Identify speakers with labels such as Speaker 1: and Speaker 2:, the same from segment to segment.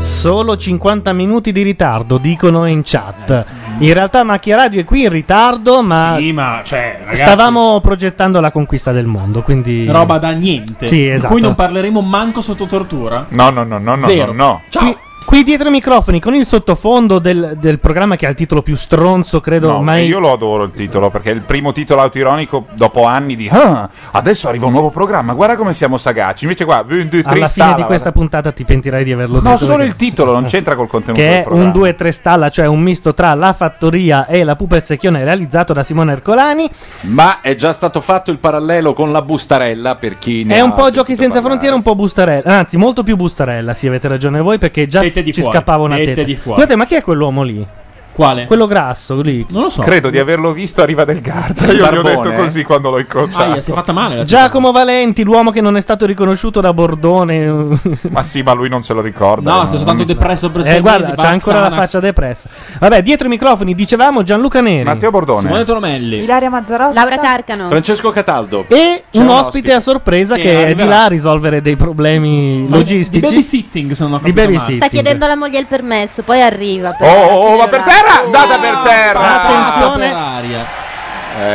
Speaker 1: Solo 50 minuti di ritardo, dicono in chat. In realtà Macchia Radio è qui in ritardo, ma,
Speaker 2: Sì, ma, cioè, ragazzi-
Speaker 1: Ah, stavamo progettando la conquista del mondo, quindi...
Speaker 2: Roba da niente.
Speaker 1: Sì,
Speaker 2: Di
Speaker 1: esatto.
Speaker 2: cui non parleremo manco sotto tortura.
Speaker 1: No, no, no, no,
Speaker 2: no, Zero. no, no. Ciao.
Speaker 1: Qui, qui dietro i microfoni, con il sottofondo del, del programma che ha il titolo più stronzo, credo
Speaker 3: No,
Speaker 1: ormai.
Speaker 3: Io lo adoro il titolo perché è il primo titolo autoironico dopo anni di ah, adesso arriva un nuovo programma, guarda come siamo sagaci. Invece qua, 1, 2, 3,
Speaker 1: Alla fine di questa puntata ti pentirai di averlo detto.
Speaker 3: No, solo
Speaker 1: perché-
Speaker 3: il titolo, non c'entra col contenuto
Speaker 1: Che
Speaker 3: del
Speaker 1: è
Speaker 3: programma.
Speaker 1: un 2-3 stalla, cioè un misto tra La Fattoria e La Pupezzecchione, realizzato da Simone Ercolani.
Speaker 4: Ma è già stato fatto il parallelo con la bustarella per chi ne
Speaker 1: È
Speaker 4: ha
Speaker 1: un po'
Speaker 4: sentito
Speaker 1: Giochi senza
Speaker 4: parlare.
Speaker 1: frontiere, un po' bustarella. Anzi, molto più bustarella, sì, avete ragione voi, perché già
Speaker 4: Tette di
Speaker 1: ci
Speaker 4: fuori,
Speaker 1: scappava una
Speaker 4: tette
Speaker 1: testa.
Speaker 4: di fuori.
Speaker 1: Scusate, ma chi è quell'uomo lì?
Speaker 2: Quale?
Speaker 1: Quello grasso lì.
Speaker 2: Non lo so.
Speaker 3: Credo di averlo visto a Riva del Garda.
Speaker 1: Il
Speaker 3: Io gli ho
Speaker 1: barbone,
Speaker 3: detto
Speaker 1: eh?
Speaker 3: così quando l'ho incrociato.
Speaker 2: Ah,
Speaker 1: Aia, si è fatta
Speaker 2: male
Speaker 1: Giacomo Valenti, l'uomo che non è stato riconosciuto da Bordone.
Speaker 3: Ma sì, ma lui non se lo ricorda.
Speaker 2: No, sei soltanto depresso per sei
Speaker 1: Eh, guarda,
Speaker 2: mesi,
Speaker 1: c'ha ancora la
Speaker 2: Xanax.
Speaker 1: faccia depressa. Vabbè, dietro i microfoni dicevamo Gianluca Neri,
Speaker 3: Matteo Bordone. Simone
Speaker 2: Tolomelli
Speaker 5: Ilaria Mazzarotta. Laura Tarcano.
Speaker 4: Francesco Cataldo.
Speaker 1: e
Speaker 4: C'è
Speaker 1: un, ospite, a sorpresa
Speaker 4: Che
Speaker 1: che, è di
Speaker 4: arriverà.
Speaker 1: là a risolvere dei problemi logistici.
Speaker 2: Di babysitting, se non ho
Speaker 1: Di
Speaker 2: capito male.
Speaker 1: babysitting.
Speaker 6: Sta chiedendo alla moglie il permesso, poi arriva. però
Speaker 3: Oh, oh,
Speaker 6: alla
Speaker 3: oh, va
Speaker 6: fine
Speaker 3: per
Speaker 6: va.
Speaker 3: terra! Andata per terra!
Speaker 6: Attenzione.
Speaker 2: Ah, Per aria.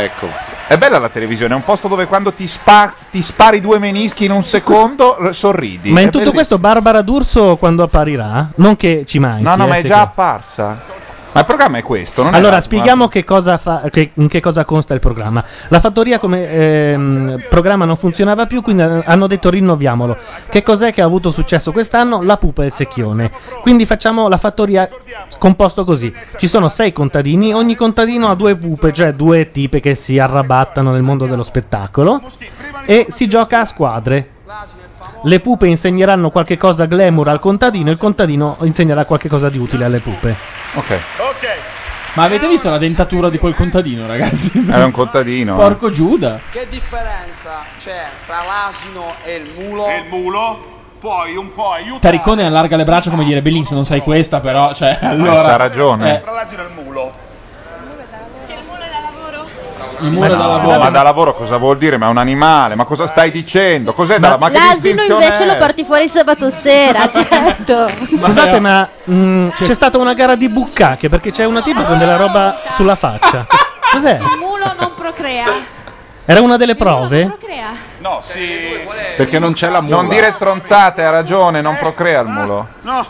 Speaker 3: Ecco. È bella la televisione, è un posto dove quando ti, spa- ti spari due menischi in un secondo r- sorridi.
Speaker 1: Ma in
Speaker 3: È
Speaker 1: tutto
Speaker 3: bellissimo.
Speaker 1: questo Barbara D'Urso quando apparirà? Non che ci manchi.
Speaker 3: No, no,
Speaker 1: eh,
Speaker 3: ma è
Speaker 1: se
Speaker 3: già
Speaker 1: che-
Speaker 3: apparsa. Ma il programma è questo, Certo, non è
Speaker 1: Allora,
Speaker 3: l'altro,
Speaker 1: spieghiamo che cosa fa- che- in che cosa consta il programma. La fattoria come ehm, programma non funzionava più, quindi eh, hanno detto rinnoviamolo. Che cos'è che ha avuto successo quest'anno? La pupa e il secchione. Quindi facciamo la fattoria composto così. Ci sono sei contadini, ogni contadino ha due pupe, cioè due tipe che si arrabattano nel mondo dello spettacolo e si gioca a squadre. Le pupe insegneranno qualche cosa glamour al contadino, il contadino insegnerà qualche cosa di utile alle pupe.
Speaker 3: Ok.
Speaker 2: Ma avete visto la dentatura di quel contadino, ragazzi?
Speaker 3: Era un contadino. eh.
Speaker 2: Porco Giuda.
Speaker 7: Che differenza c'è fra l'asino e il mulo? E il mulo? Poi un po' aiutare.
Speaker 2: Taricone allarga le braccia come dire, bellissimo, non sai questa, però, cioè, allora...
Speaker 3: c'ha ragione.
Speaker 2: Eh,
Speaker 7: Fra l'asino e il mulo.
Speaker 2: il muro da lavoro.
Speaker 3: Ma da lavoro cosa vuol dire? Ma è un animale, ma cosa stai dicendo? Cos'è da ma che
Speaker 6: L'asino
Speaker 3: distinzione
Speaker 6: invece
Speaker 3: è?
Speaker 6: lo porti fuori sabato sera, certo.
Speaker 1: Scusate, ma mm, c'è stata una gara di buccacche perché c'è una tipa con della roba sulla faccia. Cos'è?
Speaker 8: Il mulo non procrea.
Speaker 1: Era una delle prove?
Speaker 8: Procrea.
Speaker 7: No, sì.
Speaker 3: Perché non c'è la
Speaker 4: mula.
Speaker 3: Non dire stronzate, ha ragione, non procrea il mulo.
Speaker 7: No.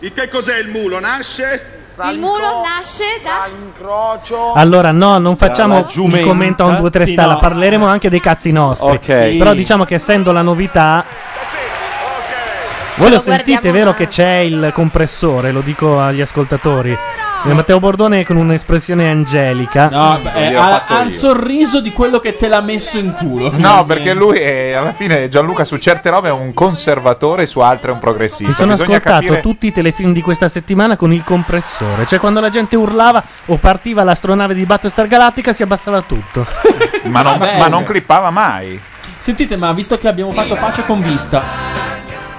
Speaker 7: E che cos'è il mulo? Nasce?
Speaker 8: Il mulo nasce da...
Speaker 7: Incrocio.
Speaker 1: Allora, no, non
Speaker 7: La
Speaker 1: facciamo un
Speaker 7: giumenta?
Speaker 1: commento a un 2-3
Speaker 7: Sì,
Speaker 1: stalla,
Speaker 7: no.
Speaker 1: parleremo anche dei cazzi nostri.
Speaker 7: Ok. Sì.
Speaker 1: Però diciamo che essendo la novità. Voi lo
Speaker 6: Ce lo
Speaker 1: sentite,
Speaker 6: guardiamo
Speaker 1: vero che c'è il compressore? Lo dico agli ascoltatori. E Matteo Bordone con un'espressione angelica.
Speaker 2: No, eh, ha, ha il sorriso di quello che te l'ha messo in culo.
Speaker 3: No, perché lui è, alla fine Gianluca su certe robe è un conservatore, su altre è un
Speaker 1: Mi
Speaker 3: progressista.
Speaker 1: sono
Speaker 3: Bisogna
Speaker 1: ascoltato
Speaker 3: capire
Speaker 1: tutti i telefilm di questa settimana con il compressore, cioè quando la gente urlava o partiva l'astronave di Battlestar Galactica si abbassava tutto.
Speaker 4: Eh.
Speaker 3: ma, non,
Speaker 2: Vabbè.
Speaker 3: ma non clippava mai.
Speaker 2: Sentite, ma visto che abbiamo fatto pace con vista...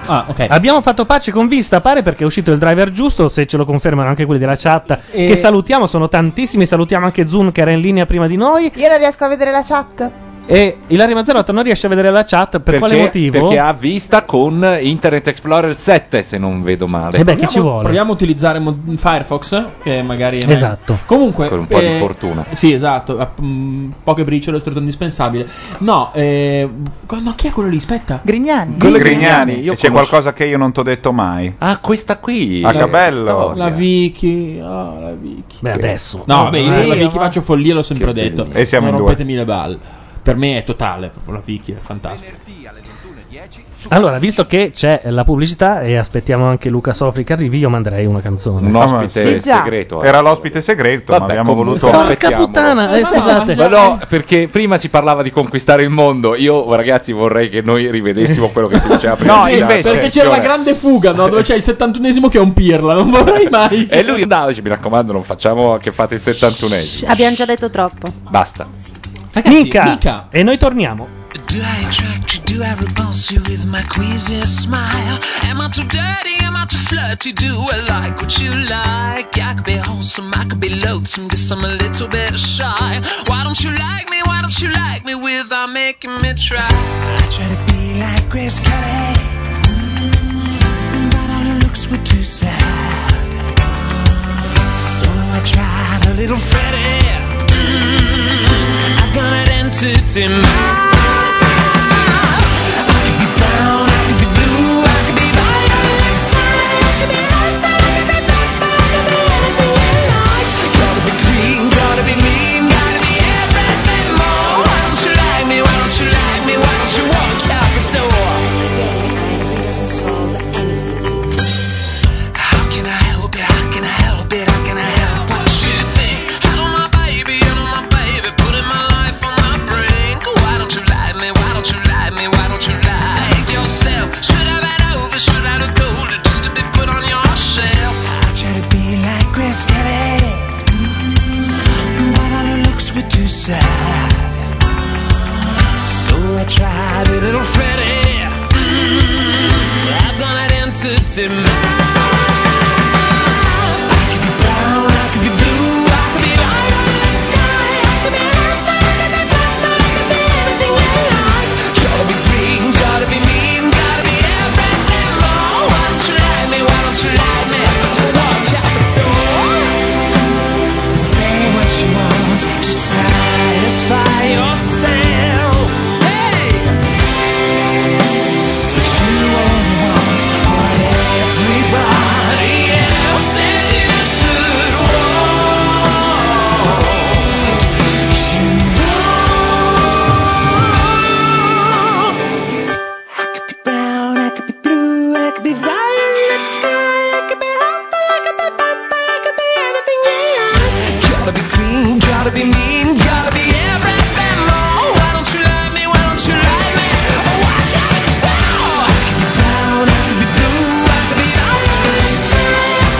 Speaker 2: Ah, ok.
Speaker 1: Abbiamo fatto pace con Vista, pare perché è uscito il driver giusto, se ce lo confermano anche quelli della chat,
Speaker 4: Eh.
Speaker 2: E-
Speaker 1: che salutiamo, sono tantissimi, salutiamo anche Zoom che era in linea prima di noi
Speaker 5: Io non riesco a vedere la chat.
Speaker 1: e Ilaria Mazzarotta non riesce a vedere la chat per quale motivo?
Speaker 4: Perché ha vista con Internet Explorer 7, se non vedo male.
Speaker 1: Eh beh, che ci
Speaker 2: Proviamo-
Speaker 1: vuole?
Speaker 2: Proviamo a utilizzare mo- Firefox, che magari... è meglio.
Speaker 1: Esatto.
Speaker 2: Comunque...
Speaker 4: Con un po'
Speaker 2: eh,
Speaker 4: di fortuna.
Speaker 2: Sì, esatto. app- mh, poche briciole è stato indispensabile. No, eh, no, chi è quello lì? Aspetta.
Speaker 5: Grignani.
Speaker 3: Con le
Speaker 4: Grignani,
Speaker 3: Grignani,
Speaker 4: io
Speaker 3: e c'è
Speaker 4: conosco.
Speaker 3: qualcosa che io non t'ho detto mai.
Speaker 4: Ah, questa qui.
Speaker 3: Ah, che bello.
Speaker 2: La Vicky. ah, la Vicky.
Speaker 1: Beh, adesso.
Speaker 2: No, vabbè, io
Speaker 1: Eh,
Speaker 2: per la
Speaker 1: io,
Speaker 2: Vicky
Speaker 1: ma-
Speaker 2: faccio follia, l'ho sempre detto.
Speaker 3: E siamo
Speaker 2: non
Speaker 3: in due.
Speaker 2: rompetemi le balle. Per me è totale, proprio la Vicky è fantastica.
Speaker 1: Allora, visto che c'è la pubblicità e aspettiamo anche Luca Sofri che arrivi, io manderei una canzone.
Speaker 3: Un ospite Sì, già. segreto, eh. Era l'ospite segreto, ma abbiamo voluto-
Speaker 1: Porca puttana, eh, scusate.
Speaker 4: Ma no, perché prima si parlava di conquistare il mondo. Io, ragazzi, vorrei che noi rivedessimo quello che si diceva
Speaker 3: Ah,
Speaker 4: prima.
Speaker 9: Sì, perché c'era
Speaker 3: Cioè,
Speaker 9: la grande fuga, no? Dove c'è il 71esimo che è un pirla, non vorrei mai.
Speaker 4: E lui andava, dice, mi raccomando, non facciamo che fate il 71esimo.
Speaker 6: Abbiamo già detto troppo.
Speaker 4: Basta.
Speaker 1: Ragazzi, mica. E noi torniamo.
Speaker 5: Do I attract you? Do I repulse you with my queasy smile? Am I too dirty? Am I too flirty? Do I like what you like? I could be wholesome, I could be loathsome, guess I'm a little bit shy. Why don't you like me? Why don't you like me without making me try? I try to be like Grace Kelly, mm, but all her looks were too sad. So I tried a little Freddy. Mm, I've got an entity mind. Should I bend over? Should I look older just to be put on your shelf? I try to be like Grace Kelly, mm, but all her looks were too sad. So I tried a little Freddy. Mm, I've got an entity mind. I could be brown, I could be blue, I could be light on the sky, I could be anything, I could be purple, I could be anything you like. Gotta be green, gotta be mean, gotta be everything more. Why don't you like me? Why don't you like me? So watch out the door. Say what you want to satisfy yourself. Hey, but you only want what everybody else says you should want. You want. I could be brown, I could be blue, I could be violet sky, I could be helpful, I could be purple, I could be anything you like. Gotta be green, gotta be mean, gotta be everything more. Why don't you like me? Why don't you like me? Oh, why can't it tell? I could be brown, I could be blue, I could be violet sky, I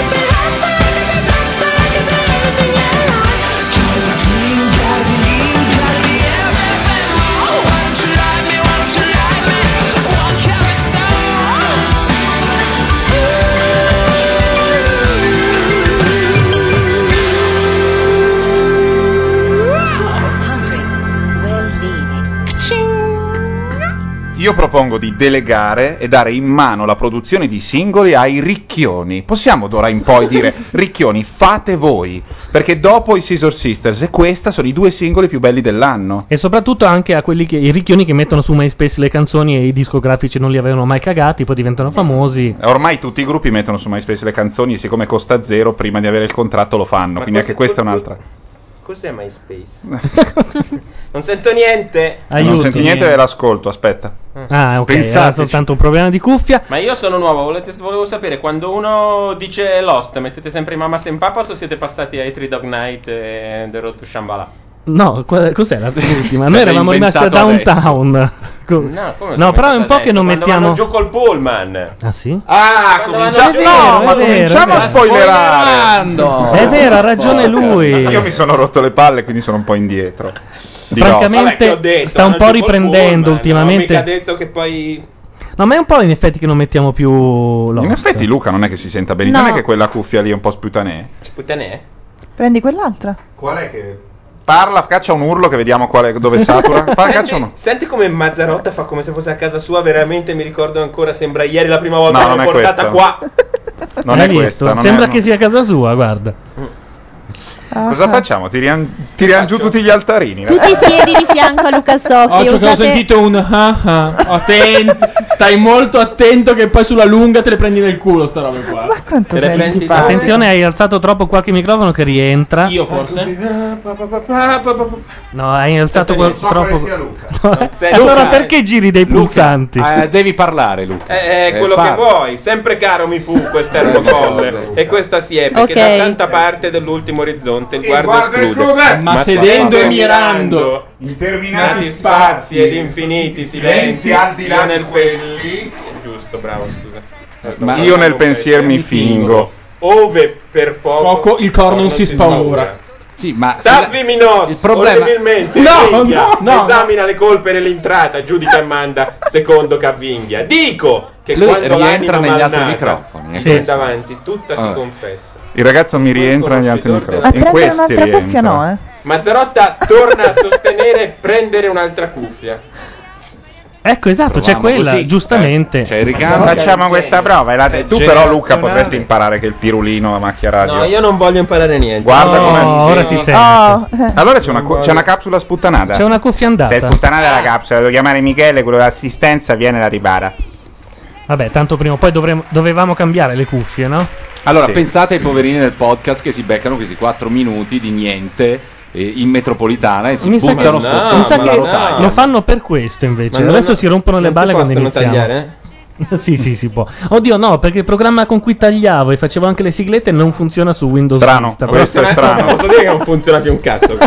Speaker 5: could be helpful, I could be purple, I could be anything you like. Gotta be green, gotta be mean, gotta be everything more. Why don't you like me? Why don't you like me? Oh, why can't it tell?
Speaker 3: Io propongo di delegare e dare in mano la produzione di singoli ai ricchioni. Possiamo d'ora in poi dire ricchioni, fate voi. Perché dopo i Scissor Sisters e questa sono i due singoli più belli dell'anno.
Speaker 1: E soprattutto anche a quelli che i ricchioni che mettono su MySpace le canzoni e i discografici non li avevano mai cagati, poi diventano famosi.
Speaker 3: Ormai tutti i gruppi mettono su MySpace le canzoni e siccome costa zero, prima di avere il contratto lo fanno.
Speaker 7: Ma
Speaker 3: Quindi anche
Speaker 7: questo-
Speaker 3: questa è un'altra.
Speaker 7: Cos'è MySpace? non sento niente.
Speaker 3: Non senti niente dell'ascolto, aspetta.
Speaker 1: Ah, ok, era
Speaker 3: Pensateci.
Speaker 1: soltanto un problema di cuffia.
Speaker 7: Ma io sono nuovo, volete- volevo sapere quando uno dice Lost, mettete sempre i Mamas and Papas o siete passati ai Three Dog Night e The Road to Shambhala?
Speaker 1: No, qual- cos'è la l'ultima? Noi
Speaker 7: Sarei
Speaker 1: eravamo rimasti a
Speaker 7: inventato
Speaker 1: downtown. Co-
Speaker 7: No, come
Speaker 1: no, però è un po' che non
Speaker 7: Quando vanno
Speaker 1: mettiamo.
Speaker 7: giù col pullman.
Speaker 1: Ah, sì?
Speaker 7: Ah,
Speaker 3: cominciamo- no, ma cominciamo a spoilerare.
Speaker 1: È vero, ha ragione lui.
Speaker 3: Io mi sono rotto le palle, quindi sono un po' indietro. Di Lost.
Speaker 1: Francamente, sta un po' riprendendo ultimamente.
Speaker 7: mica detto che poi
Speaker 1: No, ma è un po' in effetti che non mettiamo più
Speaker 3: In
Speaker 1: Lost.
Speaker 3: effetti Luca non è che si senta bene,
Speaker 10: No.
Speaker 3: non è che quella cuffia lì è un po' sputanea.
Speaker 7: Sputanea?
Speaker 10: Prendi quell'altra.
Speaker 3: Qual è che Parla, caccia un urlo che vediamo quale, dove satura. Fa, caccia un
Speaker 7: senti, senti come Mazzarotta fa come se fosse a casa sua, veramente mi ricordo ancora, sembra ieri la prima volta
Speaker 3: No,
Speaker 7: che
Speaker 3: non
Speaker 7: l'ho
Speaker 3: è
Speaker 7: portata
Speaker 3: questo.
Speaker 7: qua.
Speaker 3: Non
Speaker 1: Hai
Speaker 3: è
Speaker 1: visto?
Speaker 3: questa, non
Speaker 1: Sembra
Speaker 3: è-
Speaker 1: che sia casa sua, guarda.
Speaker 10: Ah.
Speaker 6: Ah,
Speaker 3: Cosa facciamo? Tiriamo giù tutti gli altarini.
Speaker 6: Tu ti siedi di fianco a Luca Soffi.
Speaker 9: Occhio che ho
Speaker 6: usate-
Speaker 9: sentito un ah ah. Attento, stai molto attento che poi sulla lunga te le prendi nel culo sta roba qua. Ma
Speaker 1: quanto
Speaker 9: te le prendi
Speaker 1: Attenzione, hai alzato troppo qualche microfono che rientra.
Speaker 9: Io forse.
Speaker 1: No, hai alzato
Speaker 4: Aspetta,
Speaker 1: qual-
Speaker 4: non so quale
Speaker 1: troppo.
Speaker 4: sia Luca.
Speaker 1: No, eh,
Speaker 4: Non sei-
Speaker 1: allora
Speaker 4: Luca,
Speaker 1: perché giri dei pulsanti?
Speaker 4: Eh, devi parlare, Luca.
Speaker 7: Eh, eh, quello che vuoi, sempre caro mi fu
Speaker 3: Eh,
Speaker 7: quest'erbo folle. e questa si è, perché
Speaker 4: Ok.
Speaker 7: da tanta parte dell'ultimo orizzonte il
Speaker 4: Il
Speaker 7: guardo,
Speaker 4: guardo
Speaker 7: esclude.
Speaker 4: esclude. Ma sedendo
Speaker 7: sta-
Speaker 4: e mirando,
Speaker 7: interminati spazi ed infiniti silenzi,
Speaker 4: silenzi al di là
Speaker 7: io nel
Speaker 4: di
Speaker 7: quelli. Giusto, bravo, scusa.
Speaker 3: Ma io nel pensier mi fingo.
Speaker 7: Ove per poco,
Speaker 9: Poco il corno non si spaura.
Speaker 4: Sì,
Speaker 3: Ah,
Speaker 4: ma
Speaker 7: Stati Minos,
Speaker 9: Il problema-
Speaker 7: orribilmente, Esatto,
Speaker 9: No,
Speaker 7: vigna,
Speaker 9: no, no.
Speaker 7: esamina le colpe nell'entrata, giudica e manda secondo Caviglia. Dico che
Speaker 3: Lui
Speaker 7: quando
Speaker 3: rientra
Speaker 7: l'anima
Speaker 3: negli altri
Speaker 7: malnata
Speaker 3: microfoni, eh,
Speaker 7: è
Speaker 3: questo.
Speaker 7: davanti, tutta si
Speaker 3: Ah.
Speaker 7: confessa.
Speaker 3: Il ragazzo mi rientra negli altri
Speaker 7: Ma
Speaker 3: microfoni. In
Speaker 7: prendere
Speaker 3: questi
Speaker 7: un'altra
Speaker 3: rientra.
Speaker 7: cuffia no, eh? Mazzarotta torna a sostenere e prendere un'altra cuffia.
Speaker 1: Ecco, esatto, c'è
Speaker 3: Proviamo
Speaker 1: quella,
Speaker 3: così.
Speaker 1: giustamente. C'è il
Speaker 3: Facciamo questa prova. e la- tu, però, Luca,
Speaker 7: generazionale.
Speaker 3: potresti imparare che il pirulino a macchia radio.
Speaker 7: No, io non voglio imparare niente.
Speaker 3: Guarda come.
Speaker 7: Oh.
Speaker 3: Allora c'è una,
Speaker 7: Non
Speaker 3: cu- c'è
Speaker 7: voglio.
Speaker 3: una capsula sputtanata.
Speaker 1: C'è una cuffia andata.
Speaker 3: Se è sputtanata la capsula, devo chiamare Michele, quello dell'assistenza, viene la ripara.
Speaker 1: Vabbè, tanto prima o poi dovremmo- dovevamo cambiare le cuffie, no?
Speaker 4: Allora,
Speaker 1: Sì.
Speaker 4: pensate ai poverini del podcast che si beccano questi 4 minuti di niente eh, in metropolitana e si
Speaker 1: Mi sa che,
Speaker 4: buttano sotto
Speaker 1: mi sa
Speaker 4: sulla
Speaker 1: che
Speaker 4: rotaia.
Speaker 1: lo fanno per questo invece.
Speaker 4: Ma non-
Speaker 1: Adesso si rompono le
Speaker 4: non si
Speaker 1: balle quando
Speaker 4: possono
Speaker 1: iniziamo.
Speaker 4: tagliare?
Speaker 1: sì, sì, si può. Oddio, no, perché il programma con cui tagliavo e facevo anche le siglette non funziona su Windows
Speaker 3: Strano,
Speaker 1: Vista.
Speaker 3: questo è strano.
Speaker 7: Posso dire che non funziona più un cazzo.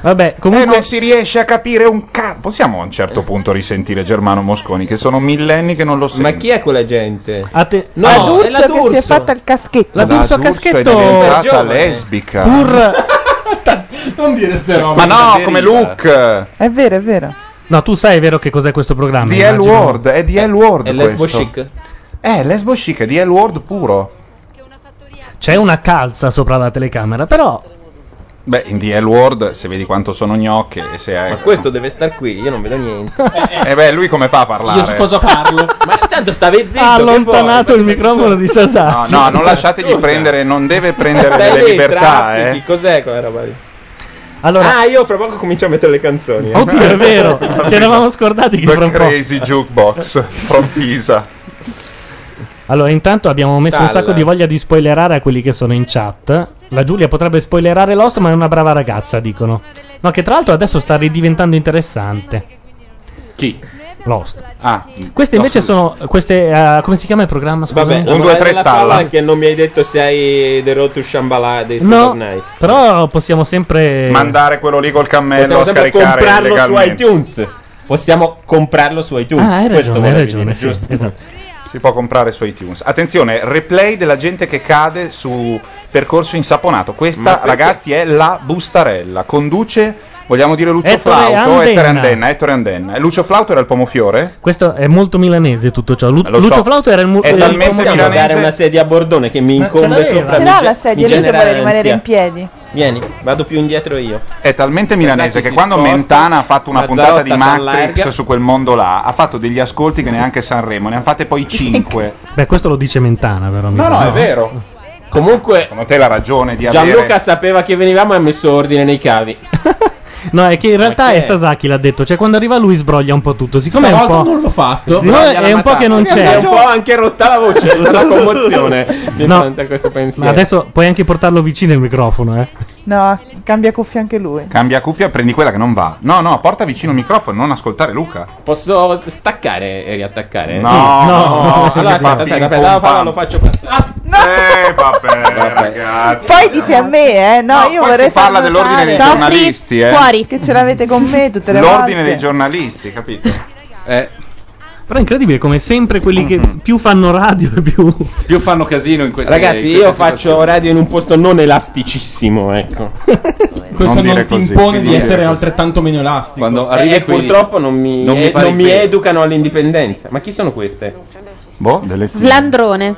Speaker 1: Vabbè, comunque
Speaker 3: Eh, non si riesce a capire un cazzo. Possiamo a un certo punto risentire Germano Mosconi, che sono millenni che non lo sento. Ma chi
Speaker 7: è quella gente?
Speaker 1: te-
Speaker 10: No, la D'Urso che si è fatta il caschetto.
Speaker 3: La D'Urso a caschetto è diventata lesbica.
Speaker 9: Non dire ste robe.
Speaker 3: Ma no, come Luke.
Speaker 1: È vero, è vero. No, tu sai, è vero che cos'è questo programma?
Speaker 3: The L
Speaker 1: immagino.
Speaker 3: Word, è di L Word
Speaker 1: È
Speaker 3: questo.
Speaker 1: lesbo chic?
Speaker 3: Eh, lesbo chic, è di L Word puro.
Speaker 1: C'è una calza sopra la telecamera, però
Speaker 3: Beh, in The L Word, se vedi quanto sono gnocche e se è...
Speaker 7: Ma questo deve star qui, io non vedo niente.
Speaker 3: E eh, beh, lui come fa a parlare?
Speaker 7: Io su cosa
Speaker 9: parlo?
Speaker 7: Ma intanto stavi zitto.
Speaker 1: ha
Speaker 7: che
Speaker 1: allontanato il microfono di
Speaker 3: Ah, No,
Speaker 1: Sasaki.
Speaker 3: no, non lasciategli prendere, non deve prendere
Speaker 7: Stai
Speaker 3: delle
Speaker 7: lì,
Speaker 3: libertà,
Speaker 7: traffichi,
Speaker 3: eh.
Speaker 7: Cos'è quella roba lì?
Speaker 1: Allora-
Speaker 7: ah, io fra poco comincio a mettere le canzoni. eh.
Speaker 1: Oddio, è vero. Ci eravamo scordati che
Speaker 3: The
Speaker 1: fra un po'-
Speaker 3: Crazy Jukebox from Pisa.
Speaker 1: Allora, intanto abbiamo messo un
Speaker 3: Dalla.
Speaker 1: sacco di voglia di spoilerare a quelli che sono in chat. La Giulia potrebbe spoilerare Lost, ma è una brava ragazza, dicono. No, che tra l'altro adesso sta ridiventando interessante.
Speaker 4: Chi?
Speaker 1: Lost.
Speaker 3: Ah,
Speaker 1: Queste invece sono queste eh, come si chiama il programma?
Speaker 7: Vabbè,
Speaker 1: Scusami?
Speaker 7: la morale della favola è che non mi hai detto se hai The Road to Shambhala dei
Speaker 1: No, Eh.
Speaker 7: Fortnite.
Speaker 1: però possiamo sempre
Speaker 3: Mandare quello lì col cammello
Speaker 7: Possiamo
Speaker 3: a
Speaker 7: sempre comprarlo
Speaker 3: scaricare
Speaker 7: su
Speaker 3: illegalmente.
Speaker 7: iTunes. Possiamo comprarlo su iTunes.
Speaker 3: Ah, hai ragione,
Speaker 7: Questo
Speaker 3: hai
Speaker 7: volevi
Speaker 3: ragione,
Speaker 7: dire,
Speaker 3: sì,
Speaker 7: giusto?
Speaker 1: esatto.
Speaker 3: Si può comprare su iTunes. Attenzione, replay della gente che cade su percorso insaponato. Questa,
Speaker 7: perché?
Speaker 3: ragazzi, è la bustarella. Conduce, vogliamo dire Lucio
Speaker 1: Ettore
Speaker 3: Flauto,
Speaker 1: Andenna.
Speaker 3: Ettore Andenna, Ettore Andenna. E Lucio Flauto era il pomofiore?
Speaker 1: Questo è molto milanese tutto ciò. Lu-
Speaker 3: Lo so.
Speaker 1: Lucio Flauto era il mu-
Speaker 3: È
Speaker 1: era il
Speaker 3: talmente
Speaker 1: comune-
Speaker 7: Possiamo dare una sedia a Bordone che mi incombe
Speaker 1: ce l'aveva.
Speaker 7: sopra. mi
Speaker 10: Però
Speaker 7: ge-
Speaker 10: la
Speaker 7: mi
Speaker 10: sedia lì
Speaker 7: genera
Speaker 10: doveva rimanere
Speaker 7: ansia.
Speaker 10: in piedi.
Speaker 7: Vieni, vado più indietro io.
Speaker 3: È talmente
Speaker 7: Sasaki
Speaker 3: milanese
Speaker 7: Esatto, si
Speaker 3: che quando
Speaker 7: sposta,
Speaker 3: Mentana ha fatto una puntata
Speaker 7: Mazzarotta
Speaker 3: di
Speaker 7: si
Speaker 3: Matrix
Speaker 7: allarga.
Speaker 3: su quel mondo là, ha fatto degli ascolti che neanche Sanremo, ne hanno fatte poi 5.
Speaker 1: Beh, questo lo dice Mentana, però. mi
Speaker 3: No,
Speaker 1: sa,
Speaker 3: no, è vero.
Speaker 7: Comunque,
Speaker 3: secondo te la ragione di
Speaker 7: Gianluca
Speaker 3: avere
Speaker 7: sapeva che venivamo e ha messo ordine nei cavi.
Speaker 1: No, è che in realtà
Speaker 7: chi
Speaker 1: è
Speaker 7: è?
Speaker 1: Sasaki l'ha detto. Cioè, quando arriva lui sbroglia un po' tutto. Siccome è un
Speaker 7: Stavolta
Speaker 1: po'.
Speaker 7: non l'ho fatto.
Speaker 1: Siccome è un po' che non
Speaker 7: Mi ha
Speaker 1: c'è.
Speaker 7: un po' anche rotta la voce dalla commozione di
Speaker 1: No.
Speaker 7: fronte a questo
Speaker 1: Ma
Speaker 7: pensiero.
Speaker 1: adesso puoi anche portarlo vicino il microfono, eh.
Speaker 10: No, cambia cuffia anche lui.
Speaker 3: cambia cuffia, prendi quella che non va. No, no, porta vicino il microfono, non ascoltare Luca.
Speaker 7: Posso staccare e riattaccare?
Speaker 3: No, no, no,
Speaker 7: Allora,
Speaker 3: che fa
Speaker 7: aspetta,
Speaker 3: ping
Speaker 7: aspetta,
Speaker 3: pong
Speaker 7: la fava
Speaker 3: pam.
Speaker 7: lo faccio Ah, passare.
Speaker 3: Eh, vabbè, ragazzi.
Speaker 10: Poi dite a me, eh. No, io
Speaker 3: poi
Speaker 10: vorrei
Speaker 3: si parla
Speaker 10: far
Speaker 3: dell'ordine
Speaker 10: notare-
Speaker 3: dei giornalisti, eh.
Speaker 10: fuori. Che ce l'avete con me tutte le volte.
Speaker 3: L'ordine dei giornalisti, capito? Eh,
Speaker 1: Però è incredibile come sempre quelli che
Speaker 7: Mm-hmm.
Speaker 1: più fanno radio e più.
Speaker 4: Più fanno casino in queste
Speaker 7: Ragazzi,
Speaker 4: in
Speaker 7: io
Speaker 4: queste
Speaker 7: faccio radio in un posto non elasticissimo, ecco.
Speaker 9: Questo non,
Speaker 7: dire
Speaker 9: ti
Speaker 7: così,
Speaker 9: impone di
Speaker 7: non dire
Speaker 9: essere
Speaker 7: così.
Speaker 9: altrettanto meno elastico.
Speaker 7: Quando e purtroppo non mi,
Speaker 9: non mi
Speaker 7: eh,
Speaker 9: pare
Speaker 7: non mi
Speaker 9: che-
Speaker 7: educano all'indipendenza. Ma chi sono queste?
Speaker 3: Boh, delle
Speaker 6: Slandrone.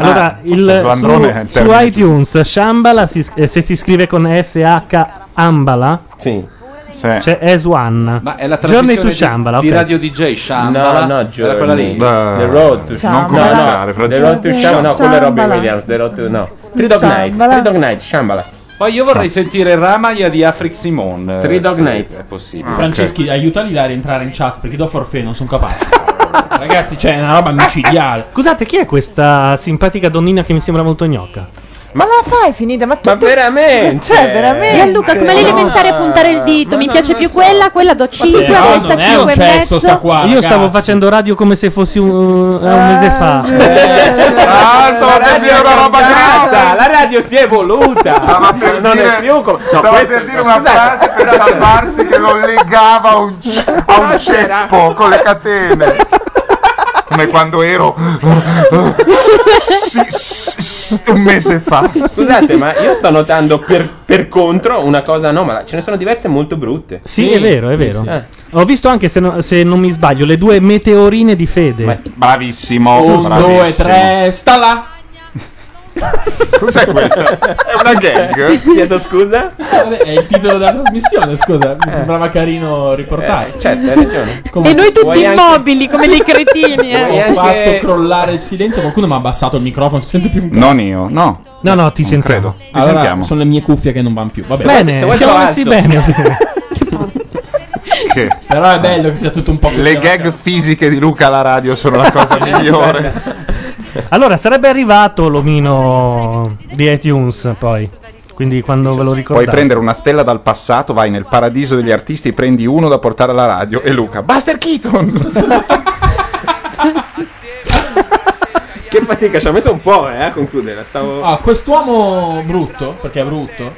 Speaker 1: Allora,
Speaker 7: Ah,
Speaker 1: il,
Speaker 7: forse
Speaker 1: su,
Speaker 7: Slandrone è il
Speaker 1: su
Speaker 7: termine
Speaker 1: iTunes Shambhala, si s- eh, se si scrive con SH Ambala, c'è Eswan.
Speaker 4: Ma Ah, è la trasmissione
Speaker 1: Journey to
Speaker 4: di-
Speaker 1: Shambhala,
Speaker 4: di,
Speaker 1: ok.
Speaker 4: Radio DJ Shambhala.
Speaker 7: No, no,
Speaker 4: Era
Speaker 7: Journey.
Speaker 4: quella lì.
Speaker 7: The Road to
Speaker 4: Shambhala.
Speaker 7: No, no,
Speaker 4: cominciare,
Speaker 7: The Road to
Speaker 4: Francesco.
Speaker 7: Shambhala, no, quello è Robin
Speaker 4: Shambhala.
Speaker 7: Williams, The Road to no. Three Dog Night, Three Dog Night, Shambhala.
Speaker 4: Poi io vorrei sentire Ramaglia di Afric Simon.
Speaker 7: Three Dog
Speaker 4: se
Speaker 7: Night.
Speaker 4: È possibile.
Speaker 2: Franceschi, aiutali là a rientrare in chat perché do forfè, non sono capace. Ragazzi, c'è una roba micidiale.
Speaker 1: Ah, Scusate, chi è questa simpatica donnina che mi sembra molto gnocca?
Speaker 11: Ma la fai finita? Ma, tu,
Speaker 7: veramente?
Speaker 3: Eh.
Speaker 11: Cioè, veramente?
Speaker 6: Gianluca, come l'elementare puntare il dito, mi piace più quella, quella do
Speaker 2: Eh,
Speaker 6: 5,
Speaker 1: no,
Speaker 6: questa 5 e mezzo.
Speaker 1: Io stavo facendo radio come se fossi un, eh, un mese fa.
Speaker 11: Ah, eh.
Speaker 3: Basta, Ah, per dire una roba
Speaker 7: grata. La radio si è evoluta. Stava per non è più come no,
Speaker 3: Stava
Speaker 7: questo-
Speaker 3: per dire
Speaker 7: no,
Speaker 3: una
Speaker 7: scusate.
Speaker 3: frase per salvarsi che lo legava a un, c- a un ceppo con le catene. Come quando ero s- s- s- un mese fa.
Speaker 7: Scusate, ma io sto notando per, per contro una cosa anomala. Ce ne sono diverse molto brutte.
Speaker 1: Sì, è vero, è vero.
Speaker 7: Eh.
Speaker 1: Ho visto anche, se, no- se non mi sbaglio, le due meteorine di Fede.
Speaker 3: Bravissimo,
Speaker 1: Un,
Speaker 3: bravissimo.
Speaker 1: due, tre,
Speaker 2: sta là.
Speaker 3: Cos'è questo? È una gang?
Speaker 7: Chiedo scusa.
Speaker 2: è il titolo della trasmissione, scusa. Mi sembrava carino riportare.
Speaker 7: certo, hai ragione.
Speaker 6: E noi tutti immobili come dei cretini. eh.
Speaker 2: Ho fatto crollare il silenzio. Qualcuno mi ha abbassato il microfono. Si sente più un
Speaker 3: Non io, no.
Speaker 1: No, no, ti sentiamo.
Speaker 2: Ti
Speaker 3: Allora, sentiamo.
Speaker 2: Sono le mie cuffie che non vanno più. Vabbè.
Speaker 1: Bene,
Speaker 2: Se vuoi te lo
Speaker 1: siamo messi
Speaker 2: alzo.
Speaker 1: bene.
Speaker 3: Che
Speaker 2: Però è bello che sia tutto un po' così.
Speaker 3: le gag fisiche di Luca alla radio sono la cosa migliore.
Speaker 1: Allora, sarebbe arrivato l'omino di iTunes poi. Quindi quando ve lo ricordate.
Speaker 3: Puoi prendere una stella dal passato, vai nel paradiso degli artisti, prendi uno da portare alla radio e Luca, Buster Keaton!
Speaker 7: Che fatica, ci ha messo un po' eh, a concludere. Stavo.
Speaker 2: Ah, quest'uomo brutto, perché è brutto.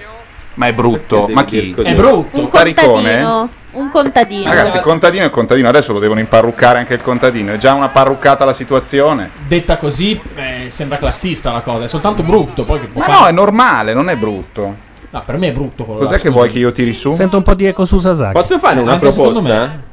Speaker 3: Ma è brutto, ma chi?
Speaker 2: È brutto.
Speaker 6: Un
Speaker 3: Taricone?
Speaker 6: contadino, un contadino.
Speaker 3: eh? Ragazzi, contadino è contadino, adesso lo devono imparruccare anche il contadino. È già una parruccata la situazione.
Speaker 2: Detta così eh, sembra classista la cosa, è soltanto brutto. Poi che può
Speaker 3: Ma
Speaker 2: fare?
Speaker 3: no, è normale, non è brutto.
Speaker 2: No, per me è brutto quello.
Speaker 3: Cos'è che vuoi che io tiri su?
Speaker 1: Sento un po' di eco su Sasaki.
Speaker 7: Posso fare una
Speaker 2: Anche secondo
Speaker 7: proposta?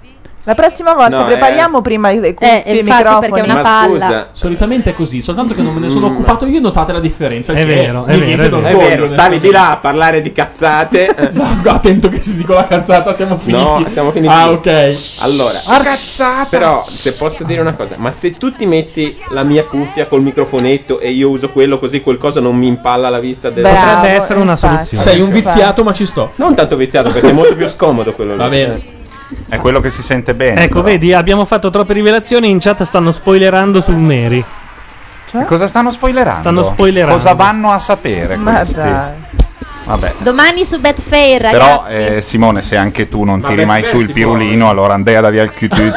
Speaker 11: La prossima volta
Speaker 7: No, eh.
Speaker 11: prepariamo prima le cuffie,
Speaker 6: Eh, infatti,
Speaker 11: i microfoni.
Speaker 6: perché è una
Speaker 7: Ma
Speaker 6: palla.
Speaker 7: scusa. Mm.
Speaker 2: Solitamente è così, soltanto che non me ne sono occupato io, notate la differenza. il
Speaker 1: È
Speaker 2: che
Speaker 1: vero, è
Speaker 2: mi
Speaker 1: vero,
Speaker 2: riempie
Speaker 1: è vero.
Speaker 7: È
Speaker 2: d'orgoglio,
Speaker 7: vero,
Speaker 2: nel
Speaker 7: stavi
Speaker 2: senso
Speaker 7: di
Speaker 2: che-
Speaker 7: là a parlare di cazzate. eh.
Speaker 2: No, attento che se dico la cazzata siamo finiti.
Speaker 7: No, siamo finiti.
Speaker 2: Ah, ok.
Speaker 7: Allora, però, se posso dire una cosa, ma se tu ti metti la mia cuffia col microfonetto e io uso quello così quel coso non mi impalla la vista del.
Speaker 11: Bravo,
Speaker 1: Potrebbe essere una
Speaker 11: infatti.
Speaker 1: soluzione.
Speaker 2: Sei un viziato, ma ci sto.
Speaker 7: Non tanto viziato perché è molto più scomodo quello lì.
Speaker 2: Va bene.
Speaker 3: È quello che si sente bene.
Speaker 1: Ecco,
Speaker 3: però.
Speaker 1: vedi, abbiamo fatto troppe rivelazioni. In chat stanno spoilerando sul Neri.
Speaker 6: Cioè?
Speaker 3: E Cosa stanno spoilerando?
Speaker 1: Stanno spoilerando.
Speaker 3: Cosa vanno a sapere
Speaker 11: Ma
Speaker 3: questi?
Speaker 11: dai.
Speaker 3: Vabbè.
Speaker 6: Domani su Betfair, ragazzi.
Speaker 3: Però, eh, Simone, se anche tu non
Speaker 7: Ma
Speaker 3: tiri
Speaker 7: per
Speaker 3: mai
Speaker 7: me
Speaker 3: sul
Speaker 7: si
Speaker 3: pirulino,
Speaker 7: può.
Speaker 3: allora andai da via il QT.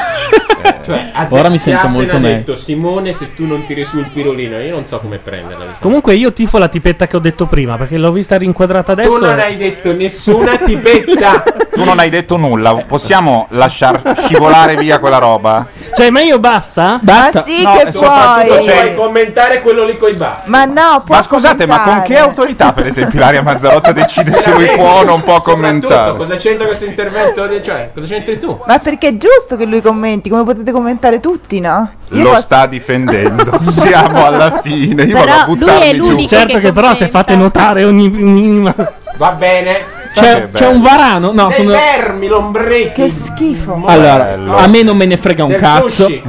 Speaker 2: Ora mi
Speaker 7: Ti Cioè, ha
Speaker 2: sento molto
Speaker 7: appena
Speaker 2: meglio.
Speaker 7: detto Simone se tu non tiri sul pirolino, io non so come prenderla. diciamo.
Speaker 1: Comunque io tifo la tipetta che ho detto prima, perché l'ho vista rinquadrata adesso.
Speaker 7: tu non
Speaker 1: e-
Speaker 7: hai detto nessuna tipetta.
Speaker 3: tu non hai detto nulla, possiamo lasciar scivolare via quella roba?
Speaker 1: Cioè, ma io basta?
Speaker 11: Ma sì che
Speaker 7: Tu puoi
Speaker 11: puoi.
Speaker 7: Cioè, commentare quello lì coi baffi.
Speaker 11: Ma no, puoi
Speaker 3: Ma scusate, ma con che
Speaker 11: commentare.
Speaker 3: autorità, per esempio, Ilaria Mazzarotta decide se lui può o non può
Speaker 7: Soprattutto,
Speaker 3: commentare?
Speaker 7: Cosa c'entra questo intervento? di- Cioè, cosa c'entri tu?
Speaker 11: Ma perché è giusto che lui commenti, come potete commentare tutti, no? Io
Speaker 3: Lo
Speaker 11: posso-
Speaker 3: sta difendendo. Siamo alla fine. Io
Speaker 6: Però
Speaker 3: vado a
Speaker 6: lui è
Speaker 3: buttarmi giù.
Speaker 6: l'unico-
Speaker 1: Certo che,
Speaker 6: che
Speaker 1: però se
Speaker 6: commenta.
Speaker 1: fate notare ogni minima...
Speaker 7: Va bene.
Speaker 3: Vabbè,
Speaker 2: C'è, c'è
Speaker 3: bello.
Speaker 2: un varano. No,
Speaker 7: Dei
Speaker 2: sono.
Speaker 7: vermi, l'ombretti.
Speaker 11: Che schifo.
Speaker 2: Allora,
Speaker 3: Bello.
Speaker 2: a me non me ne frega un
Speaker 7: del
Speaker 2: cazzo.
Speaker 7: sushi.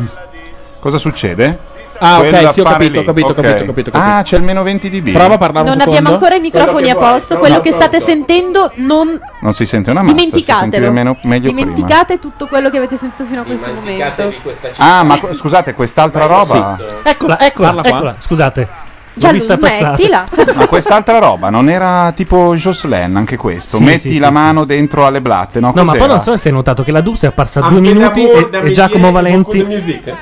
Speaker 3: Cosa succede?
Speaker 2: Ah, ok,
Speaker 3: Quella
Speaker 2: sì, ho
Speaker 3: appare
Speaker 2: capito,
Speaker 3: lì.
Speaker 2: capito,
Speaker 3: Ok.
Speaker 2: capito, capito, capito.
Speaker 3: Ah, c'è il meno 20 dB.
Speaker 2: Prova a parlare un
Speaker 6: Non
Speaker 2: secondo.
Speaker 6: abbiamo ancora i microfoni
Speaker 7: Quello
Speaker 6: a
Speaker 7: che vuoi,
Speaker 6: posto.
Speaker 7: no,
Speaker 6: Quello
Speaker 7: no,
Speaker 6: che state
Speaker 7: pronto.
Speaker 6: sentendo, non
Speaker 3: Non si sente una mazza. si sentiva
Speaker 6: dimenticatelo.
Speaker 3: meno- meglio prima.
Speaker 6: Dimenticate tutto quello che avete sentito fino a questo momento.
Speaker 7: Dimenticatevi questa città.
Speaker 3: Ah, ma que- scusate, quest'altra roba.
Speaker 1: Eccola, eccola,
Speaker 2: Parla qua.
Speaker 1: eccola. Scusate. L'ho
Speaker 6: Già,
Speaker 1: vista passare.
Speaker 6: smettila.
Speaker 3: Ma quest'altra roba non era tipo Jocelyn anche questo?
Speaker 1: Sì,
Speaker 3: Metti
Speaker 1: sì,
Speaker 3: la
Speaker 1: sì,
Speaker 3: mano dentro alle blatte, no?
Speaker 1: No, ma
Speaker 3: Cos'era?
Speaker 1: poi non so se hai notato che la Dux è apparsa
Speaker 7: Anche
Speaker 1: due minuti
Speaker 7: Namur,
Speaker 1: e,
Speaker 7: da
Speaker 1: e
Speaker 7: Michiel,
Speaker 1: Giacomo
Speaker 7: Boku
Speaker 1: Valenti...
Speaker 7: de Music.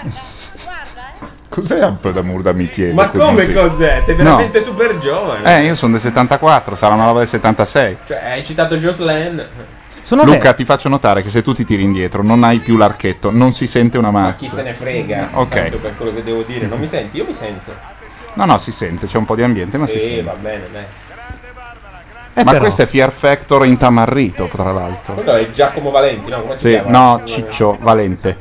Speaker 3: Cos'è un po' da murda mitiere?
Speaker 7: Ma come cos'è? Sei veramente
Speaker 3: No.
Speaker 7: super giovane.
Speaker 3: Eh, io sono del 74, sarà una roba del 76.
Speaker 7: Cioè, hai citato Jocelyn.
Speaker 1: Sono
Speaker 3: Luca, ti faccio notare che se tu ti tiri indietro non hai più l'archetto, non si sente una
Speaker 7: Ma chi se
Speaker 3: mazza.
Speaker 7: ne frega?
Speaker 3: Ok.
Speaker 7: Tanto per quello che devo dire, non mi senti? Io mi sento.
Speaker 3: No, no, si sente, c'è un po' di ambiente, ma si
Speaker 7: sì,
Speaker 3: sente.
Speaker 7: va bene, dai.
Speaker 1: Eh,
Speaker 3: ma
Speaker 1: però.
Speaker 3: questo è Fear Factor intamarrito, tra l'altro.
Speaker 7: Quello è Giacomo Valenti, no? Come si
Speaker 3: Sì,
Speaker 7: chiama?
Speaker 3: no, Ciccio, Valente.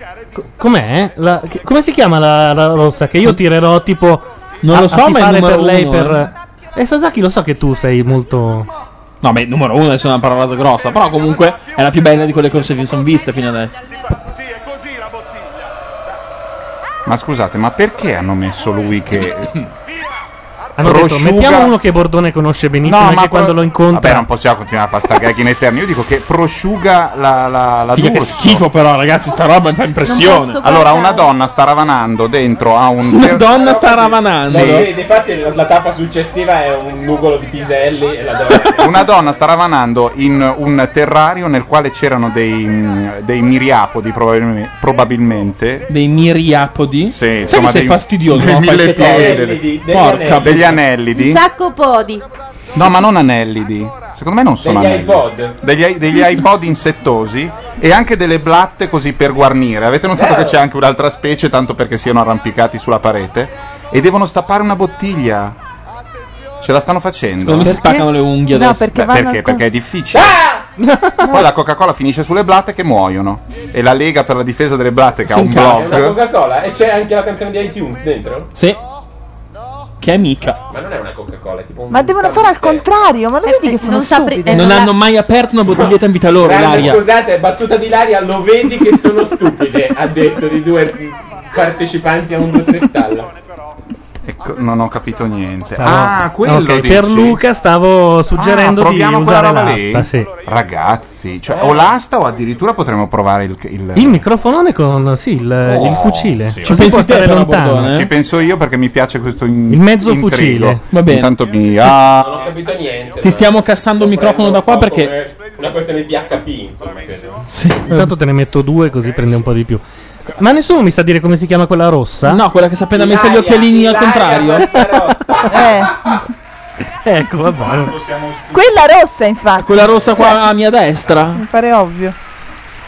Speaker 1: Com'è? La- che- come si chiama la, la rossa? Che io tirerò tipo.
Speaker 2: Non
Speaker 1: a-
Speaker 2: lo
Speaker 1: a
Speaker 2: so, ma è il
Speaker 1: tifare
Speaker 2: numero
Speaker 1: per lei
Speaker 2: uno,
Speaker 1: per. Eh, Sasaki, lo so che tu sei molto.
Speaker 2: No, beh, numero uno adesso è una parola grossa. Però comunque è la più bella di quelle che si sono viste fino adesso.
Speaker 3: Ma scusate, ma perché hanno messo lui che
Speaker 1: Hanno detto,
Speaker 3: prosciuga-
Speaker 1: mettiamo uno che Bordone conosce benissimo e che
Speaker 3: pro-
Speaker 1: quando lo incontra...
Speaker 3: Vabbè, non possiamo continuare a fare sta gag in eterno. Io dico che prosciuga la, la, la
Speaker 9: Figa, che
Speaker 3: D'Urso.
Speaker 9: schifo però, ragazzi, sta roba mi fa impressione.
Speaker 3: Allora, una donna sta ravanando dentro a un. Una
Speaker 9: donna sta ravanando.
Speaker 3: Sì.
Speaker 7: Sì, infatti la, la tappa successiva è un nugolo di piselli e la
Speaker 3: Una donna sta ravanando in un terrario nel quale c'erano dei, mh, dei miriapodi, probabilme- probabilmente.
Speaker 9: Dei miriapodi?
Speaker 3: Sì,
Speaker 9: Sai
Speaker 3: insomma,
Speaker 9: che sei
Speaker 3: dei,
Speaker 9: fastidioso
Speaker 3: dei
Speaker 9: quando fai
Speaker 3: mille
Speaker 9: queste cose?
Speaker 3: piedi,
Speaker 9: Porca
Speaker 3: degli
Speaker 9: puttana.
Speaker 3: anellidi.
Speaker 6: Un sacco podi.
Speaker 3: No, ma non anellidi. Secondo me non sono
Speaker 7: Degli
Speaker 3: anellidi.
Speaker 7: iPod.
Speaker 3: Degli, i- degli iPod insettosi e anche delle blatte così per guarnire. Avete notato
Speaker 7: Vero.
Speaker 3: che c'è anche un'altra specie, tanto perché siano arrampicati sulla parete? E devono stappare una bottiglia. Ce la stanno facendo.
Speaker 9: Secondo me si staccano le unghie
Speaker 3: Beh,
Speaker 9: adesso.
Speaker 3: perché, Ah! perché, è difficile. Poi la Coca-Cola finisce sulle blatte che muoiono. E la Lega per la difesa delle blatte, che ha
Speaker 7: È
Speaker 3: un
Speaker 7: una
Speaker 3: blog.
Speaker 7: Coca-Cola e c'è anche la canzone di iTunes dentro?
Speaker 9: Sì. Che è mica.
Speaker 7: Ma non è una Coca-Cola, è tipo un
Speaker 10: Ma devono fare al contrario, ma lo vedi che sono
Speaker 6: non saprei-
Speaker 10: stupidi?
Speaker 6: eh,
Speaker 9: non
Speaker 6: non la-
Speaker 9: hanno mai aperto una bottiglietta in vita loro,
Speaker 7: Guarda,
Speaker 9: l'aria.
Speaker 7: Scusate, battuta di Laria, lo vedi che sono stupide, ha detto di due partecipanti a un 2 3 stalla.
Speaker 3: Ecco, non ho capito niente.
Speaker 1: Stavo-
Speaker 3: Ah, quello
Speaker 1: Ok,
Speaker 3: dici?
Speaker 1: per Luca stavo suggerendo
Speaker 3: Ah,
Speaker 1: di
Speaker 3: proviamo quella
Speaker 1: usare
Speaker 3: roba lì?
Speaker 1: l'asta, sì.
Speaker 3: Ragazzi, cioè, o l'asta o addirittura potremmo provare il. il...
Speaker 1: Il microfonone con sì, il, il fucile.
Speaker 3: Oh, sì,
Speaker 1: Ci
Speaker 3: vabbè.
Speaker 1: può stare
Speaker 9: eh?
Speaker 1: lontano.
Speaker 3: Ci penso io perché mi piace questo in-
Speaker 1: Il mezzo
Speaker 3: intrigo.
Speaker 1: fucile. Va bene.
Speaker 3: Intanto mi ah,
Speaker 7: Non ho capito niente.
Speaker 9: Ti stiamo cassando il microfono da qua perché...
Speaker 7: Una questione di PHP, insomma. credo.
Speaker 1: Intanto te ne metto due così prende un po' di più. Ma nessuno mi sa dire come si chiama quella rossa?
Speaker 9: No, quella che si è appena messa gli
Speaker 7: Ilaria,
Speaker 9: occhialini al
Speaker 7: Ilaria
Speaker 9: contrario.
Speaker 1: ecco, va bene.
Speaker 10: Eh, Quella rossa, infatti.
Speaker 9: Quella rossa qua a mia destra.
Speaker 10: Cioè, Mi pare ovvio.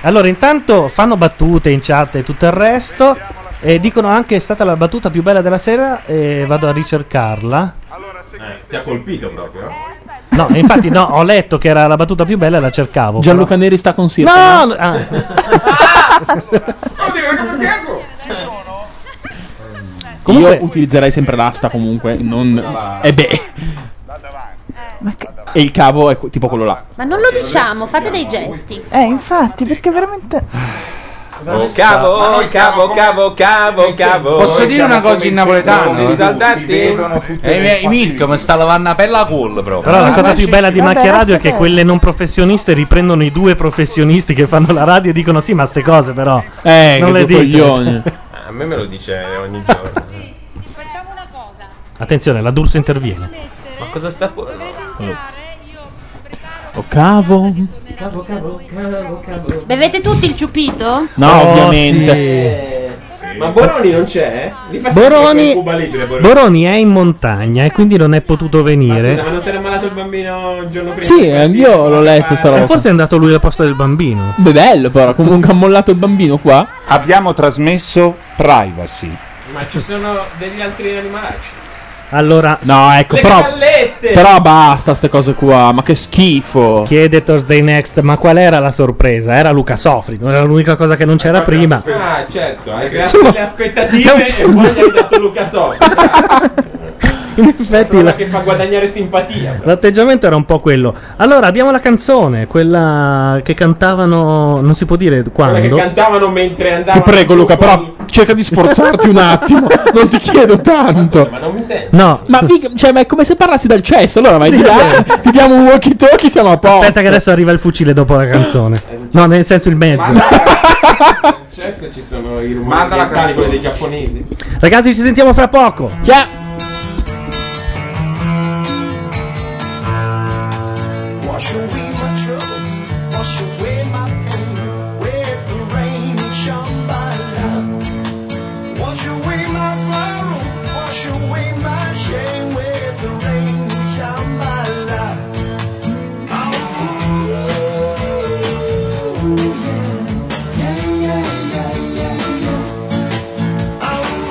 Speaker 1: Allora, intanto fanno battute in chat e tutto il resto. E dicono anche è stata la battuta più bella della sera. E vado a ricercarla.
Speaker 7: Eh, ti ha colpito proprio.
Speaker 1: No, e infatti, no, ho letto che era la battuta più bella e la cercavo.
Speaker 9: Gianluca Neri sta con
Speaker 1: però-
Speaker 9: Sirta.
Speaker 1: No, no, ah, Comunque-
Speaker 9: Io utilizzerei sempre l'asta comunque, non... E beh... E il cavo è tipo quello là.
Speaker 6: Ma non lo diciamo, fate dei gesti.
Speaker 10: Eh, infatti, perché veramente.
Speaker 7: Oh, cavo, cavo, cavo, cavo, cavo.
Speaker 12: Posso dire una cosa in napoletano?
Speaker 7: I soldati.
Speaker 4: Eh,
Speaker 12: E Mirko mi sta lavando la pelle a culo proprio.
Speaker 1: Però
Speaker 9: Ah,
Speaker 1: la cosa più bella di
Speaker 12: Vabbè,
Speaker 1: Macchia Radio è
Speaker 12: lascia
Speaker 1: che
Speaker 12: perdere.
Speaker 1: quelle non professioniste riprendono i due professionisti che fanno la radio e dicono: Sì, ma ste cose però.
Speaker 9: Eh,
Speaker 1: non
Speaker 9: che
Speaker 1: le
Speaker 9: due
Speaker 1: dite.
Speaker 9: coglioni.
Speaker 7: Ah, A me me lo dice ogni giorno.
Speaker 1: Attenzione, la D'Urso interviene.
Speaker 7: Ma cosa sta
Speaker 9: Oh, cavo.
Speaker 7: Cavo, cavo, cavo, cavo.
Speaker 6: Bevete tutti il ciupito?
Speaker 9: No,
Speaker 1: Oh,
Speaker 9: ovviamente.
Speaker 7: Ma Boroni non c'è? eh? Li fa sempre quel
Speaker 1: Boroni,
Speaker 7: Cuba Libre, Boroni.
Speaker 1: Boroni è in montagna e quindi non è potuto
Speaker 7: Ma scusa, ma
Speaker 1: venire.
Speaker 7: non si era ammalato il bambino il giorno prima?
Speaker 9: Sì, anch'io l'ho letto sta roba.
Speaker 1: E forse è andato lui al posto del bambino.
Speaker 9: Beh, bello però, comunque ha mollato il bambino qua.
Speaker 3: abbiamo trasmesso privacy.
Speaker 7: Ma ci sono degli altri animalacci.
Speaker 1: Allora,
Speaker 9: no, ecco,
Speaker 7: Le Ah,
Speaker 9: però.
Speaker 7: gallette!
Speaker 9: Però basta ste cose qua, ma che schifo.
Speaker 1: Chiede Thursday Next, ma qual era la sorpresa? Era Luca Sofri, non era l'unica cosa che non c'era prima.
Speaker 7: Ah, certo, hai creato
Speaker 1: Sono-
Speaker 7: le aspettative e poi gli hai dato Luca Soffi.
Speaker 1: In effetti,
Speaker 7: Quella
Speaker 1: la-
Speaker 7: che fa guadagnare simpatia.
Speaker 1: l'atteggiamento era un po' quello. Allora, abbiamo la canzone, quella che cantavano, non si può dire
Speaker 7: Quella che
Speaker 1: quando.
Speaker 7: cantavano mentre
Speaker 9: Ti
Speaker 7: andavano.
Speaker 9: prego, Luca, però cerca di sforzarti un attimo. Non ti chiedo tanto.
Speaker 7: Ma non mi sento.
Speaker 1: No,
Speaker 9: Ma, figa, cioè, ma è come se parlassi dal cesso. Allora vai
Speaker 1: Sì,
Speaker 9: di là, ti diamo un walkie talkie, siamo a posto.
Speaker 1: aspetta che adesso arriva il fucile dopo la
Speaker 3: Eh,
Speaker 1: canzone. No, nel senso il mezzo.
Speaker 7: Adesso ci sono i rumori
Speaker 3: Manda la
Speaker 7: ambientali, quelli
Speaker 3: canzone.
Speaker 7: dei giapponesi.
Speaker 1: Ragazzi, ci sentiamo fra poco.
Speaker 9: Ciao.
Speaker 5: Wash away my troubles, wash away my pain. With the rain of Shambhala, wash away my sorrow, wash away my shame. With the rain of Shambhala. Oh, yeah, yeah, yeah, yeah, yeah. Oh,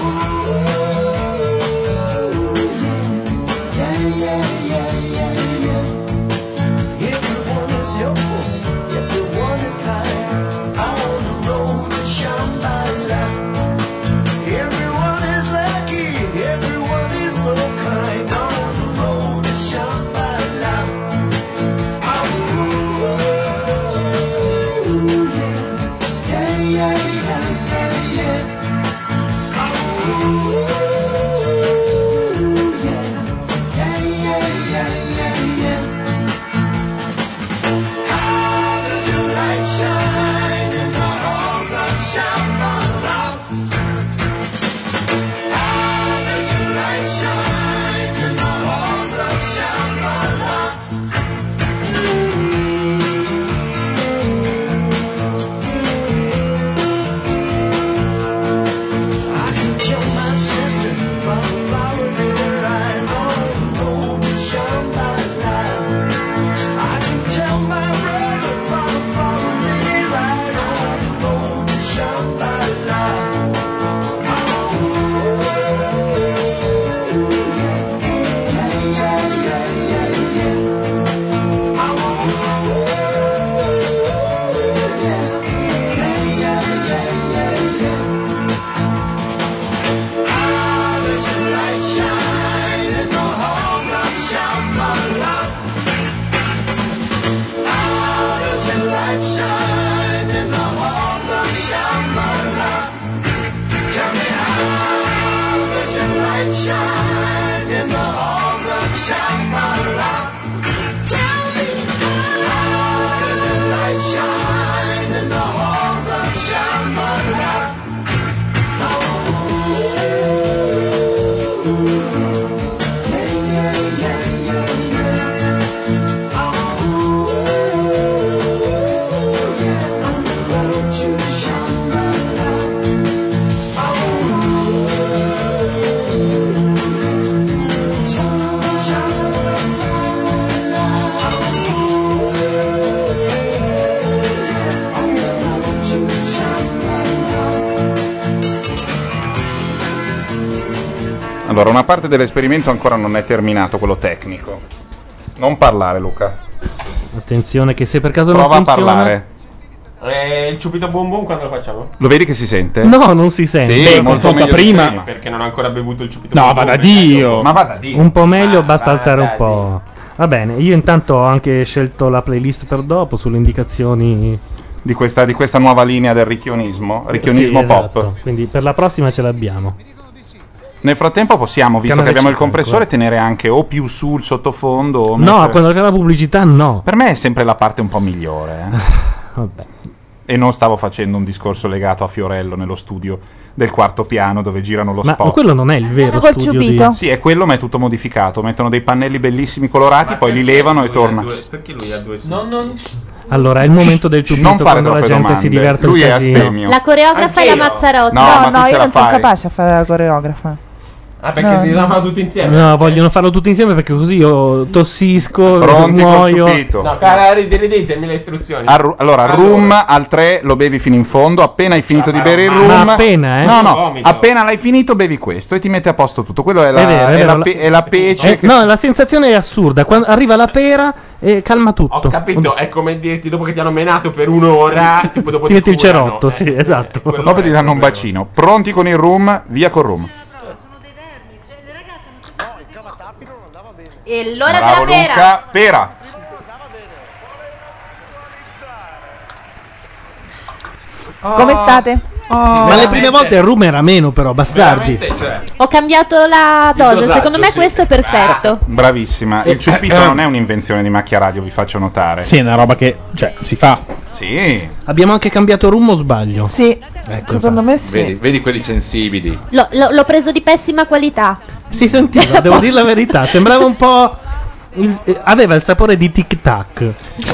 Speaker 3: Allora, una parte dell'esperimento ancora non è terminato, quello tecnico. Non parlare, Luca.
Speaker 1: Attenzione, che se per caso
Speaker 3: Prova a
Speaker 1: non funziona.
Speaker 3: parlare.
Speaker 7: Eh, il ciupito bom bom quando lo facciamo?
Speaker 3: Lo vedi che si sente?
Speaker 1: No, non si sente.
Speaker 3: Sì,
Speaker 1: Beh,
Speaker 3: molto
Speaker 1: confronta
Speaker 3: meglio di
Speaker 1: prima.
Speaker 7: Perché non ho ancora bevuto il ciupito
Speaker 1: No,
Speaker 7: bom bom.
Speaker 1: vada Dio.
Speaker 3: Ma vada Dio. Ah,
Speaker 1: Un po' meglio, basta alzare un po'. Va bene, io intanto ho anche scelto la playlist per dopo sulle indicazioni.
Speaker 3: Di questa, di questa nuova linea del ricchionismo, ricchionismo
Speaker 1: Sì,
Speaker 3: pop.
Speaker 1: esatto. Quindi per la prossima ce l'abbiamo.
Speaker 3: Nel frattempo possiamo, visto
Speaker 1: Canale
Speaker 3: che abbiamo il
Speaker 1: 5
Speaker 3: compressore, tenere anche o più sul sottofondo. O
Speaker 1: No,
Speaker 3: mettere-
Speaker 1: quando c'è la pubblicità no.
Speaker 3: Per me è sempre la parte un po' migliore. eh. E non stavo facendo un discorso legato a Fiorello nello studio del quarto piano dove girano lo
Speaker 1: Ma
Speaker 3: spot.
Speaker 1: quello non è il vero
Speaker 10: Col
Speaker 1: studio di...
Speaker 10: ciupito.
Speaker 3: Sì, è quello, ma è tutto modificato. Mettono dei pannelli bellissimi colorati, poi li levano e torna.
Speaker 7: Perché lui ha due su? No, no.
Speaker 1: Allora, è il momento del ciupito
Speaker 3: non fare
Speaker 1: quando la
Speaker 3: troppe
Speaker 1: gente
Speaker 3: domande.
Speaker 1: si diverte
Speaker 3: Lui
Speaker 1: un
Speaker 3: è
Speaker 1: casino.
Speaker 3: astemio.
Speaker 6: La coreografa è la Mazzarotti.
Speaker 10: No, no, io non sono capace a fare la coreografa.
Speaker 7: Ah,
Speaker 10: perché No. li lavano
Speaker 7: tutti
Speaker 1: No, vogliono farlo tutti insieme perché così io tossisco, muoio. Eh,
Speaker 7: No, cara, ri- rivedetemi le istruzioni.
Speaker 3: Al- allora, al room al 3 lo bevi fino in fondo. Appena hai finito di bere il
Speaker 1: ma-
Speaker 3: room,
Speaker 1: ma appena, eh?
Speaker 3: No, no,
Speaker 1: Vomito.
Speaker 3: appena l'hai finito, bevi questo e ti mette a posto tutto. Quello è la,
Speaker 1: È vero, è
Speaker 3: è
Speaker 1: vero,
Speaker 3: la
Speaker 1: la-
Speaker 3: pe- è la pece.
Speaker 1: Eh,
Speaker 3: che-
Speaker 1: no, la sensazione è assurda. Quando arriva la pera e calma tutto.
Speaker 7: Ho capito, è come dirti dopo che ti hanno menato per un'ora, tipo dopo
Speaker 1: Ti metti il
Speaker 7: curano.
Speaker 1: cerotto, sì, esatto.
Speaker 3: Dopo ti danno un bacino. Pronti con il room, via col room.
Speaker 6: E l'ora
Speaker 3: Bravo
Speaker 6: della pera.
Speaker 3: Luca. Pera.
Speaker 6: Oh.
Speaker 10: Come state?
Speaker 1: Ma le prime volte il rum era meno, però, bastardi.
Speaker 6: Ho cambiato la dose,
Speaker 3: dosaggio,
Speaker 6: secondo me
Speaker 3: sì. Ah,
Speaker 6: questo è perfetto.
Speaker 3: Bravissima.
Speaker 6: Eh,
Speaker 3: Il ciupito
Speaker 6: eh, eh.
Speaker 3: non è un'invenzione di macchia radio, vi faccio notare.
Speaker 1: Sì, è una roba che cioè, si fa. Eh.
Speaker 3: Sì.
Speaker 1: Abbiamo anche cambiato rum o sbaglio?
Speaker 10: Sì,
Speaker 1: ecco,
Speaker 10: secondo me sì.
Speaker 4: Vedi, vedi quelli sensibili.
Speaker 6: Lo- lo- l'ho preso di pessima qualità.
Speaker 1: Si sentiva, devo dire la verità, sembrava un po'... il- eh, aveva il sapore di tic tac.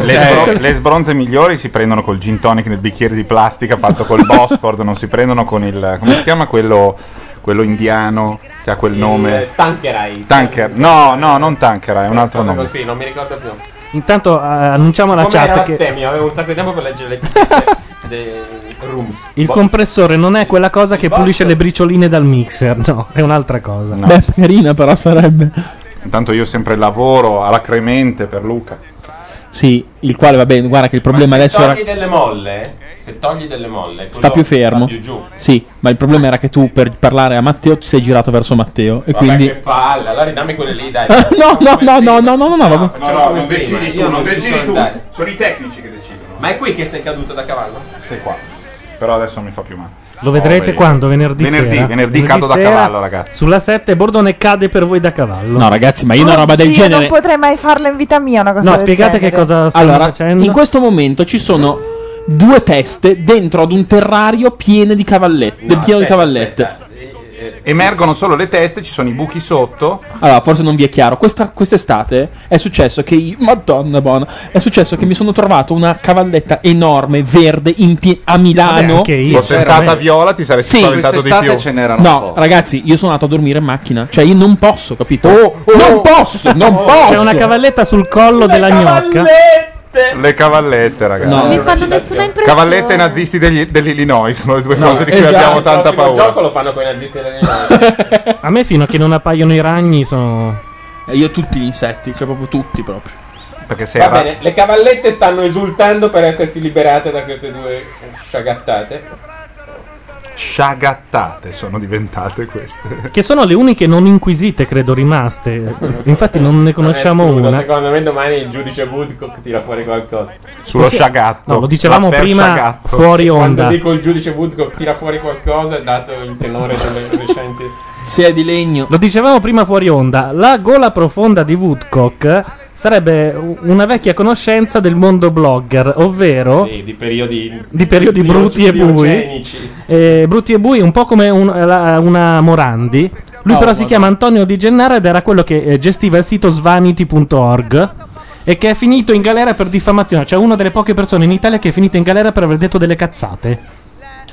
Speaker 3: Le, sbro- le sbronze migliori si prendono col gin tonic nel bicchiere di plastica fatto col Bosford, non si prendono con il. come si chiama quello, quello indiano che ha quel nome?
Speaker 7: Tankerai.
Speaker 3: Tanker. No, no, non Tanker, è un altro
Speaker 7: Proprio
Speaker 3: nome.
Speaker 7: Così, non mi ricordo più.
Speaker 1: Intanto eh, annunciamo alla
Speaker 7: Come era
Speaker 1: chat che
Speaker 7: astemio, avevo un sacco di tempo per leggere le etichette dei rooms.
Speaker 1: il
Speaker 7: Boh.
Speaker 1: compressore non è quella cosa che
Speaker 7: Basta.
Speaker 1: pulisce le bricioline dal mixer, no, è un'altra cosa.
Speaker 3: Beh,
Speaker 1: carina però sarebbe.
Speaker 3: Intanto io sempre lavoro alacremente per Luca.
Speaker 2: Sì, il quale va bene, guarda che il problema
Speaker 7: Ma
Speaker 2: adesso
Speaker 7: se
Speaker 2: era
Speaker 7: togli delle molle, se togli delle molle,
Speaker 2: sta
Speaker 7: quello
Speaker 2: più fermo.
Speaker 7: sta più giù.
Speaker 2: Sì, ma il problema era che tu per parlare a Matteo ti sei girato verso Matteo e
Speaker 7: Vabbè,
Speaker 2: quindi
Speaker 7: che palle, allora ridammi quelle lì, dai.
Speaker 2: No, no, no, no, no, no, no, no, vabbè.
Speaker 7: Facciamo come prima, io ci sono, dai.
Speaker 3: sono i tecnici che decidono.
Speaker 7: Ma è qui che sei caduto da cavallo?
Speaker 3: Sei qua. Però adesso non mi fa più male.
Speaker 1: Lo vedrete
Speaker 3: Oh,
Speaker 1: quando? Venerdì,
Speaker 3: venerdì,
Speaker 1: sera.
Speaker 3: Venerdì, cado da
Speaker 1: sera,
Speaker 3: cavallo, ragazzi.
Speaker 1: Sulla 7 Bordone cade per voi da cavallo.
Speaker 2: No, ragazzi, ma io una roba del
Speaker 10: Io non
Speaker 2: genere
Speaker 10: potrei mai farla in vita mia una cosa
Speaker 2: No,
Speaker 10: del
Speaker 2: spiegate
Speaker 10: genere.
Speaker 2: che cosa stanno facendo. In questo momento ci sono due teste dentro ad un terrario pieno di cavallette, pieno di cavallette.
Speaker 1: Eh,
Speaker 3: Emergono solo le teste, ci sono i buchi sotto.
Speaker 2: Allora, forse non vi è chiaro. Questa, quest'estate è successo che. io- Madonna buona! È successo che mi sono trovato una cavalletta enorme, verde, in pie- a Milano.
Speaker 3: Se fosse stata viola ti saresti
Speaker 2: Sì,
Speaker 3: spaventato di più.
Speaker 2: No, ragazzi, io sono andato a dormire in macchina. Cioè, io non posso, capito?
Speaker 3: Oh,
Speaker 2: non posso, non posso.
Speaker 1: C'è una cavalletta sul collo della gnocca.
Speaker 3: Le cavallette, ragazzi.
Speaker 2: No,
Speaker 6: Mi fanno nessuna impressione.
Speaker 3: Cavallette e nazisti degli- dell'Illinois sono le due
Speaker 7: No,
Speaker 3: cose di cui
Speaker 7: esatto,
Speaker 3: abbiamo
Speaker 7: il
Speaker 3: tanta
Speaker 7: prossimo
Speaker 3: paura.
Speaker 7: gioco lo fanno con i nazisti delle
Speaker 1: A me fino a che non appaiono i ragni sono...
Speaker 2: io tutti gli insetti, cioè proprio tutti proprio.
Speaker 3: Perché se
Speaker 7: Va bene, le cavallette stanno esultando per essersi liberate da queste due sciagattate.
Speaker 3: sciagattate sono diventate queste.
Speaker 1: Che sono le uniche non inquisite, credo, rimaste. Infatti non ne conosciamo
Speaker 7: Non escludo,
Speaker 1: una.
Speaker 7: Secondo me domani il giudice Woodcock tira fuori qualcosa.
Speaker 1: Sullo Sì. sciagatto. No, lo dicevamo L'affair prima sciagatto. fuori onda.
Speaker 7: Quando dico il giudice Woodcock tira fuori qualcosa, dato il tenore delle recenti...
Speaker 2: Se è di legno.
Speaker 1: Lo dicevamo prima fuori onda. La gola profonda di Woodcock sarebbe u- una vecchia conoscenza del mondo blogger, ovvero...
Speaker 7: Sì, di periodi...
Speaker 1: Di periodi
Speaker 7: dio-
Speaker 1: brutti e bui,
Speaker 7: diogenici.
Speaker 1: Eh, brutti e bui, un po' come un- la- una Morandi. Lui,
Speaker 7: Oh,
Speaker 1: però, si
Speaker 7: madonna.
Speaker 1: chiama Antonio Di Gennaro ed era quello che eh, gestiva il sito svanity.org e che è finito in galera per diffamazione. Cioè, una delle poche persone in Italia che è finita in galera per aver detto delle cazzate.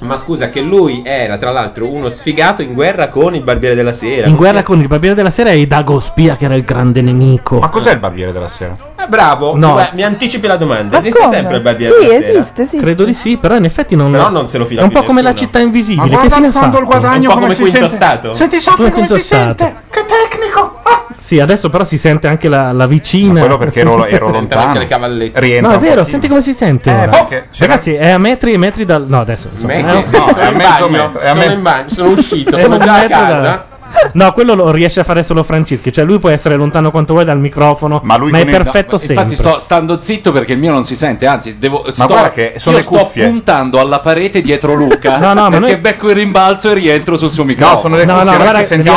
Speaker 7: Ma scusa, che lui era tra l'altro uno sfigato in guerra con il Barbiere della Sera.
Speaker 1: In guerra con il Barbiere della Sera e Dagospia, che era il grande nemico. Ma
Speaker 3: cos'è il Barbiere della Sera?
Speaker 7: Eh. bravo,
Speaker 1: No.
Speaker 7: Beh, mi anticipi la domanda.
Speaker 1: Ma
Speaker 7: esiste
Speaker 1: come?
Speaker 7: sempre il barbiere
Speaker 1: Sì,
Speaker 7: della sera?
Speaker 1: esiste, sì. Credo di sì, però in effetti non
Speaker 7: Però non se lo fila
Speaker 1: È un
Speaker 7: più
Speaker 1: po' come la
Speaker 7: nessuno.
Speaker 1: città invisibile.
Speaker 7: Ma
Speaker 1: che
Speaker 7: guarda
Speaker 1: fine
Speaker 7: in fondo
Speaker 1: fa?
Speaker 7: il guadagno Un po' come come si Quinto sente. Stato. Senti,
Speaker 3: soffri
Speaker 1: Quinto
Speaker 3: come si
Speaker 1: Stato.
Speaker 3: sente?
Speaker 13: Che tecnico!
Speaker 1: Sì, adesso però si sente anche la, la vicina.
Speaker 3: quello perché ero- ero Sentono lontano. anche le
Speaker 7: cavallette.
Speaker 3: Rientra
Speaker 1: No, è
Speaker 3: un
Speaker 1: vero,
Speaker 3: pochino.
Speaker 1: senti come si sente.
Speaker 3: Eh,
Speaker 1: ora.
Speaker 3: perché c'era-
Speaker 1: Ragazzi, è a metri e metri dal. No, adesso. insomma,
Speaker 7: Metri?
Speaker 1: eh,
Speaker 7: No,
Speaker 1: sì.
Speaker 7: è a Sono in mezzo bagno, metro, è a sono me- in bagno, sono uscito,
Speaker 1: È
Speaker 7: sono
Speaker 1: un
Speaker 7: già a
Speaker 1: metro
Speaker 7: casa.
Speaker 1: No, quello lo riesce a fare solo Francischi. Cioè, lui può essere lontano quanto vuoi dal microfono, ma, è perfetto
Speaker 4: no, Infatti
Speaker 1: sempre.
Speaker 4: sto stando zitto perché il mio non si sente, anzi devo... sto,
Speaker 1: guarda che sono
Speaker 4: io
Speaker 1: le
Speaker 4: sto
Speaker 1: cuffie.
Speaker 4: puntando alla parete dietro Luca
Speaker 1: No, no, ma
Speaker 4: perché
Speaker 1: noi-
Speaker 4: becco il rimbalzo e rientro sul suo microfono.
Speaker 1: devi alzare- Devi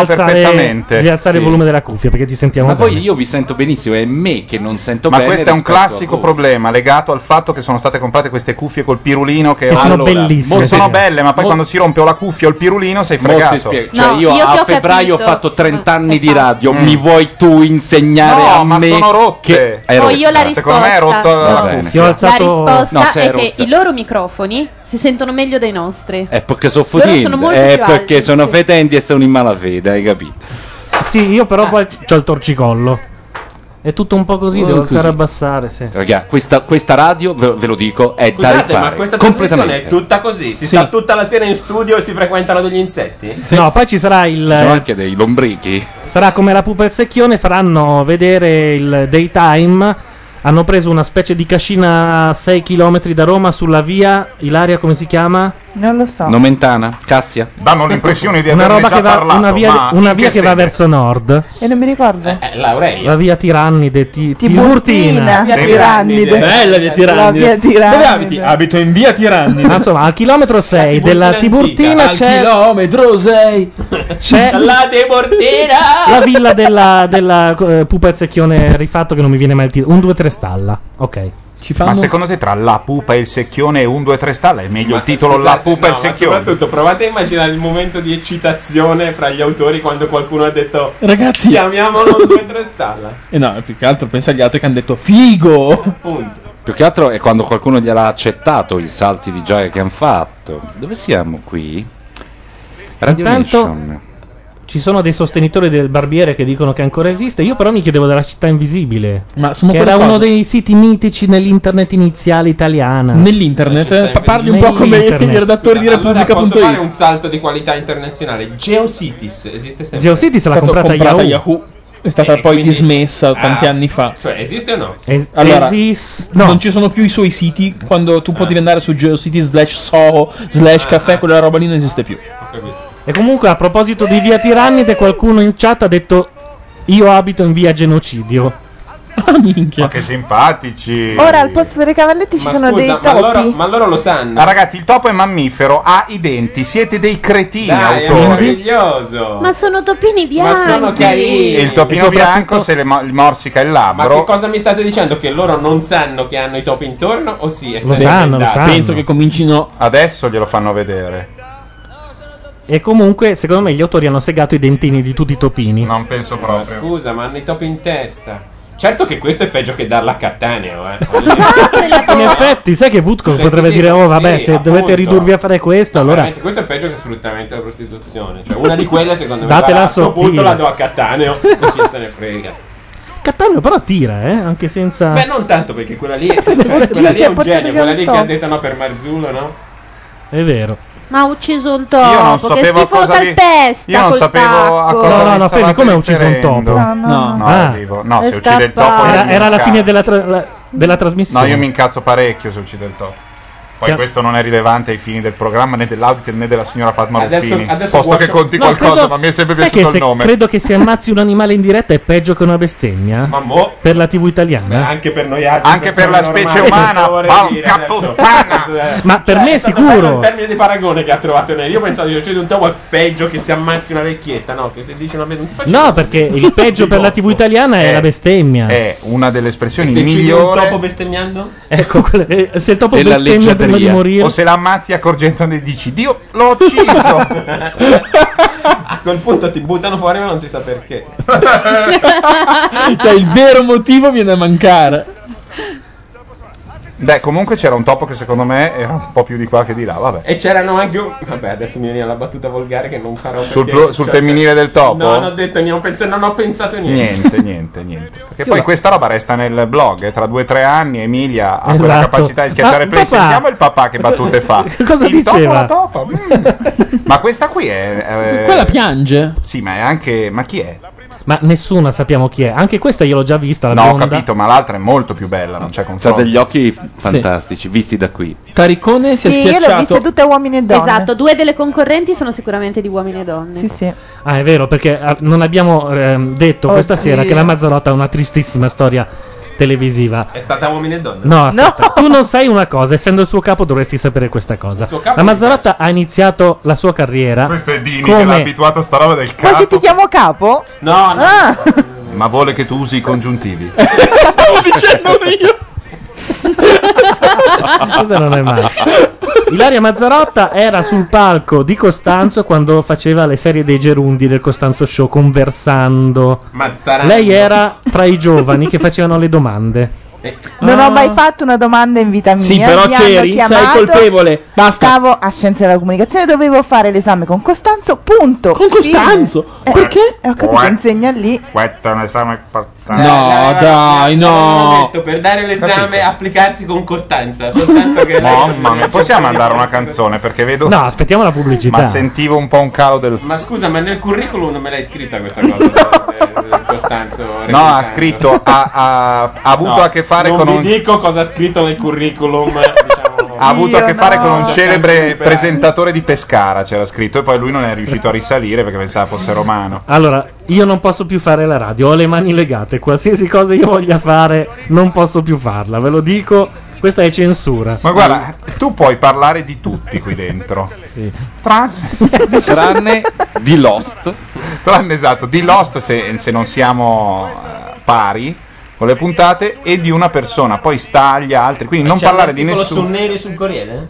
Speaker 1: alzare il
Speaker 4: Sì.
Speaker 1: volume della cuffia perché ti sentiamo
Speaker 4: Ma
Speaker 1: bene.
Speaker 4: poi io vi sento benissimo, è me che non sento
Speaker 3: Ma
Speaker 4: bene.
Speaker 3: questo è un
Speaker 4: rispetto a
Speaker 3: classico
Speaker 4: voi.
Speaker 3: problema legato al fatto che sono state comprate queste cuffie col pirulino che,
Speaker 4: Che sono
Speaker 1: bellissime,
Speaker 3: mo- Sono
Speaker 1: sì.
Speaker 3: belle, ma poi
Speaker 4: Mo-
Speaker 3: quando si rompe o la cuffia o il pirulino sei
Speaker 4: Mo' ti
Speaker 3: fregato.
Speaker 4: spiego. Cioè, io,
Speaker 6: io che
Speaker 4: a
Speaker 6: ho
Speaker 4: febbraio
Speaker 6: capito- Eh,
Speaker 4: ho fatto 30 anni di radio.
Speaker 1: Mm.
Speaker 4: Mi vuoi tu insegnare
Speaker 3: No,
Speaker 4: a
Speaker 3: ma
Speaker 4: me?
Speaker 3: sono
Speaker 4: Che
Speaker 3: rotte.
Speaker 4: è
Speaker 6: Ho io la
Speaker 4: rotta.
Speaker 6: risposta. No,
Speaker 1: Ti ho
Speaker 6: La
Speaker 1: alzato-
Speaker 6: risposta
Speaker 4: No, se
Speaker 6: è
Speaker 4: è
Speaker 6: che
Speaker 4: rotta.
Speaker 6: i loro microfoni si sentono meglio dei nostri.
Speaker 4: È perché sono
Speaker 6: Loro sono
Speaker 4: fotendo,
Speaker 6: molto
Speaker 4: è
Speaker 6: più
Speaker 4: perché
Speaker 6: alti,
Speaker 4: sono
Speaker 6: sì.
Speaker 4: fetenti e sono in malafede, hai capito?
Speaker 1: Sì, io però poi c'ho il torcicollo. Ah. È tutto un po' così,
Speaker 4: Oh,
Speaker 1: devo alzare
Speaker 4: così.
Speaker 1: e abbassare, sì.
Speaker 4: Raga, questa, questa radio, ve, ve lo dico, è da
Speaker 7: Scusate,
Speaker 4: rifare.
Speaker 7: ma questa trasmissione è
Speaker 4: completamente.
Speaker 7: tutta così? Si
Speaker 4: Sì.
Speaker 7: sta tutta la sera in studio e si frequentano degli insetti?
Speaker 1: No, poi ci sarà il.
Speaker 4: Ci sono anche dei lombrichi.
Speaker 1: Sarà come la pupa e il secchione, faranno vedere il daytime. Hanno preso una specie di cascina a 6 km da Roma sulla via Ilaria, come si chiama?
Speaker 10: Non lo so.
Speaker 4: Nomentana, Cassia.
Speaker 3: Danno l'impressione di
Speaker 1: Una
Speaker 3: averne
Speaker 1: roba
Speaker 3: già
Speaker 1: che va,
Speaker 3: parlato,
Speaker 1: una
Speaker 3: ma
Speaker 1: via, una
Speaker 3: in
Speaker 1: via che va
Speaker 3: senso?
Speaker 1: verso nord.
Speaker 10: E non mi ricordo. Eh,
Speaker 7: Laurelia.
Speaker 1: La via Tirannide, ti,
Speaker 10: Tiburtina.
Speaker 1: Tiburtina.
Speaker 10: Via Sì. Tirannide.
Speaker 2: Bella via Tirannide.
Speaker 10: La via Tirannide.
Speaker 2: Dove abiti? Abito in via Tirannide.
Speaker 1: Ma insomma, al chilometro 6 della Tiburtina
Speaker 2: Al
Speaker 1: c'è
Speaker 2: chilometro 6
Speaker 1: C'è-
Speaker 7: La deportina!
Speaker 1: la villa della, della eh, pupa e il secchione rifatto che non mi viene mai il titolo. Un 2-3 stalla. Ok. Ci
Speaker 3: Ma secondo te tra la pupa e il secchione e un, due, tre stalla è meglio il titolo La pupa e
Speaker 7: Esatto. No,
Speaker 3: il
Speaker 7: ma
Speaker 3: secchione?
Speaker 7: soprattutto provate a immaginare il momento di eccitazione fra gli autori quando qualcuno ha detto
Speaker 2: Ragazzi.
Speaker 7: chiamiamolo 2-3 stalla.
Speaker 2: E Eh, no, più che altro pensa agli altri che hanno detto figo.
Speaker 4: Più che altro è quando qualcuno gliel'ha accettato i salti di gioia che hanno fatto. Dove siamo qui? Radio
Speaker 1: Intanto
Speaker 4: Nation.
Speaker 1: ci sono dei sostenitori del barbiere che dicono che ancora esiste. Io però mi chiedevo della città invisibile.
Speaker 2: Ma sono
Speaker 1: che
Speaker 2: quelle
Speaker 1: era
Speaker 2: cose-
Speaker 1: uno dei siti mitici nell'internet iniziale italiana.
Speaker 2: Nell'internet? La città Pa- parli un po' come il redattore di
Speaker 7: Allora
Speaker 2: Repubblica.it.
Speaker 7: posso fare un salto di qualità internazionale. Geocities esiste sempre.
Speaker 2: È stata comprata È stata poi dismessa tanti
Speaker 7: Ah.
Speaker 2: anni fa.
Speaker 7: Cioè, esiste o no?
Speaker 2: allora, non ci sono più i suoi siti. Quando tu potevi andare su GeoCity slash Soho slash caffè, quella roba lì non esiste più.
Speaker 1: E comunque, a proposito di via Tirannide, qualcuno in chat ha detto: Io abito in via Genocidio.
Speaker 3: Ma che simpatici.
Speaker 10: Ora al posto delle cavallette ci
Speaker 3: Eh. Ma
Speaker 10: sono
Speaker 3: scusa,
Speaker 10: dei
Speaker 3: ma
Speaker 10: topi.
Speaker 3: allora-
Speaker 7: Ma loro lo sanno.
Speaker 3: Ah, ragazzi, il topo è mammifero, ha i denti, siete dei cretini
Speaker 7: Dai, è
Speaker 3: autori.
Speaker 7: meraviglioso.
Speaker 6: Ma sono topini bianchi.
Speaker 3: E il topino bianco se le mo- il morsica il
Speaker 7: Ma che
Speaker 3: labbro.
Speaker 7: cosa mi state dicendo? Che loro non sanno che hanno i topi intorno? O sì, è sempre inventato?
Speaker 2: che comincino.
Speaker 3: Adesso glielo fanno vedere.
Speaker 1: E comunque, secondo me, gli autori hanno segato i dentini di tutti i topini.
Speaker 3: Non penso
Speaker 7: Eh, Ma scusa, ma hanno i topi in testa. Certo che questo è peggio che darla a Cattaneo, eh.
Speaker 1: In effetti, sai che Woodcock
Speaker 7: Sì,
Speaker 1: potrebbe
Speaker 7: sì,
Speaker 1: dire: Oh, vabbè,
Speaker 7: sì,
Speaker 1: se
Speaker 7: appunto.
Speaker 1: dovete ridurvi a fare questo, allora.
Speaker 7: Veramente, questo è peggio che sfruttamento della prostituzione. Cioè, una di quelle, secondo me,
Speaker 1: Datela
Speaker 7: guarda,
Speaker 1: a
Speaker 7: a questo
Speaker 1: sottile.
Speaker 7: punto la do a Cattaneo. Ma chi se ne frega.
Speaker 1: Cattaneo però tira, eh, anche senza.
Speaker 7: Beh, non tanto perché quella lì, cioè, quella lì è un genio, quella lì che ha detto no per Marzullo, no?
Speaker 1: È vero.
Speaker 6: Ma ha ucciso un topo.
Speaker 7: Io non
Speaker 3: sapevo
Speaker 6: che schifo
Speaker 3: cosa vi-
Speaker 6: calpesta
Speaker 3: Io non
Speaker 6: col
Speaker 3: sapevo a
Speaker 6: tacco.
Speaker 3: cosa
Speaker 1: No, no, no,
Speaker 3: stavate
Speaker 1: fermi, come ha ucciso un topo?
Speaker 3: riferendo? No, no, no,
Speaker 1: Ah.
Speaker 3: arrivo. No,
Speaker 6: È
Speaker 3: se uccide il topo
Speaker 6: scappato.
Speaker 3: io
Speaker 1: Era,
Speaker 3: mi
Speaker 1: era la
Speaker 3: incazzo.
Speaker 1: fine della, tra- la- della
Speaker 3: No,
Speaker 1: trasmissione. Cioè-
Speaker 3: io mi incazzo parecchio se uccide il topo. Poi
Speaker 1: Sì.
Speaker 3: questo non è rilevante ai fini del programma né dell'audit né della signora Fatma
Speaker 7: Adesso-
Speaker 3: Ruffini.
Speaker 7: adesso
Speaker 3: Posto
Speaker 7: guaccio-
Speaker 3: che conti
Speaker 1: No,
Speaker 3: qualcosa,
Speaker 1: credo-
Speaker 3: ma mi è sempre
Speaker 1: sai
Speaker 3: piaciuto
Speaker 1: che
Speaker 3: il
Speaker 1: se-
Speaker 3: nome.
Speaker 1: Credo che se ammazzi un animale in diretta è peggio che una bestemmia.
Speaker 7: Ma mo-
Speaker 3: boh.
Speaker 1: Per la TV italiana.
Speaker 7: Anche per noi altri.
Speaker 3: Anche per la specie umana, porca puttana!
Speaker 1: Ma per me è
Speaker 7: eh. Un
Speaker 1: sicuro.
Speaker 7: termine di paragone che ha trovato lei. Io pensavo che uccidere un topo è peggio che si ammazzi una vecchietta, no? Che se dici una non ti faccio
Speaker 1: No, perché il peggio per la TV italiana è, la bestemmia.
Speaker 3: Eh, È una delle
Speaker 7: E
Speaker 3: espressioni
Speaker 7: se uccidi un
Speaker 3: migliori
Speaker 7: topo bestemmiando?
Speaker 1: Ecco, quella- eh, se il topo bestemmia prima di morire.
Speaker 3: O se la ammazzi accorgendone dici, Dio, l'ho ucciso!
Speaker 7: A quel punto ti buttano fuori ma non si sa perché.
Speaker 2: cioè, il vero motivo viene a mancare.
Speaker 3: Beh, comunque c'era un topo che secondo me era un po' più di qua che di là, vabbè.
Speaker 7: E c'erano anche. un- Vabbè, adesso mi viene la battuta volgare che non farò.
Speaker 3: Sul
Speaker 7: perché-
Speaker 3: pro- sul femminile del topo?
Speaker 7: No, non ho detto niente, non ho pensato, non ho pensato
Speaker 1: Eh.
Speaker 7: niente.
Speaker 3: Niente, niente, niente. Perché poi questa roba resta nel blog. eh, Tra due o tre anni Emilia ha quella
Speaker 1: Esatto.
Speaker 3: capacità di schiacciare
Speaker 1: Ah,
Speaker 3: play.
Speaker 1: papà.
Speaker 3: Sentiamo il papà che battute fa.
Speaker 1: Cosa
Speaker 3: Il topo,
Speaker 1: diceva?
Speaker 3: la topa, mm. Ma questa qui è. eh,
Speaker 1: Quella piange?
Speaker 3: Sì, ma è anche. Ma chi è?
Speaker 1: Ma nessuna sappiamo chi è. Anche questa io l'ho già vista. La
Speaker 3: No, ho
Speaker 1: bionda.
Speaker 3: capito, ma l'altra è molto più bella, non c'è
Speaker 4: Ha
Speaker 3: confronto.
Speaker 4: degli occhi fantastici, visti da qui.
Speaker 2: Taricone
Speaker 6: si è Sì, io l'ho schiacciato- vista
Speaker 10: Tutte uomini e donne.
Speaker 6: Esatto, due delle concorrenti sono sicuramente di uomini e donne. Sì,
Speaker 10: sì.
Speaker 1: Ah, è vero, perché ah, non abbiamo ehm, detto questa
Speaker 7: Oddio.
Speaker 1: sera che la Mazzarotta ha una tristissima storia televisiva.
Speaker 7: È stata uomini e donne?
Speaker 1: No, aspetta. tu non sai una cosa, essendo il suo capo dovresti sapere questa cosa.
Speaker 7: suo capo
Speaker 1: La Mazzarotta ha iniziato la sua carriera.
Speaker 3: Questo è Dini che l'ha
Speaker 1: come...
Speaker 3: abituato a sta roba del
Speaker 10: Vuoi che
Speaker 3: capo.
Speaker 10: ti chiamo capo?
Speaker 7: No,
Speaker 10: no. Ah,
Speaker 3: Ma vuole che tu usi i congiuntivi.
Speaker 10: stavo dicendo io.
Speaker 1: Cosa non è male. Ilaria Mazzarotta era sul palco di Costanzo quando faceva le serie dei Gerundi del Costanzo Show conversando.
Speaker 7: Mazzarano.
Speaker 1: Lei era tra i giovani che facevano le domande.
Speaker 10: Non ho mai fatto una domanda in vita mia.
Speaker 1: Sì, però
Speaker 10: mi hanno
Speaker 1: c'eri, sei
Speaker 10: chiamato,
Speaker 1: colpevole, basta.
Speaker 10: Stavo a Scienze della Comunicazione, dovevo fare l'esame con Costanzo, punto. Con
Speaker 2: Costanzo?
Speaker 10: Perché? ho capito,
Speaker 3: Uè.
Speaker 10: insegna lì.
Speaker 3: Questo è un esame importante.
Speaker 2: No, dai,
Speaker 7: Ho
Speaker 2: no.
Speaker 7: detto per dare l'esame applicarsi con costanza. Soltanto che.
Speaker 3: Mamma mia, possiamo andare a una canzone perché vedo.
Speaker 1: No, aspettiamo la pubblicità.
Speaker 3: Ma sentivo un po' un calo del.
Speaker 7: Ma scusa, ma nel curriculum non me l'hai scritta questa cosa. eh, Costanzo.
Speaker 3: No, ha
Speaker 7: replicando.
Speaker 3: scritto. Ha, ha- ha avuto
Speaker 7: No,
Speaker 3: a che fare
Speaker 7: non
Speaker 3: con
Speaker 7: vi
Speaker 3: un.
Speaker 7: dico cosa ha scritto nel curriculum. diciamo.
Speaker 3: Ha avuto a che
Speaker 7: Io
Speaker 3: fare
Speaker 7: no.
Speaker 3: con un celebre
Speaker 7: Superare.
Speaker 3: presentatore di Pescara, c'era scritto, e poi lui non è riuscito a risalire perché pensava fosse romano.
Speaker 1: Allora, io non posso più fare la radio, ho le mani legate, qualsiasi cosa io voglia fare non posso più farla, ve lo dico, questa è censura.
Speaker 3: Ma guarda, tu puoi parlare di tutti qui dentro. Tranne. di Lost. Tranne esatto, di Lost se, se non siamo eh, pari con le puntate e di una persona, poi staglia altri, quindi non
Speaker 14: C'è un
Speaker 3: parlare di
Speaker 14: articolo
Speaker 3: nessuno.
Speaker 14: su Neri sul Corriere?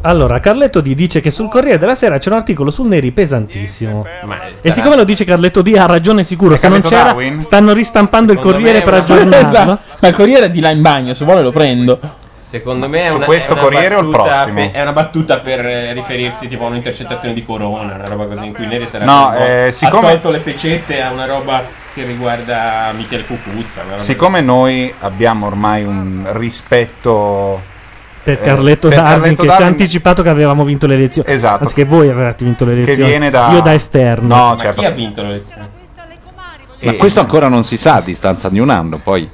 Speaker 1: Allora, Carletto D dice che sul Corriere della Sera c'è un articolo sul Neri pesantissimo. E
Speaker 14: sarà-
Speaker 1: siccome lo dice Carletto D ha ragione sicuro, se non
Speaker 2: Carletto
Speaker 1: c'era
Speaker 2: Darwin?
Speaker 1: stanno ristampando il Corriere per aggiornarlo.
Speaker 2: Esatto. Ma il corriere è di là in bagno, se vuole lo prendo.
Speaker 7: Secondo me è
Speaker 2: Su
Speaker 7: una,
Speaker 2: questo
Speaker 7: è una
Speaker 2: Corriere o il
Speaker 7: battuta
Speaker 2: prossimo?
Speaker 7: per- è una battuta per eh, riferirsi tipo a un'intercettazione di Corona, una roba così in cui Neri sarà
Speaker 3: No,
Speaker 7: coinvolto.
Speaker 3: eh, siccome-
Speaker 7: ha tolto le pecette a una roba che riguarda Michele Cucuzza. una roba
Speaker 3: Siccome noi abbiamo ormai un rispetto
Speaker 1: Per
Speaker 3: eh,
Speaker 1: Carletto
Speaker 3: per
Speaker 1: Darwin
Speaker 3: Carletto
Speaker 1: che ci ha
Speaker 3: Darwin
Speaker 1: anticipato che avevamo vinto le elezioni.
Speaker 3: Esatto.
Speaker 1: Anzi, che voi avevate vinto le
Speaker 3: che
Speaker 1: elezioni.
Speaker 3: viene da
Speaker 1: Io da esterno.
Speaker 3: No,
Speaker 7: Ma
Speaker 3: certo.
Speaker 7: chi ha vinto le elezioni?
Speaker 3: Eh.
Speaker 4: Ma questo ancora non si sa a distanza di un anno, poi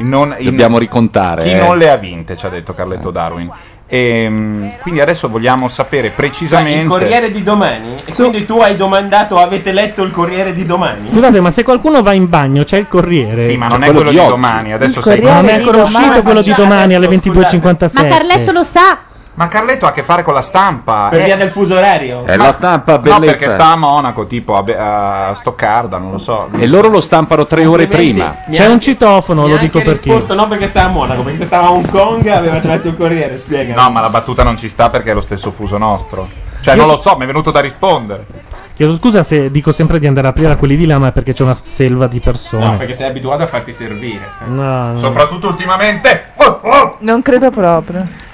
Speaker 4: dobbiamo ricontare.
Speaker 3: Chi
Speaker 4: eh.
Speaker 3: non le ha vinte, ci ha detto Carletto Darwin. Ehm, quindi adesso vogliamo sapere precisamente
Speaker 7: Il Corriere di domani? E quindi tu hai domandato, avete letto il Corriere di domani?
Speaker 1: Scusate, ma se qualcuno va in bagno c'è il Corriere.
Speaker 3: Sì, ma non è quello, di domani, adesso
Speaker 1: Il
Speaker 3: sei
Speaker 1: Corriere non è ancora uscito quello di domani alle 22.57.
Speaker 6: Ma Carletto lo sa.
Speaker 3: Ma Carletto ha a che fare con la stampa.
Speaker 7: Per
Speaker 3: Eh,
Speaker 7: via del fuso orario.
Speaker 4: È Eh, la stampa
Speaker 3: No,
Speaker 4: bellezza.
Speaker 3: perché sta a Monaco, tipo a, Be- a Stoccarda, non lo so.
Speaker 4: E loro lo stampano tre ore prima.
Speaker 1: C'è un citofono, lo dico
Speaker 7: Perché?
Speaker 1: perché.
Speaker 7: risposto no perché stava a Monaco, perché se stava a Hong Kong aveva già letto il Corriere, spiega.
Speaker 3: No, ma la battuta non ci sta perché è lo stesso fuso nostro. Cioè,
Speaker 1: Io-
Speaker 3: non lo so, mi è venuto da rispondere.
Speaker 1: Chiedo scusa se dico sempre di andare a aprire a quelli di là, ma è perché c'è una selva di persone.
Speaker 7: No, perché sei abituato a farti servire.
Speaker 1: No, no.
Speaker 3: Soprattutto ultimamente. Oh,
Speaker 10: Non credo proprio.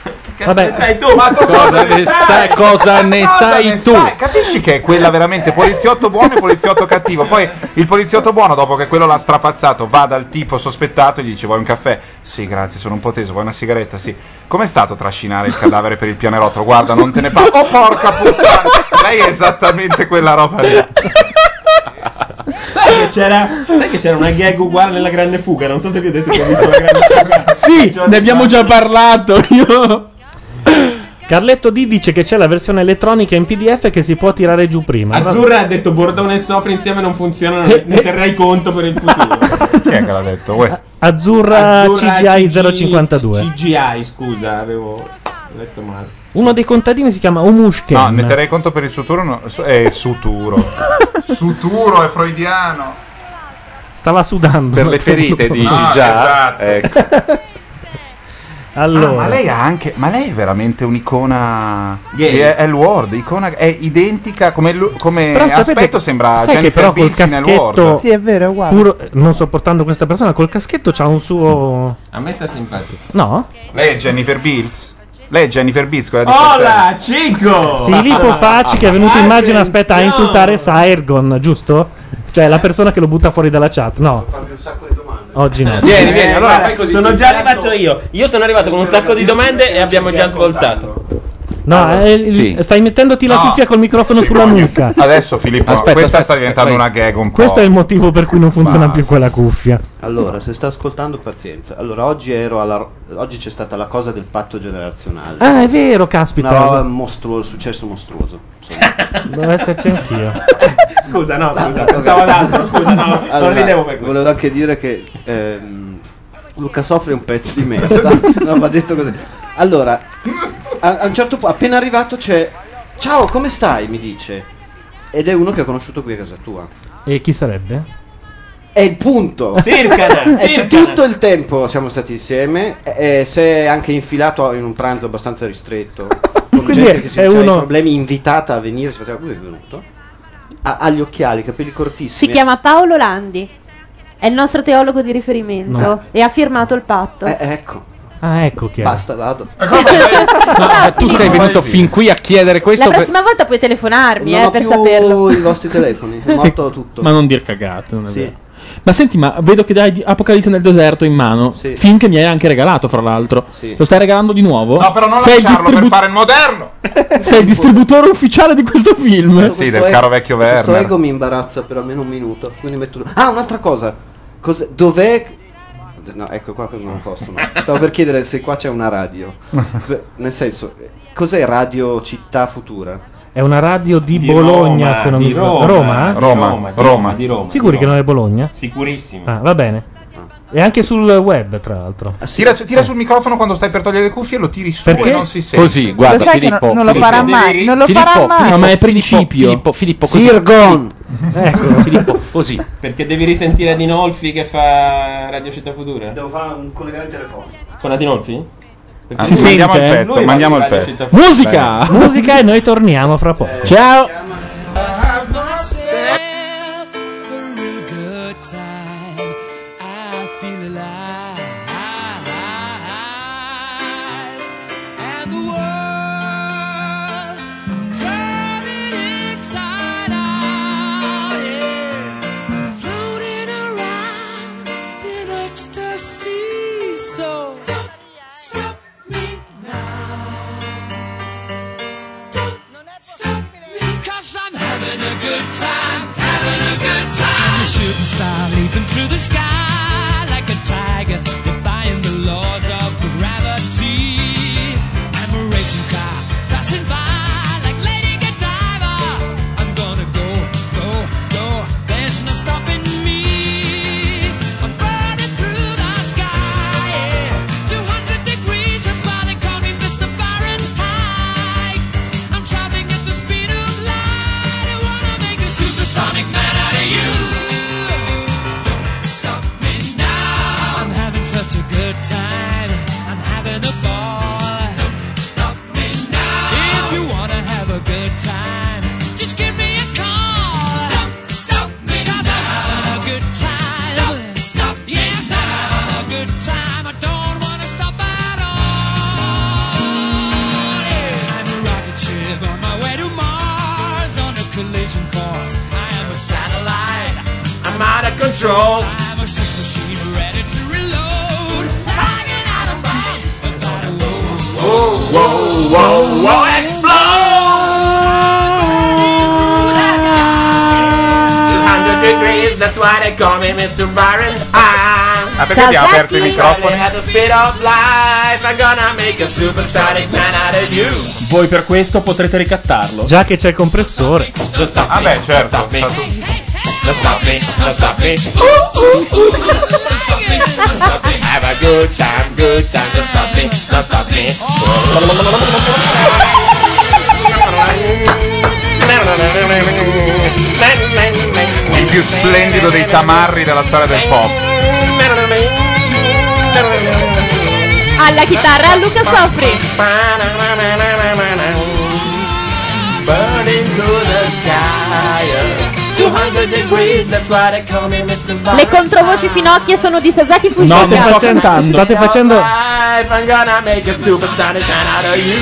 Speaker 1: Vabbè.
Speaker 7: ne sai tu? Ma tu
Speaker 3: Cosa
Speaker 7: cosa
Speaker 3: ne
Speaker 7: ne sai?
Speaker 4: Cosa ne
Speaker 3: Cosa
Speaker 4: sai
Speaker 3: ne
Speaker 4: tu?
Speaker 3: Capisci che è quella veramente poliziotto buono e poliziotto cattivo. Poi il poliziotto buono, dopo che quello l'ha strapazzato, va dal tipo sospettato e gli dice: Vuoi un caffè? Sì, grazie, sono un po' teso. Vuoi una sigaretta? Sì. Com'è stato trascinare il cadavere per il pianerottolo? Guarda, non te ne parlo. Oh, porca puttana! Lei è esattamente quella roba lì.
Speaker 7: Sai che c'era, sai che c'era una gag uguale nella Grande Fuga? Non so se vi ho detto che ho visto la Grande Fuga. Cioè,
Speaker 2: Sì, ne abbiamo già parlato. Io.
Speaker 1: Carletto D dice che c'è la versione elettronica in PDF che si può tirare giù prima.
Speaker 7: Azzurra ha detto Bordone e Sofri insieme non funzionano, ne ne terrai conto per il futuro.
Speaker 3: Chi è che l'ha detto? Uè.
Speaker 1: Azzurra,
Speaker 7: Azzurra
Speaker 1: CGI
Speaker 7: CG
Speaker 1: 052.
Speaker 7: CGI, scusa, avevo letto male.
Speaker 1: Uno dei contadini si chiama Omushken.
Speaker 3: No, ne terrei conto per il suturo. No, su- è suturo. suturo è freudiano.
Speaker 1: Stava sudando.
Speaker 15: Ah,
Speaker 3: Per le ferite, dici
Speaker 1: No,
Speaker 3: già?
Speaker 1: esatto.
Speaker 3: Ecco.
Speaker 1: Allora.
Speaker 3: Ah, ma lei ha anche. Ma lei è veramente un'icona.
Speaker 1: Gay.
Speaker 3: È, è Lord, icona, è identica come, lu- come
Speaker 1: Però sapete-
Speaker 3: aspetto sembra
Speaker 1: sai che
Speaker 3: Jennifer
Speaker 1: però col
Speaker 3: Beals in
Speaker 1: caschetto
Speaker 3: Elward.
Speaker 16: Sì, è vero, guarda.
Speaker 1: Pur eh, non sopportando questa persona, col caschetto c'ha un suo.
Speaker 17: A me sta simpatico.
Speaker 1: No?
Speaker 3: Lei è Jennifer Beals. Lei è Jennifer Beals, quella di
Speaker 15: Hola, Chico! Ah,
Speaker 1: Filippo Facci che è venuto in
Speaker 3: Ah,
Speaker 1: immagine aspetta a insultare Saergon, giusto? Cioè la persona che lo butta fuori dalla chat. No. Oggi no.
Speaker 7: Vieni, vieni, Eh. allora
Speaker 1: fai così.
Speaker 7: sono già arrivato io. Io sono arrivato con un sacco di domande e abbiamo già svoltato.
Speaker 1: No, eh, il- stai mettendoti la
Speaker 7: No.
Speaker 1: cuffia col microfono sulla nuca.
Speaker 3: Adesso Filippo,
Speaker 1: Aspetta,
Speaker 3: questa
Speaker 1: aspetta,
Speaker 3: sta diventando una gag un po'.
Speaker 1: Questo è il motivo per cui non funziona
Speaker 18: Basta.
Speaker 1: più quella cuffia.
Speaker 18: Allora, se sta ascoltando, pazienza. Allora, oggi, ero alla- oggi c'è stata la cosa del patto generazionale.
Speaker 1: Ah, è vero, caspita.
Speaker 18: Una roba mostruosa, successo mostruoso.
Speaker 1: Deve esserci anch'io.
Speaker 7: Scusa, no, scusa,
Speaker 18: vabbè.
Speaker 7: pensavo ad altro, scusa, no, non ridevo per questo.
Speaker 18: Volevo anche dire che ehm, Luca Sofri è un pezzo di merda. no, ma detto così. Allora, a, a un certo punto, appena arrivato c'è... Ciao, come stai? Mi dice. Ed è uno che ho conosciuto qui a casa tua.
Speaker 1: E chi sarebbe?
Speaker 18: È il punto.
Speaker 1: Sircana,
Speaker 18: È
Speaker 1: Sircana.
Speaker 18: Tutto il tempo siamo stati insieme. E, e si è anche infilato in un pranzo abbastanza ristretto. Con
Speaker 1: Quindi
Speaker 18: gente
Speaker 1: è-
Speaker 18: che si
Speaker 1: è
Speaker 18: faceva
Speaker 1: uno-
Speaker 18: i problemi, invitata a venire. Si faceva come è venuto. Ha, ha gli occhiali, i capelli
Speaker 6: Si
Speaker 18: cortissimi.
Speaker 6: chiama Paolo Landi. È il nostro teologo di riferimento
Speaker 18: No.
Speaker 6: e ha firmato il patto.
Speaker 18: Eh, ecco.
Speaker 1: Ah, ecco chi è.
Speaker 18: Basta, vado.
Speaker 6: Eh,
Speaker 4: tu sei venuto fin qui a chiedere questo
Speaker 6: La
Speaker 4: per...
Speaker 6: prossima volta puoi telefonarmi
Speaker 18: Non
Speaker 6: eh,
Speaker 18: ho
Speaker 6: per
Speaker 18: più
Speaker 6: saperlo.
Speaker 18: i vostri telefoni. È morto tutto.
Speaker 2: Ma non dir cagate, non è
Speaker 18: Sì.
Speaker 2: vero. Ma senti, ma vedo che dai di- Apocalisse nel deserto in mano. Film che mi hai anche regalato, fra l'altro. Lo stai regalando di nuovo?
Speaker 3: No, però non
Speaker 2: sei il
Speaker 3: lasciarlo per
Speaker 2: distribu-
Speaker 3: fare il moderno.
Speaker 2: Sei il distributore ufficiale di questo film.
Speaker 18: Questo ego- Questo ego mi imbarazza per almeno un minuto. Quindi metto... Ah, un'altra cosa. Cos'è- Dov'è? No, ecco qua che non possono. Stavo per chiedere se qua c'è una radio. Beh, Nel senso, eh, cos'è Radio Città Futura?
Speaker 1: È una radio di, Bologna, se non mi sbaglio. Roma? eh? Sicuri che non è Bologna?
Speaker 17: Sicurissimo.
Speaker 1: Ah, va bene. E anche sul web, tra l'altro.
Speaker 18: Ah,
Speaker 3: Tira, su- tira sul microfono quando stai per togliere le cuffie e lo tiri su
Speaker 1: eh. Perché?
Speaker 3: e non si sente.
Speaker 1: Così, guarda, Lo sai che Filippo, non- non lo Filippo, farà mai, devi- non lo farà mai.
Speaker 2: No, ma è
Speaker 17: principio.
Speaker 4: Filippo, Filippo così.
Speaker 1: Ecco.
Speaker 4: Filippo, così.
Speaker 17: Perché devi risentire Adinolfi che fa Radio Città Futura?
Speaker 18: Devo fare un collegamento telefonico.
Speaker 17: Con Adinolfi?
Speaker 3: Ah, Si mandiamo sente? il pezzo,
Speaker 17: Lui va
Speaker 3: mandiamo
Speaker 17: su
Speaker 3: il
Speaker 17: Radio
Speaker 3: pezzo.
Speaker 17: Città Futura.
Speaker 2: Musica!
Speaker 17: Bene.
Speaker 1: Musica e noi torniamo fra poco.
Speaker 2: Ciao!
Speaker 5: have myself a real good time. I feel alive. And the world turning inside out. Yeah. Floating around in ecstasy. So don't stop me now. Don't stop me, cause I'm having a good time, having a good time. I'm a shooting star leaping through the sky like a tiger, defying the laws of gravity. I'm a racing car passing by like Lady Godiva. I'm gonna go, go, go, there's no stopping me. I'm burning through the sky, yeah. 200 degrees, that's why they call me Mr. Fahrenheit. I'm traveling at the speed of light. I wanna make a supersonic man out of you. Don't stop me now. I'm having such a good time. I'm having a ball. Don't stop me now. If you wanna have a good time, just give me a call. Don't stop me now. I'm having a good time. Don't stop me yes, now. I'm having a good time. I don't wanna stop at all. Yeah. I'm a rocket ship on my way to Mars on a collision course. I am a satellite. I'm out of control. I'm a sex machine ready to reload. Hanging out of bounds, but not alone. Whoa, whoa, whoa, whoa,
Speaker 7: explode! 200 degrees, that's why they call me Mr. Byron. Ah,
Speaker 3: perché abbiamo aperto i microfoni?
Speaker 7: At the speed of life, I'm gonna make a supersonic man out of you.
Speaker 2: Voi per questo potrete ricattarlo.
Speaker 1: Già che c'è il compressore.
Speaker 7: Don't stop me. Vabbè, certo. Don't stop me. Don't stop me. Don't stop me. Ooh, ooh, ooh. Don't stop me. Don't stop me. Have a good time, good time. Don't stop me. Don't stop me.
Speaker 3: Il più splendido dei tamarri della storia del pop.
Speaker 6: alla chitarra Luca Sofri.
Speaker 5: Burning to the sky. uh, 200 degrees, that's why they call me Mr.
Speaker 6: Le controvoci finocchie sono di Sasaki Fujita.
Speaker 1: state facendo, state facendo
Speaker 5: If I'm gonna make a supersonic man out of you.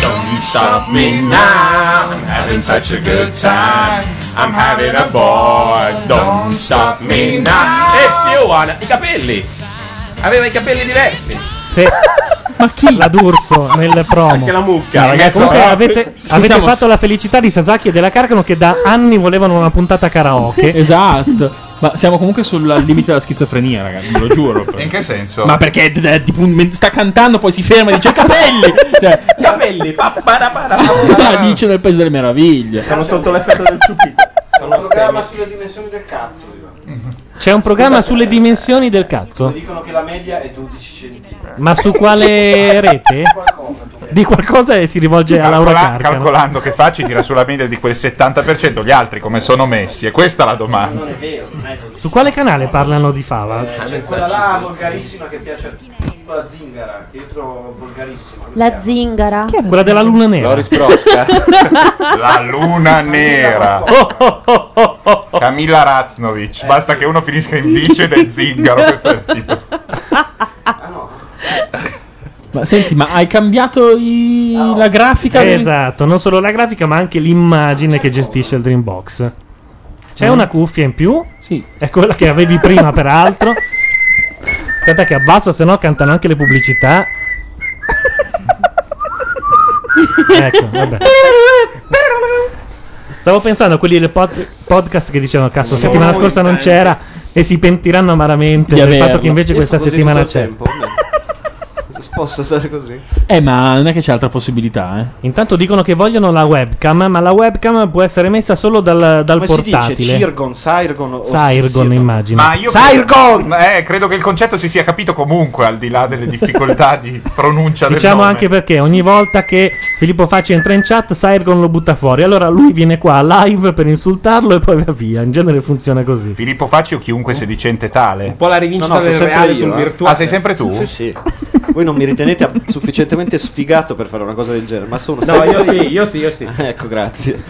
Speaker 5: Don't stop me now. I'm having such a good time. I'm having a ball. Don't stop me now.
Speaker 7: E Fioana, i capelli. Aveva i capelli diversi.
Speaker 1: se... Ma chi? La D'Urso nel promo. Anche
Speaker 7: la mucca, ragazzi.
Speaker 1: Comunque
Speaker 7: Però-
Speaker 1: avete,
Speaker 7: Ci
Speaker 1: avete
Speaker 7: siamo-
Speaker 1: fatto la felicità di Sasaki e della Carcano che da anni volevano una puntata karaoke.
Speaker 2: Esatto. Ma siamo comunque sul limite della schizofrenia, ragazzi, ve lo giuro.
Speaker 3: In che senso?
Speaker 2: Ma perché d- d- tipo, men- sta cantando, poi si ferma e dice capelli! Cioè,
Speaker 7: Capelli.
Speaker 2: la dice nel paese delle meraviglie.
Speaker 7: Sono sotto l'effetto del ciupito. Sono
Speaker 18: programma sulle dimensioni del cazzo.
Speaker 1: C'è un programma sulle dimensioni del cazzo.
Speaker 18: Dicono che la media è 12 centimetri.
Speaker 1: Ma su quale rete? Di qualcosa e si rivolge a Laura
Speaker 3: Calcola-
Speaker 1: Carcano.
Speaker 3: calcolando che fa, ci tira sulla media di quel 70%, gli altri come sono messi? E questa è la domanda.
Speaker 1: Su quale canale parlano di Fava?
Speaker 18: Eh, C'è quella là volgarissima che piace a tutti, quella zingara, che io trovo volgarissima.
Speaker 6: La zingara.
Speaker 1: Quella della luna nera.
Speaker 3: Loris Prosca. la luna nera. Camilla Raznovic. Basta che uno finisca in bice del zingaro. Questo è il tipo.
Speaker 2: Ma senti, ma hai cambiato i- la grafica? del-
Speaker 1: Esatto, non solo la grafica, ma anche l'immagine che gestisce il Dreambox. C'è
Speaker 2: Mm.
Speaker 1: una cuffia in più? Sì. È quella che avevi prima, peraltro. Aspetta che abbasso, se no cantano anche le pubblicità. ecco, vabbè. Stavo pensando a quelli del pod- podcast che dicevano cazzo, settimana
Speaker 18: voi,
Speaker 1: scorsa non
Speaker 18: eh.
Speaker 1: c'era e si pentiranno amaramente
Speaker 2: Di
Speaker 1: del fatto
Speaker 2: averlo.
Speaker 1: che invece
Speaker 18: Io
Speaker 1: questa
Speaker 18: sto così
Speaker 1: settimana
Speaker 18: tutto il
Speaker 1: c'è.
Speaker 18: tempo. Posso stare così?
Speaker 2: Eh, ma non è che c'è altra possibilità, eh.
Speaker 1: Intanto dicono che vogliono la webcam, ma la webcam può essere messa solo dal, dal
Speaker 18: Come
Speaker 1: portatile.
Speaker 18: si dice? Cirgon, Sirgon o
Speaker 1: Sirgon, immagino.
Speaker 3: Ma io
Speaker 18: Sirgon!
Speaker 3: Eh, credo che il concetto si sia capito comunque, al di là delle difficoltà di pronuncia del
Speaker 1: Diciamo
Speaker 3: nome.
Speaker 1: anche perché ogni volta che Filippo Facci entra in chat, Sirgon lo butta fuori. Allora lui viene qua live per insultarlo e poi va via. In genere funziona così.
Speaker 3: Filippo Facci o chiunque sedicente tale. Un
Speaker 7: po' la rivincita
Speaker 18: No, no, del sono sempre reale io, sul eh. virtuale.
Speaker 3: Ah, sei sempre tu?
Speaker 18: Sì, sì. Voi non mi ritenete ab- sufficientemente sfigato per fare una cosa del genere, ma sono
Speaker 7: No,
Speaker 18: sempre
Speaker 7: io
Speaker 18: io.
Speaker 7: sì, io sì, io sì.
Speaker 18: Ecco, grazie.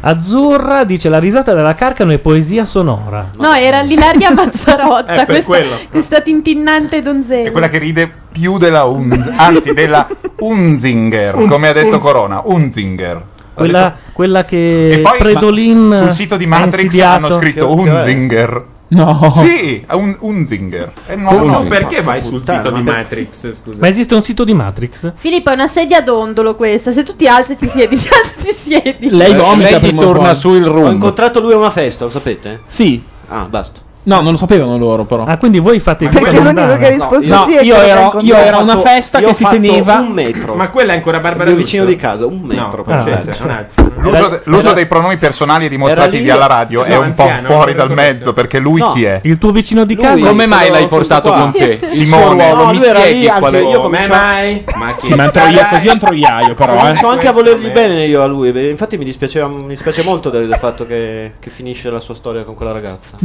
Speaker 1: Azzurra dice la risata della Carcano è poesia sonora.
Speaker 6: No, era l'Ilaria
Speaker 3: Eh,
Speaker 6: Mazzarotta,
Speaker 3: per quello.
Speaker 6: questa, questa tintinnante
Speaker 3: È
Speaker 6: donzella.
Speaker 3: quella che ride più della Unz, anzi della Unzinger,
Speaker 1: Un-
Speaker 3: come ha detto
Speaker 1: un-
Speaker 3: Corona, Unzinger.
Speaker 1: Quella, quella che
Speaker 3: E poi
Speaker 1: Predolin
Speaker 3: ma- sul sito di
Speaker 1: ha
Speaker 3: Matrix
Speaker 1: insidiato.
Speaker 3: hanno scritto Unzinger.
Speaker 2: No.
Speaker 3: Sì, è un Unzinger. È il nuovo
Speaker 7: Tu
Speaker 3: nome.
Speaker 7: perché vai sul sito di
Speaker 3: ma-
Speaker 7: Matrix? Scusa.
Speaker 1: Ma esiste un sito di Matrix?
Speaker 6: Filippo, è una sedia ad ondolo questa. Se tu ti alzi, ti siedi. Se alzi, ti siedi.
Speaker 2: Lei vomita
Speaker 18: Eh, ti
Speaker 2: prima o poi.
Speaker 18: Ho incontrato lui a una festa, lo sapete?
Speaker 2: Sì.
Speaker 18: Ah, basta.
Speaker 2: No, non lo sapevano loro, però.
Speaker 1: Ah, quindi voi fate
Speaker 2: il Perché l'unico che ha risposto sì è io quello che ero- ha incontrato. io ero a una festa
Speaker 18: io
Speaker 2: che
Speaker 18: ho
Speaker 2: si
Speaker 18: fatto
Speaker 2: teneva-
Speaker 18: un metro.
Speaker 7: Ma quella è ancora Barbara
Speaker 18: Il mio
Speaker 7: D'Urso?
Speaker 18: vicino di casa, un metro.
Speaker 7: No,
Speaker 18: per
Speaker 7: concentra,
Speaker 18: esempio.
Speaker 7: un attimo.
Speaker 3: L'uso,
Speaker 18: Era-
Speaker 3: l'uso
Speaker 18: era-
Speaker 3: dei pronomi personali
Speaker 18: era
Speaker 3: dimostrati
Speaker 18: lì-
Speaker 3: via alla radio è
Speaker 18: sono
Speaker 3: un po'
Speaker 18: anziano,
Speaker 3: fuori
Speaker 18: ancora
Speaker 3: dal mezzo, perché lui
Speaker 18: No.
Speaker 3: chi è?
Speaker 1: Il tuo vicino di
Speaker 18: casa? Come mai l'hai portato con te? Simone? Eh, No, lui era lì, anzi, io
Speaker 7: come
Speaker 18: cominciavo-
Speaker 7: mai? Ma chi
Speaker 2: Sì, ma è un troia- così è un troiaio, però, eh.
Speaker 18: Comincio anche a volergli bene io a lui. beh, Infatti mi dispiaceva- mi dispiace molto del, del fatto che, che finisce la sua storia con quella ragazza.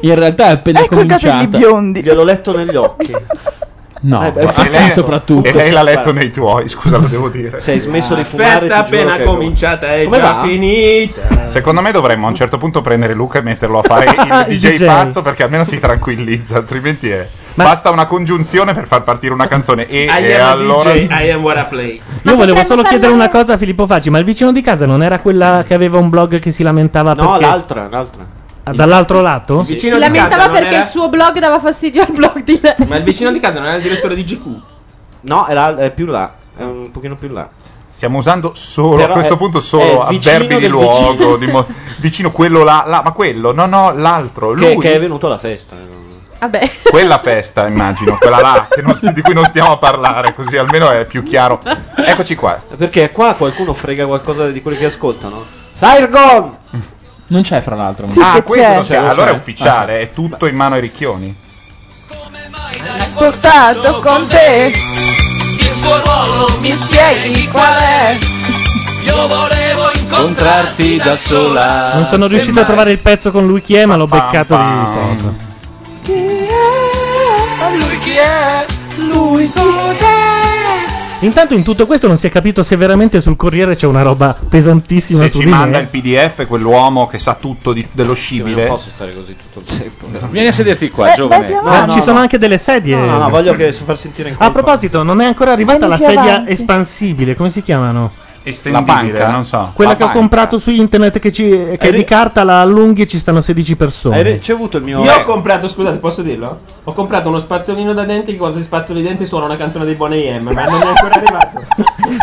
Speaker 2: In realtà è appena
Speaker 18: Ecco i capelli
Speaker 2: cominciata.
Speaker 18: cominciata. biondi. Gliel'ho letto negli occhi.
Speaker 2: No,
Speaker 18: Eh, beh,
Speaker 2: ma
Speaker 18: e
Speaker 2: a te
Speaker 18: lei-
Speaker 2: soprattutto.
Speaker 3: E lei l'ha letto nei tuoi, scusa, lo devo dire.
Speaker 18: Se hai smesso di fumare,
Speaker 7: festa
Speaker 18: ti giuro
Speaker 7: appena
Speaker 18: che-
Speaker 7: cominciata è
Speaker 18: Come
Speaker 7: già
Speaker 18: va?
Speaker 7: finita.
Speaker 3: Secondo me dovremmo a un certo punto prendere Luca e metterlo a fare il
Speaker 1: Il
Speaker 3: DJ,
Speaker 1: DJ.
Speaker 3: pazzo perché almeno si tranquillizza, altrimenti è... Basta una congiunzione per far partire una canzone e,
Speaker 7: I
Speaker 3: e
Speaker 7: am
Speaker 3: allora...
Speaker 7: a DJ, I am what I play.
Speaker 1: Io volevo solo chiedere una cosa a Filippo Facci, ma il vicino di casa non era quella che aveva un blog che si lamentava
Speaker 18: No,
Speaker 1: perché...
Speaker 18: l'altra, l'altra.
Speaker 1: Ah, Dall'altro lato?
Speaker 7: Sì.
Speaker 6: Si
Speaker 7: di casa
Speaker 6: lamentava
Speaker 7: non
Speaker 6: perché
Speaker 7: era-
Speaker 6: il suo blog dava fastidio al blog di lei.
Speaker 7: Ma il vicino di casa non era il direttore di GQ?
Speaker 18: No, è, la- è più là, è un pochino più là.
Speaker 3: Stiamo usando solo
Speaker 18: Però
Speaker 3: a questo
Speaker 18: è-
Speaker 3: punto
Speaker 18: è
Speaker 3: solo
Speaker 18: vicino
Speaker 3: avverbi di
Speaker 18: del
Speaker 3: luogo,
Speaker 18: vicino.
Speaker 3: di mo- vicino quello là, là, ma quello, no, no, l'altro,
Speaker 18: Che,
Speaker 3: lui,
Speaker 18: che è venuto alla festa. eh.
Speaker 6: Vabbè.
Speaker 3: quella festa immagino, quella là, che non- di cui non stiamo a parlare, così almeno è più chiaro. Eccoci qua.
Speaker 18: Perché qua qualcuno frega qualcosa di quelli che ascoltano? Sirgon!
Speaker 2: Non c'è, fra l'altro.
Speaker 3: ah, questo non c'è, allora è
Speaker 2: Ah,
Speaker 3: ufficiale, è tutto in mano ai ricchioni.
Speaker 19: Portato con te.
Speaker 5: Il suo ruolo mi spieghi qual è? Io volevo incontrarti da sola.
Speaker 1: Non sono riuscito a trovare il pezzo con lui chi è, ma l'ho beccato di
Speaker 5: pam.
Speaker 1: poco.
Speaker 5: a lui chi è? Lui cos'è?
Speaker 1: Intanto in tutto questo non si è capito se veramente sul Corriere c'è una roba pesantissima
Speaker 3: Se
Speaker 1: su
Speaker 3: ci
Speaker 1: di me. Eh,
Speaker 3: manda il PDF, quell'uomo che sa tutto di- dello scibile.
Speaker 18: non posso stare così tutto il tempo.
Speaker 3: Vieni a sederti
Speaker 18: qua, Eh, giovane. vai piano.
Speaker 1: Ah,
Speaker 18: No, no,
Speaker 1: ci sono
Speaker 18: no.
Speaker 1: anche delle sedie.
Speaker 18: No, no, no, voglio che si far sentire in
Speaker 1: A
Speaker 18: colpa.
Speaker 1: proposito, non è ancora arrivata
Speaker 18: Vieni
Speaker 1: la
Speaker 18: più
Speaker 1: sedia
Speaker 18: avanti.
Speaker 1: espansibile, come si chiamano?
Speaker 3: Estendibile, La banca? non so.
Speaker 1: Quella
Speaker 3: La
Speaker 1: che
Speaker 3: banca.
Speaker 1: ho comprato su internet che, ci- che è di carta, la allunghi e ci stanno 16 persone.
Speaker 18: ricevuto il
Speaker 7: Io ho comprato, scusate, posso dirlo? Ho comprato uno spazzolino da denti che quando ti spazzoli i denti suona una canzone dei Bon AM, ma non è ancora arrivato.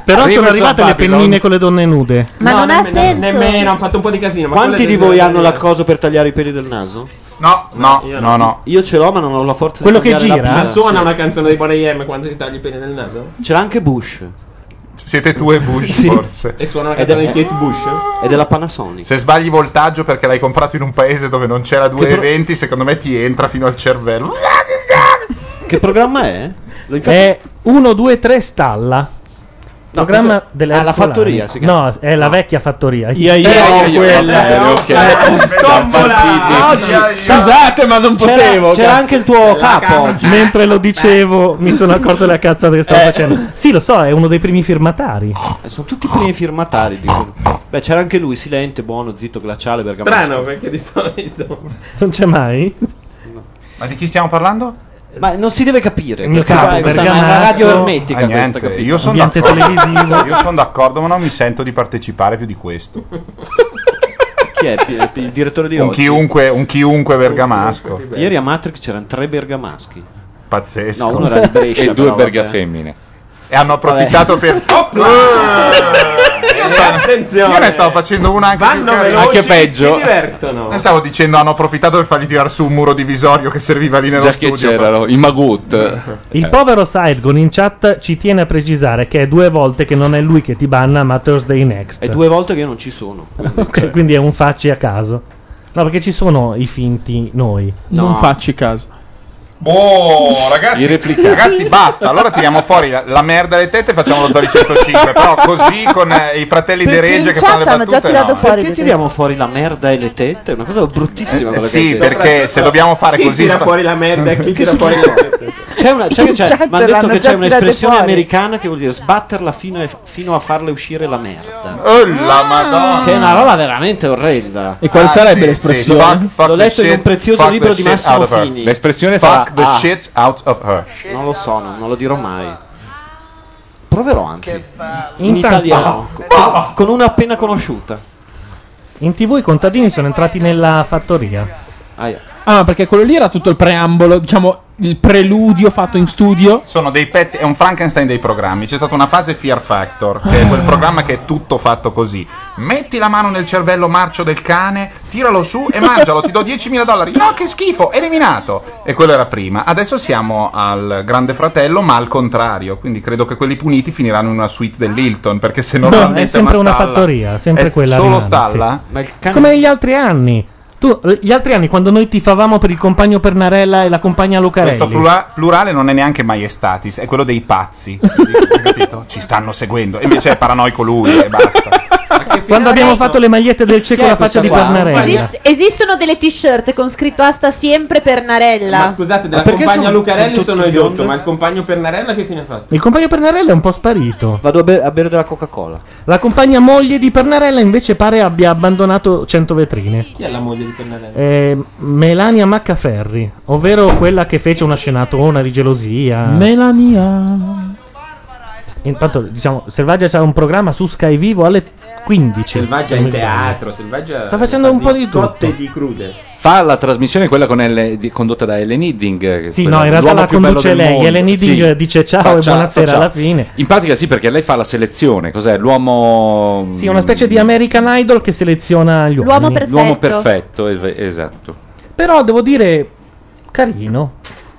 Speaker 1: Però
Speaker 7: Rivers
Speaker 1: sono
Speaker 7: of
Speaker 1: arrivate le
Speaker 7: Babylon.
Speaker 1: pennine con le donne nude.
Speaker 7: Ma
Speaker 6: non ha senso.
Speaker 7: Nemmeno, hanno fatto un po' di casino. ma
Speaker 18: Quanti
Speaker 7: quella
Speaker 18: di
Speaker 7: del-
Speaker 18: voi hanno la cosa per tagliare i peli del naso?
Speaker 3: No,
Speaker 7: no, io no.
Speaker 18: Io ce l'ho, ma non ho la forza
Speaker 7: Quello
Speaker 18: di
Speaker 7: che
Speaker 18: tagliare la
Speaker 7: gira.
Speaker 18: pila.
Speaker 7: Ma
Speaker 1: eh.
Speaker 7: suona
Speaker 18: Sì.
Speaker 7: una canzone dei Bon AM quando ti tagli i peli nel naso?
Speaker 18: C'era anche Bush. Eh,
Speaker 3: Siete tu e Bush, forse.
Speaker 7: E suona una canzone di Kate Bush?
Speaker 18: È della Panasonic.
Speaker 3: Se sbagli voltaggio perché l'hai comprato in un paese dove non c'era 2,20, secondo me ti entra fino al cervello.
Speaker 18: Che programma è?
Speaker 1: È 1, 2, 3 stalla.
Speaker 18: No,
Speaker 1: Programma
Speaker 18: cos'è?
Speaker 1: delle
Speaker 18: Ah, la
Speaker 1: Ercolane.
Speaker 18: fattoria si chiama.
Speaker 1: No, è la vecchia fattoria. Cioè,
Speaker 2: Ia, ia, ia, ia, quella. Eh, ok.
Speaker 5: Ah,
Speaker 2: Scusate, ma non
Speaker 1: C'era-
Speaker 2: potevo.
Speaker 1: C'era
Speaker 2: cazzo.
Speaker 1: anche il tuo capo. Mentre lo dicevo, mi sono accorto della cazzata che stavo facendo. Sì, lo so, è uno dei primi firmatari.
Speaker 18: Eh, sono tutti i primi firmatari. di quello. Beh, c'era anche lui, silente, buono, zitto, glaciale. bergamasco.
Speaker 7: Strano, perché di solito...
Speaker 1: Non c'è mai?
Speaker 3: Ma di chi stiamo parlando?
Speaker 18: Ma non si deve capire.
Speaker 3: Il mio
Speaker 18: perché
Speaker 3: capo,
Speaker 18: qua è questa- è
Speaker 3: Bergamasco.
Speaker 18: una radio ermetica
Speaker 3: Ah,
Speaker 18: questa,
Speaker 3: niente,
Speaker 18: capito?
Speaker 3: Io sono d'accordo, Cioè, io sono d'accordo, ma non mi sento di partecipare più di questo.
Speaker 18: Chi è Pi- Pi- il direttore di
Speaker 3: un
Speaker 18: oggi?
Speaker 3: chiunque, un chiunque bergamasco.
Speaker 18: Ieri a Matrix c'erano tre bergamaschi.
Speaker 3: Pazzesco.
Speaker 18: No, Ah, uno era di Brescia.
Speaker 3: E due
Speaker 18: però, vabbè. Eh.
Speaker 3: bergafemmine. E hanno approfittato per.
Speaker 7: Ah! Attenzione!
Speaker 3: Io ne stavo facendo una anche
Speaker 7: Vanno
Speaker 3: più carina.
Speaker 7: veloci, Anche peggio. si divertono.
Speaker 3: Ne stavo dicendo hanno approfittato per fargli tirare su un muro divisorio che serviva lì nello
Speaker 4: Già che
Speaker 3: studio.
Speaker 4: c'erano i Magut.
Speaker 1: Il povero Sidegon in chat ci tiene a precisare che è due volte che non è lui che ti banna, ma Thursday Next.
Speaker 18: È due volte che io non ci sono.
Speaker 1: Ok, quindi è un facci a caso. No, perché ci sono i finti noi.
Speaker 3: No. Non
Speaker 1: facci caso.
Speaker 3: Oh, ragazzi,
Speaker 1: I replicanti.
Speaker 3: ragazzi, basta. Allora tiriamo fuori la, la merda alle tette e facciamo lo Zoli 105. Però così con eh, i fratelli De Regge che fanno le battute. no.
Speaker 18: Perché tiriamo fuori la merda e le tette? È una cosa bruttissima. quella
Speaker 3: sì,
Speaker 18: che-
Speaker 3: perché se dobbiamo fare
Speaker 18: Chi
Speaker 3: così.
Speaker 18: tira
Speaker 3: spa-
Speaker 18: fuori
Speaker 7: la merda e chi tira fuori
Speaker 18: C'è una, c'è,
Speaker 7: In
Speaker 18: c'è,
Speaker 7: chat
Speaker 18: mi hanno detto
Speaker 7: l'hanno
Speaker 18: che
Speaker 7: già
Speaker 18: c'è
Speaker 7: tirate
Speaker 18: un'espressione
Speaker 7: fuori.
Speaker 18: americana che vuol dire sbatterla fino, a- fino a farle uscire la merda.
Speaker 3: Oh la madonna!
Speaker 18: Che è una roba veramente orrenda.
Speaker 2: E qual
Speaker 18: Ah,
Speaker 2: sarebbe
Speaker 18: sì,
Speaker 2: l'espressione?
Speaker 18: sì. Fuck- fuck L'ho letto in un prezioso libro di Massimo Fini.
Speaker 4: L'espressione sarà
Speaker 18: Fuck the
Speaker 4: ah,
Speaker 3: shit out of her.
Speaker 18: Non lo so, non, non lo dirò mai. Proverò anzi. In
Speaker 1: Intanto-
Speaker 18: italiano. Con, con una appena conosciuta.
Speaker 1: In tv i contadini sono entrati nella fattoria.
Speaker 2: Ah, perché quello lì era tutto il preambolo, diciamo il preludio fatto in studio.
Speaker 3: Sono dei pezzi, è un Frankenstein dei programmi. C'è stata una fase Fear Factor, che
Speaker 1: Ah.
Speaker 3: è quel programma che è tutto fatto così. Metti la mano nel cervello marcio del cane, tiralo su e mangialo, ti do 10.000 dollari. No, che schifo, eliminato. E quello era prima. Adesso siamo al Grande Fratello, ma al contrario. Quindi credo che quelli puniti finiranno in una suite dell'Hilton, perché se
Speaker 1: No,
Speaker 3: normalmente
Speaker 1: è sempre una,
Speaker 3: stalla.
Speaker 1: fattoria, sempre
Speaker 3: È
Speaker 1: quella.
Speaker 3: Solo
Speaker 1: rimane,
Speaker 3: stalla?
Speaker 1: sì. Come gli altri anni. Tu, gli altri anni, quando noi tifavamo per il compagno Pernarella e la compagna Lucarelli.
Speaker 3: Questo plura- plurale non è neanche maiestatis, è quello dei pazzi. capito? Ci stanno seguendo. E invece è paranoico lui eh. e basta.
Speaker 1: Quando abbiamo fatto le magliette del cieco
Speaker 3: Chi è
Speaker 1: la faccia
Speaker 3: questa
Speaker 1: di
Speaker 3: qua?
Speaker 1: Pernarella.
Speaker 6: Esist- esistono delle t-shirt con scritto Asta sempre Pernarella.
Speaker 7: Ma scusate, della
Speaker 1: Ma perché
Speaker 7: compagna
Speaker 1: sono-
Speaker 7: Lucarelli
Speaker 1: sono
Speaker 7: sono
Speaker 1: tutti
Speaker 7: edotto,
Speaker 1: biondi?
Speaker 7: ma il compagno Pernarella che fine ha fatto?
Speaker 1: Il compagno Pernarella è un po' sparito.
Speaker 18: Vado a, be- a bere della Coca-Cola.
Speaker 1: La compagna moglie di Pernarella invece pare abbia abbandonato 100 vetrine.
Speaker 7: Chi è la moglie di Pernarella?
Speaker 1: Eh, Melania Maccaferri, ovvero quella che fece una scenatona di gelosia.
Speaker 2: Melania.
Speaker 1: Intanto, diciamo, Selvaggia c'ha un programma su Sky Vivo alle 15.
Speaker 7: Selvaggia
Speaker 1: se non
Speaker 7: in
Speaker 1: mi sbaglio.
Speaker 7: teatro, Selvaggia...
Speaker 1: Sta facendo un po' di tutto.
Speaker 7: cotte di crude.
Speaker 4: Fa la trasmissione quella con Elle di- condotta da Ellen Hidding. che è
Speaker 1: Sì,
Speaker 4: quella
Speaker 1: no, in realtà
Speaker 4: dell'uomo
Speaker 1: la
Speaker 4: più bello
Speaker 1: conduce
Speaker 4: del
Speaker 1: lei.
Speaker 4: mondo.
Speaker 1: Ellen Hidding
Speaker 4: Sì.
Speaker 1: dice ciao
Speaker 4: Fa
Speaker 1: e buonasera
Speaker 4: fa
Speaker 1: alla fine.
Speaker 4: In pratica sì, perché lei fa la selezione. Cos'è? L'uomo... mm,
Speaker 1: Sì, una specie di American Idol che seleziona gli uomini.
Speaker 4: L'uomo perfetto, es- esatto.
Speaker 1: Però devo dire, carino.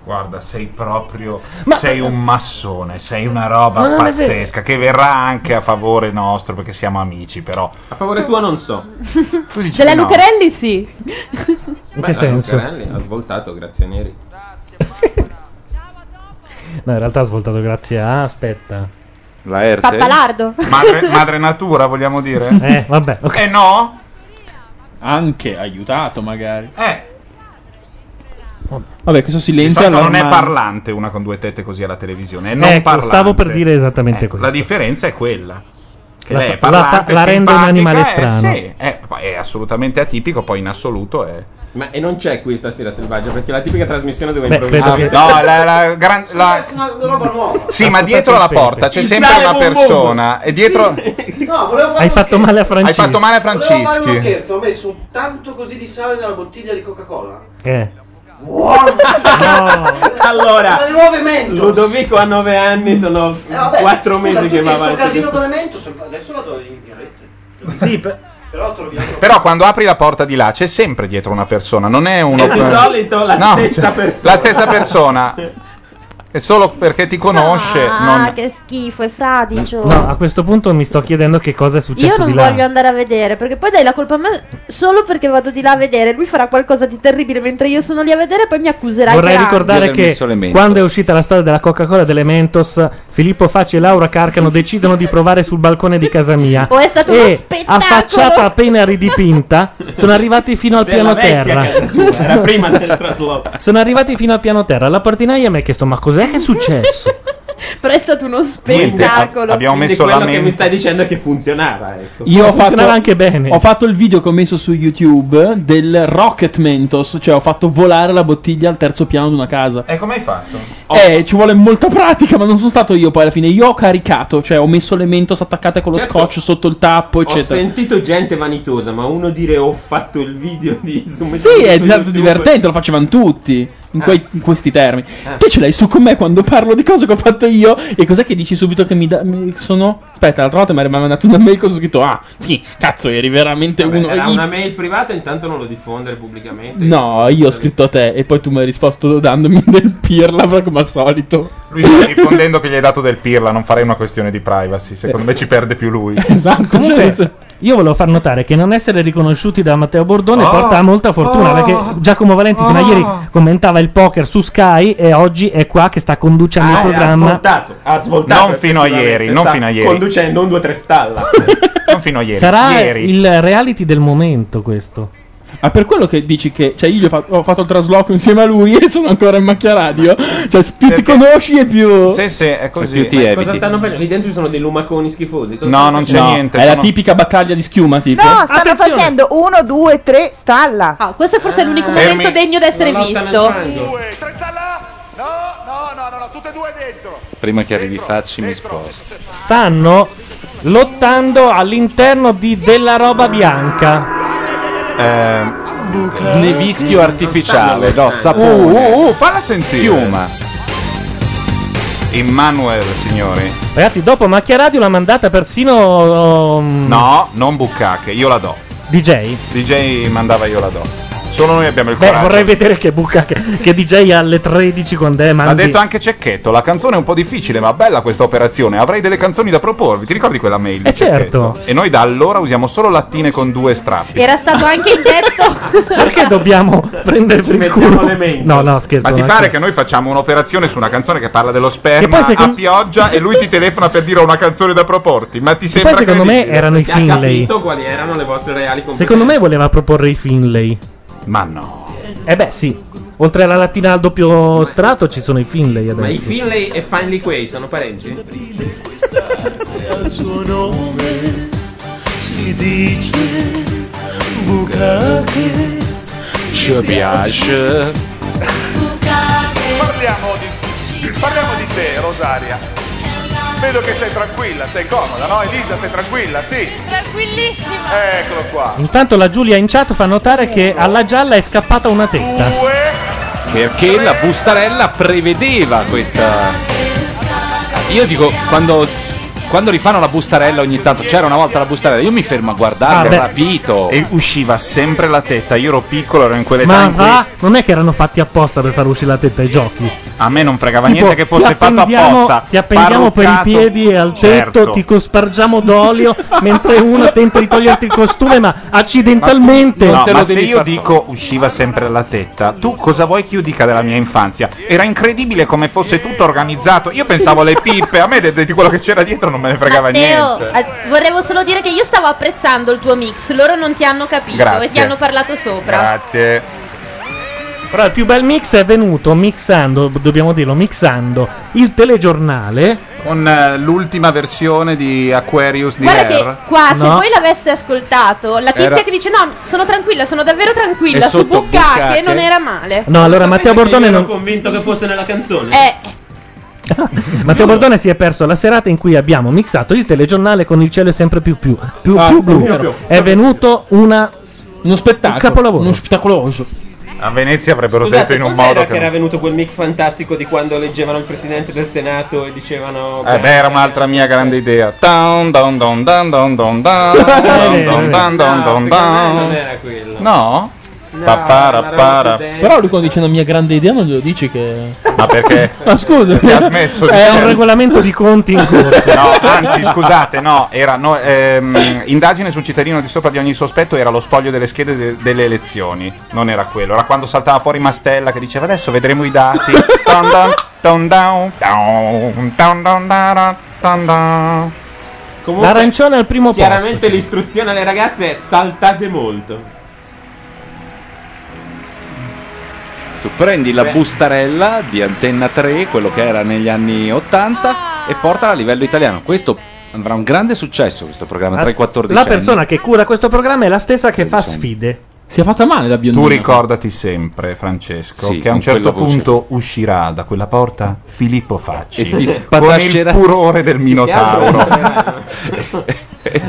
Speaker 3: Guarda, sei proprio. Sei un massone, sei una roba
Speaker 1: Ma non è vero.
Speaker 3: pazzesca. Che verrà anche a favore nostro perché siamo amici, però.
Speaker 7: A favore tuo non so.
Speaker 3: Tu dici
Speaker 6: Della
Speaker 3: di no.
Speaker 6: Lucarelli sì.
Speaker 1: In che senso?
Speaker 7: Lucarelli ha svoltato, grazie a Neri.
Speaker 1: No, in realtà ha svoltato grazie a... aspetta.
Speaker 4: La Erte?
Speaker 6: Pappalardo.
Speaker 3: Madre, madre natura, vogliamo dire?
Speaker 1: Eh, vabbè. ok.
Speaker 3: Eh no?
Speaker 2: Anche aiutato magari.
Speaker 3: Eh.
Speaker 2: Vabbè, questo silenzio
Speaker 3: Di fatto non è
Speaker 2: allarmante.
Speaker 3: parlante una con due tette così alla televisione, è non
Speaker 1: Ecco,
Speaker 3: parlante.
Speaker 1: stavo per dire esattamente
Speaker 3: Ecco, La differenza è quella. Che
Speaker 1: La
Speaker 3: lei è
Speaker 1: fa- la fa-
Speaker 3: parlante,
Speaker 1: la rende un
Speaker 3: simpatica,
Speaker 1: animale
Speaker 3: eh,
Speaker 1: strano.
Speaker 3: sì, è, è assolutamente atipico, poi in assoluto è...
Speaker 7: Ma e non c'è qui stasera selvaggia perché è la tipica trasmissione dove
Speaker 3: Beh,
Speaker 7: improvvisamente
Speaker 3: credo che- No, la- la gran- la- Sì, ma dietro la porta c'è
Speaker 7: Il
Speaker 3: sempre
Speaker 7: sale
Speaker 3: una
Speaker 7: con bombo.
Speaker 3: persona e dietro...
Speaker 20: No, volevo fare
Speaker 1: Hai
Speaker 20: uno
Speaker 1: fatto
Speaker 20: scherzo.
Speaker 1: male a Francischi.
Speaker 3: Hai fatto male a
Speaker 20: Volevo fare uno
Speaker 3: Francischi.
Speaker 20: scherzo, ho messo un tanto così di sale nella bottiglia di Coca-Cola.
Speaker 1: Eh.
Speaker 20: Buono!
Speaker 7: Allora,
Speaker 20: Le nuove Mentos.
Speaker 7: Ludovico ha 9 anni, sono
Speaker 20: Eh, vabbè,
Speaker 7: 4
Speaker 20: scusa,
Speaker 7: mesi
Speaker 20: tutti
Speaker 7: che va
Speaker 20: sto
Speaker 7: avanti.
Speaker 20: casino
Speaker 7: questo.
Speaker 20: con le Mentos, adesso vado in violette.
Speaker 1: Sì,
Speaker 20: però troviamo
Speaker 3: Però quando apri la porta di là c'è sempre dietro una persona, non è uno...
Speaker 7: È di solito la
Speaker 3: No,
Speaker 7: stessa
Speaker 3: cioè,
Speaker 7: persona.
Speaker 3: La stessa persona. È solo perché ti conosce.
Speaker 6: Ah,
Speaker 3: non...
Speaker 6: che schifo, è fradicio.
Speaker 1: No, a questo punto mi sto chiedendo che cosa è
Speaker 6: Io
Speaker 1: successo
Speaker 6: non
Speaker 1: di là.
Speaker 6: voglio andare a vedere perché poi dai la colpa a me solo perché vado di là a vedere. Lui farà qualcosa di terribile mentre io sono lì a vedere e poi mi accuserai.
Speaker 1: Vorrei
Speaker 6: per anni.
Speaker 1: ricordare che quando è uscita la storia della Coca-Cola e delle Mentos, Filippo Facci e Laura Carcano decidono di provare sul balcone di casa mia.
Speaker 6: Oh, è stato uno
Speaker 1: e
Speaker 6: spettacolo!
Speaker 1: a facciata appena ridipinta, sono arrivati fino al
Speaker 7: Della
Speaker 1: piano
Speaker 7: vecchia
Speaker 1: terra.
Speaker 7: casa tua, era prima del trasloco.
Speaker 1: Sono arrivati fino al piano terra. La portinaia mi ha chiesto: Ma cos'è che è successo?
Speaker 6: Però è stato uno
Speaker 1: Niente, a-
Speaker 6: spettacolo.
Speaker 1: abbiamo
Speaker 7: Quindi
Speaker 1: messo la
Speaker 7: quello che
Speaker 1: mente.
Speaker 7: mi stai dicendo è che funzionava, ecco.
Speaker 2: Io ho fatto,
Speaker 1: Funzionava anche bene.
Speaker 2: ho fatto il video che ho messo su YouTube del Rocket Mentos, cioè ho fatto volare la bottiglia al terzo piano di una casa.
Speaker 3: E come hai fatto?
Speaker 2: Eh, ci vuole molta pratica, ma non sono stato io poi alla fine. Io ho caricato, cioè ho messo le mentos attaccate con lo
Speaker 3: Certo.
Speaker 2: scotch sotto il tappo,
Speaker 7: Ho
Speaker 2: eccetera.
Speaker 7: sentito gente vanitosa, ma uno dire ho fatto il video di insomma,
Speaker 2: Sì, è
Speaker 7: su
Speaker 2: stato
Speaker 7: YouTube.
Speaker 2: divertente, lo facevano tutti. In, quei- in questi termini.
Speaker 7: Ah.
Speaker 2: Te ce l'hai su con me quando parlo di cose che ho fatto io. E cos'è che dici subito che mi, da- mi sono. Aspetta, l'altra volta mi aveva mandato una mail con su scritto: Ah, sì, cazzo, eri veramente
Speaker 7: Vabbè,
Speaker 2: uno.
Speaker 7: era
Speaker 2: i-
Speaker 7: una mail privata, intanto non lo diffondere pubblicamente.
Speaker 2: No, io ho scritto a te e poi tu mi hai risposto dandomi del pirla però come al solito.
Speaker 3: Lui sta rispondendo che gli hai dato del pirla, non farei una questione di privacy. Secondo me ci perde più lui.
Speaker 7: cioè,
Speaker 2: Esatto.
Speaker 1: Comunque, io volevo far notare che non essere riconosciuti da Matteo Bordone
Speaker 7: Ah,
Speaker 3: Oh.
Speaker 1: porta a molta fortuna
Speaker 3: Oh.
Speaker 1: perché Giacomo Valenti fino a
Speaker 3: Oh.
Speaker 1: ieri commentava il poker su Sky e oggi è qua che sta conducendo il
Speaker 7: Ah, ha
Speaker 1: programma.
Speaker 7: svoltato, ha svoltato.
Speaker 3: Non fino a
Speaker 7: effettivamente,
Speaker 3: ieri, non
Speaker 7: sta
Speaker 3: fino a ieri.
Speaker 7: Conducendo un 2-3 stalla.
Speaker 3: non fino a ieri.
Speaker 1: Sarà Ah, il reality del momento questo.
Speaker 2: Ma Ah, per quello che dici che. Cioè, io gli ho fatto, ho fatto il trasloco insieme a lui e sono ancora in macchia radio. Cioè, s- più ti conosci e più. Cioè,
Speaker 3: Sì, sì, è così.
Speaker 2: Più ti
Speaker 7: Ma
Speaker 2: eviti.
Speaker 7: eh, cosa stanno facendo? Lì dentro ci sono dei lumaconi schifosi. cosa
Speaker 3: No,
Speaker 7: stanno
Speaker 3: non c'è
Speaker 7: facendo?
Speaker 3: niente,
Speaker 2: È la tipica battaglia di schiuma, tipo. Ah,
Speaker 10: No, stanno facendo 1, 2, 3, stalla.
Speaker 6: Ah, questo è forse
Speaker 3: Eh,
Speaker 6: l'unico
Speaker 2: Fermi.
Speaker 6: momento degno d'essere
Speaker 2: La lotta
Speaker 6: visto.
Speaker 4: Prima che arrivi facci mi sposto.
Speaker 1: Stanno lottando all'interno di della roba bianca.
Speaker 3: Eh,
Speaker 4: Nevischio artificiale, no,
Speaker 3: Uh,
Speaker 4: sapone.
Speaker 3: uh, uh, falla sentire.
Speaker 4: Fiuma.
Speaker 3: Immanuel, signori.
Speaker 1: Ragazzi, dopo Macchia Radio l'ha mandata persino um,
Speaker 3: No, non bucacche, io la do.
Speaker 1: DJ.
Speaker 3: DJ mandava io la do. Solo noi abbiamo il
Speaker 1: Beh,
Speaker 3: coraggio.
Speaker 1: vorrei vedere che buca che, che DJ alle 13 quando è
Speaker 3: Ha
Speaker 1: mandi.
Speaker 3: detto anche Cecchetto, la canzone è un po' difficile, ma bella questa operazione. Avrei delle canzoni da proporvi. Ti ricordi quella mail? di
Speaker 1: Eh, certo.
Speaker 3: Cecchetto? E noi da allora usiamo solo lattine con due strappi.
Speaker 6: Era stato anche in
Speaker 1: Perché dobbiamo prenderci il culo? No, no, scherzo.
Speaker 3: Ma ti
Speaker 1: no,
Speaker 3: pare
Speaker 1: scherzo.
Speaker 3: che noi facciamo un'operazione su una canzone che parla dello
Speaker 1: Certo, Che poi
Speaker 3: sperma
Speaker 1: secondo-
Speaker 3: a pioggia e lui ti telefona per dire ho una canzone da proporti? Ma ti sembra
Speaker 1: poi secondo me
Speaker 3: credibile?
Speaker 1: erano i
Speaker 7: Ti ha
Speaker 1: Finlay.
Speaker 7: capito quali erano le vostre reali competenze.
Speaker 1: Secondo me voleva proporre i Finlay.
Speaker 3: Ma no.
Speaker 1: Eh beh, sì. Oltre alla lattina al doppio strato ci sono i Finlay adesso.
Speaker 7: Ma i Finlay e Finley Quay sono parenti?
Speaker 5: al suo nome si dice bucache
Speaker 4: Ci piace.
Speaker 14: Parliamo di, parliamo di te, Rosaria. Vedo che sei tranquilla, sei comoda, no? Elisa, sei tranquilla, sì. Tranquillissima. Eccolo qua.
Speaker 1: Intanto la Giulia in chat fa notare che alla gialla è scappata una tetta.
Speaker 4: Perché la bustarella prevedeva questa. Io dico, quando, quando rifanno la bustarella ogni tanto, c'era una volta la bustarella, io mi fermo a guardarla,
Speaker 1: Ah, beh.
Speaker 4: rapito.
Speaker 3: E usciva sempre la tetta. Io ero piccolo, ero in quelle
Speaker 1: Ma
Speaker 3: in cui
Speaker 1: va, non è che erano fatti apposta per far uscire la tetta ai giochi.
Speaker 3: a me non fregava
Speaker 1: Tipo,
Speaker 3: niente che fosse
Speaker 1: ti
Speaker 3: fatto
Speaker 1: appendiamo-
Speaker 3: apposta.
Speaker 1: Ti appendiamo per i
Speaker 3: Parruccato.
Speaker 1: piedi e al tetto,
Speaker 3: Certo.
Speaker 1: ti cospargiamo d'olio mentre uno tenta di toglierti il costume, ma accidentalmente.
Speaker 3: No, ma se io dico usciva sempre la tetta, tu cosa vuoi che io dica della mia infanzia? Era incredibile come fosse tutto organizzato. Io pensavo alle pippe, a me de- de- di quello che c'era dietro non me ne fregava
Speaker 6: Matteo,
Speaker 3: niente.
Speaker 6: eh, vorrevo solo dire che io stavo apprezzando il tuo mix, loro non ti hanno capito
Speaker 3: Grazie.
Speaker 6: e ti hanno parlato sopra.
Speaker 3: Grazie.
Speaker 1: Però il più bel mix è venuto mixando, dobbiamo dirlo, mixando il telegiornale.
Speaker 3: Con eh, l'ultima versione di Aquarius di
Speaker 6: Guarda
Speaker 3: Air.
Speaker 6: che qua, se
Speaker 3: No.
Speaker 6: voi l'avesse ascoltato, la tizia
Speaker 3: Era-
Speaker 6: che dice: No, sono tranquilla, sono davvero tranquilla.
Speaker 3: E
Speaker 6: Su
Speaker 3: sotto
Speaker 6: Bucacche
Speaker 3: Bucacche.
Speaker 6: non era male.
Speaker 1: No, allora Matteo Bordone non,
Speaker 7: convinto che fosse nella canzone.
Speaker 6: Eh,
Speaker 1: Matteo Bordone si è perso la serata in cui abbiamo mixato il telegiornale con il cielo è sempre più più, più,
Speaker 2: Ah,
Speaker 1: più blu.
Speaker 2: più blu.
Speaker 1: È venuto una,
Speaker 2: uno spettacolo.
Speaker 1: un capolavoro.
Speaker 2: Uno spettacoloso.
Speaker 3: A Venezia avrebbero detto
Speaker 7: Scusate,
Speaker 3: in un
Speaker 7: cos'era
Speaker 3: modo
Speaker 7: che
Speaker 3: che...
Speaker 7: era venuto quel mix fantastico di quando leggevano il presidente del Senato e dicevano
Speaker 3: Eh beh, era un'altra mia grande idea. Down, down, down, down, down, down, down, down, down, down, down, down, down. No? Paparapara.
Speaker 2: Però lui quando dice una mia grande idea non glielo dici che...
Speaker 3: Ma perché?
Speaker 2: Ma scusa.
Speaker 3: Perché ha smesso di
Speaker 2: È un
Speaker 3: dire-
Speaker 1: regolamento di conti in corso.
Speaker 3: No, anzi, scusate, no, era no, ehm, indagine sul cittadino di sopra di ogni sospetto era lo spoglio delle schede de- delle elezioni, non era quello, era quando saltava fuori Mastella che diceva adesso vedremo i dati. Dun dun, dun dun, dun, dun dun dun dun dun.
Speaker 7: Comunque,
Speaker 1: L'arancione al primo posto.
Speaker 7: Chiaramente l'istruzione alle ragazze è saltate molto.
Speaker 4: Tu prendi la
Speaker 7: Beh.
Speaker 4: bustarella di Antenna 3, quello che era negli anni 80, e portala a livello italiano. Questo avrà un grande successo, questo programma, tra i 14
Speaker 1: Ah, La
Speaker 4: anni.
Speaker 1: persona che cura questo programma è la stessa che fa sfide.
Speaker 2: Si è fatta male la
Speaker 3: Tu ricordati sempre, Francesco,
Speaker 4: Sì,
Speaker 3: che a
Speaker 4: con
Speaker 3: un certo
Speaker 4: quella voce.
Speaker 3: punto uscirà da quella porta Filippo Facci
Speaker 4: E ti
Speaker 3: con il
Speaker 4: spatascerà.
Speaker 3: furore del Minotauro.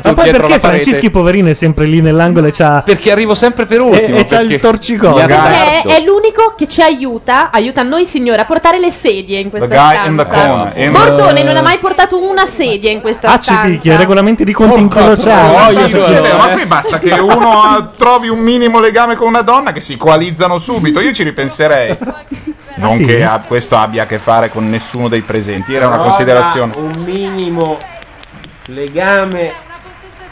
Speaker 1: Ma
Speaker 4: dietro
Speaker 1: poi perché
Speaker 4: la parete.
Speaker 1: Francischi Poverino è sempre lì nell'angolo e c'ha.
Speaker 4: Perché arrivo sempre per ultimo.
Speaker 1: E, e c'ha
Speaker 4: perché-
Speaker 1: il torcicollo.
Speaker 4: Mi ha
Speaker 6: Perché
Speaker 4: detto.
Speaker 6: è l'unico che ci aiuta, aiuta noi signore a portare le sedie in questa
Speaker 1: The guy in the
Speaker 6: stanza.
Speaker 1: corner, in eh, the-
Speaker 6: Bordone non ha mai portato una sedia in questa
Speaker 1: Ah, ci
Speaker 6: stanza.
Speaker 1: picchia, regolamenti di conti incrociati.
Speaker 3: Ma succede? Ma poi basta che uno ha- trovi un minimo legame con una donna che si coalizzano subito. Io ci ripenserei. Non
Speaker 7: sì?
Speaker 3: che a- questo abbia a che fare con nessuno dei presenti, era una
Speaker 7: Trova
Speaker 3: considerazione.
Speaker 7: Un minimo legame.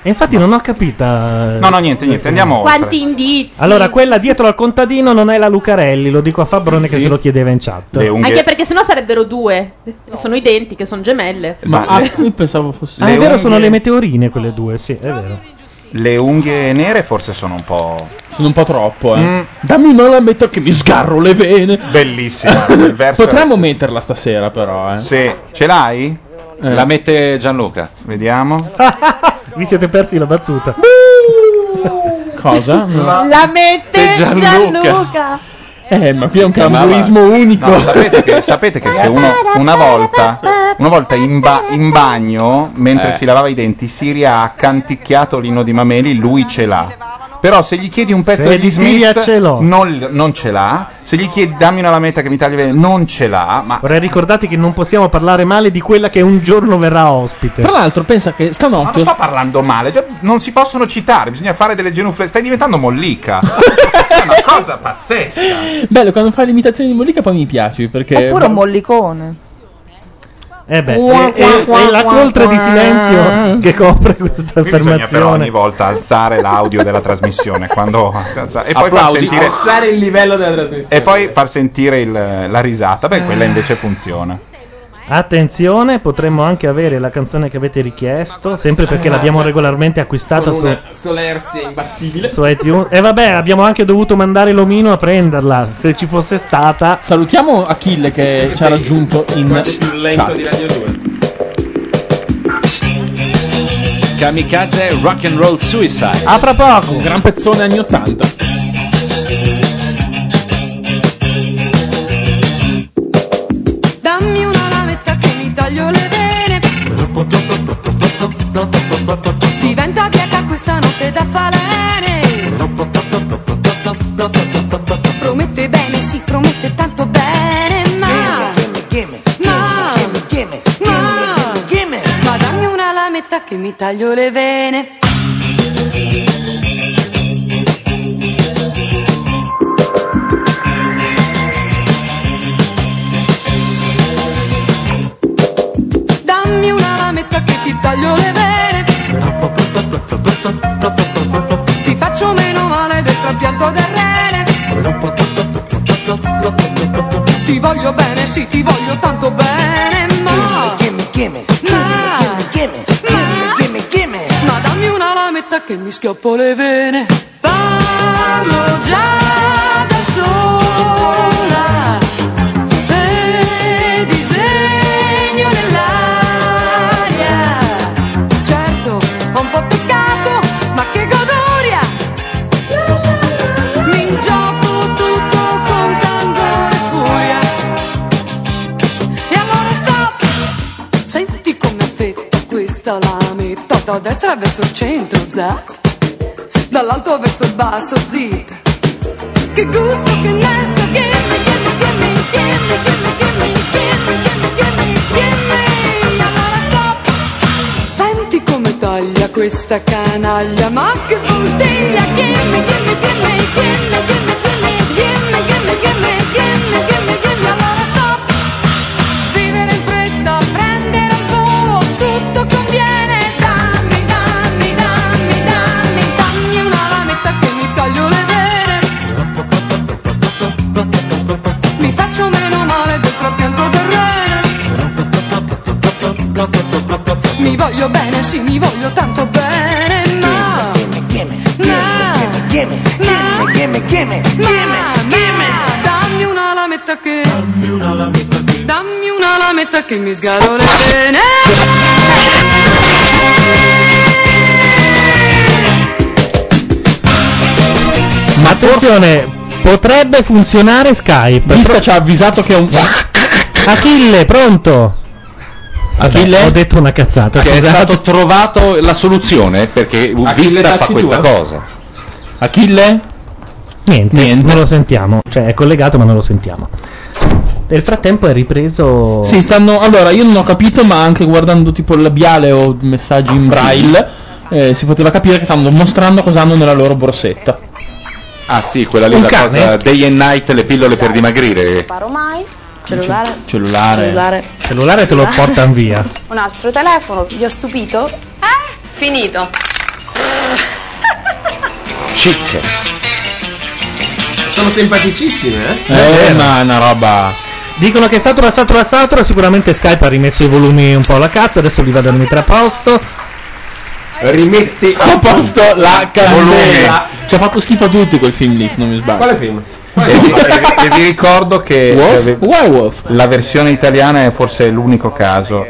Speaker 1: E infatti non ho capita. eh.
Speaker 3: No, no, niente, niente, andiamo
Speaker 6: Quanti indizi?
Speaker 1: Allora, quella dietro al contadino non è la Lucarelli, lo dico a Fabrone che se lo chiedeva in chat.
Speaker 6: Anche perché sennò sarebbero due. Sono identiche, sono gemelle.
Speaker 1: Ma- eh,
Speaker 2: Ah, io pensavo fosse...
Speaker 1: Ah, è
Speaker 3: Le
Speaker 1: vero,
Speaker 3: unghie-
Speaker 1: sono le meteorine quelle due, sì, è vero.
Speaker 3: Le unghie nere forse sono un po'.
Speaker 2: Sono un po' troppo, eh.
Speaker 3: Mm.
Speaker 2: Dammi una lametta che mi sgarro le vene.
Speaker 3: Bellissima. quel verso
Speaker 2: Potremmo metterla stasera, però, eh.
Speaker 3: Sì. Ce l'hai?
Speaker 4: La mette Gianluca.
Speaker 3: Vediamo.
Speaker 1: Vi siete persi la battuta.
Speaker 2: Cosa?
Speaker 6: La mette
Speaker 2: Gianluca.
Speaker 6: Gianluca.
Speaker 2: Eh, ma qui è un cambialismo
Speaker 3: Chiamava-
Speaker 2: unico.
Speaker 3: No, sapete che, sapete che se uno una volta, una volta in, ba- in bagno, mentre
Speaker 4: Eh.
Speaker 3: si lavava i denti, Siria ha canticchiato l'inno di Mameli, lui ce l'ha. Però se gli chiedi un pezzo
Speaker 1: Se
Speaker 3: di
Speaker 1: di Siria
Speaker 3: Smith,
Speaker 1: ce l'ho.
Speaker 3: non, non ce l'ha. Se gli chiedi dammi una lametta che mi tagli bene, non ce l'ha. Ma
Speaker 1: Vorrei ricordarti che non possiamo parlare male di quella che un giorno verrà ospite.
Speaker 2: Tra l'altro, pensa che
Speaker 3: ma
Speaker 2: stanotte.
Speaker 3: non sto parlando male, già non si possono citare, bisogna fare delle genufle. Stai diventando mollica. È una cosa pazzesca.
Speaker 2: Bello, quando fai l'imitazione di Mollica poi mi piaci perché.
Speaker 21: Oppure un mollicone.
Speaker 1: Eh beh,
Speaker 21: Qua,
Speaker 1: e,
Speaker 21: qua,
Speaker 1: e-
Speaker 21: qua,
Speaker 1: e la
Speaker 21: qua,
Speaker 1: coltre di
Speaker 21: qua.
Speaker 1: silenzio che copre questa
Speaker 3: Qui Ah. bisogna però ogni
Speaker 1: affermazione.
Speaker 3: volta alzare l'audio della trasmissione quando, e poi far
Speaker 7: Applausi.
Speaker 3: sentire
Speaker 7: Alzare il livello della trasmissione.
Speaker 3: e poi far sentire il- la risata. Beh, quella invece funziona.
Speaker 1: Attenzione, potremmo anche avere la canzone che avete richiesto, sempre
Speaker 3: Eh.
Speaker 1: perché
Speaker 7: Ah,
Speaker 1: l'abbiamo regolarmente acquistata
Speaker 7: Con
Speaker 1: su,
Speaker 7: una solerzia imbattibile.
Speaker 1: su iTunes. E vabbè, abbiamo anche dovuto mandare l'omino a prenderla, se ci fosse stata.
Speaker 2: Salutiamo Achille che ci ha raggiunto in.
Speaker 7: Quasi più lento di Radio 2.
Speaker 4: Kamikaze Rock and Roll Suicide.
Speaker 1: A fra poco!
Speaker 2: Un gran pezzone anni 80.
Speaker 22: Dammi una lametta che mi taglio le vene. Diventa bianca questa notte da falene. Promette bene, si promette tanto bene, ma. Ma. Ma. Ma dammi una lametta che mi taglio le vene. Dammi una lametta che ti taglio le vene. Ti faccio meno male del trapianto del rene. Ti voglio bene, sì, ti voglio tanto bene, ma. Ma. Ma. Ma dammi una lametta che mi schioppo le vene. Parlo già da solo. Certo, pistolami, toto a destra verso il centro, zap, dall'alto verso il basso, zit. Che gusto, che nesto, gimme, gimme, gimme, gimme, gimme, gimme, gimme, gimme, gimme, gimme, allora stop. Senti come taglia questa canaglia, ma che puntiglia, gimme, gimme, gimme, gimme, gimme, gimme, gimme, gimme, gimme, gimme, gimme, allora stop. Vivere in fretta, prendere un volo, tutto conviene. Dammi, dammi, dammi, dammi, dammi una lametta che mi taglio le vere. Mi faccio meno male del trapianto del re. Mi voglio bene, sì, mi voglio tanto bene, ma...
Speaker 5: gimme, gimme,
Speaker 22: Dammi una lametta che... Dammi una lametta che... Dammi una lametta che mi sgarole bene.
Speaker 1: Ma attenzione, potrebbe funzionare Skype. Vista ci ha avvisato che è un. Achille, pronto? Achille? Ho detto una cazzata.
Speaker 4: Che è
Speaker 1: scusate.
Speaker 4: stato trovato la soluzione perché Vista fa
Speaker 1: tacci
Speaker 4: questa
Speaker 1: tu, eh.
Speaker 4: cosa.
Speaker 1: Achille? Niente, non lo sentiamo. Cioè, è collegato, ma non lo sentiamo. Nel frattempo è ripreso.
Speaker 2: Sì, stanno. Allora, io non ho capito, ma anche guardando tipo il labiale o messaggi
Speaker 3: Ah,
Speaker 2: in braille, eh, si poteva capire che stanno mostrando cosa hanno nella loro borsetta.
Speaker 4: Ah sì, quella lì è
Speaker 2: Un
Speaker 4: la
Speaker 2: cane?
Speaker 4: cosa Day and Night, le pillole per dimagrire.
Speaker 23: ormai cellulare
Speaker 4: Cellulare.
Speaker 23: Cellulare.
Speaker 1: Cellulare te lo portano via.
Speaker 23: Ah. un altro telefono vi ho stupito
Speaker 6: Ah.
Speaker 23: eh finito
Speaker 4: Chic.
Speaker 7: Sono simpaticissime, eh?
Speaker 1: ma una roba. Dicono che satura, satura, satura. Sicuramente Skype ha rimesso i volumi un po' alla cazzo. Adesso li vado a rimettere a posto.
Speaker 7: Rimetti
Speaker 2: a posto la candela. Ci ha fatto schifo a tutti quel film lì, se non mi sbaglio.
Speaker 7: Quale film?
Speaker 3: e vi ricordo che
Speaker 2: Wolf?
Speaker 3: la versione italiana è forse l'unico caso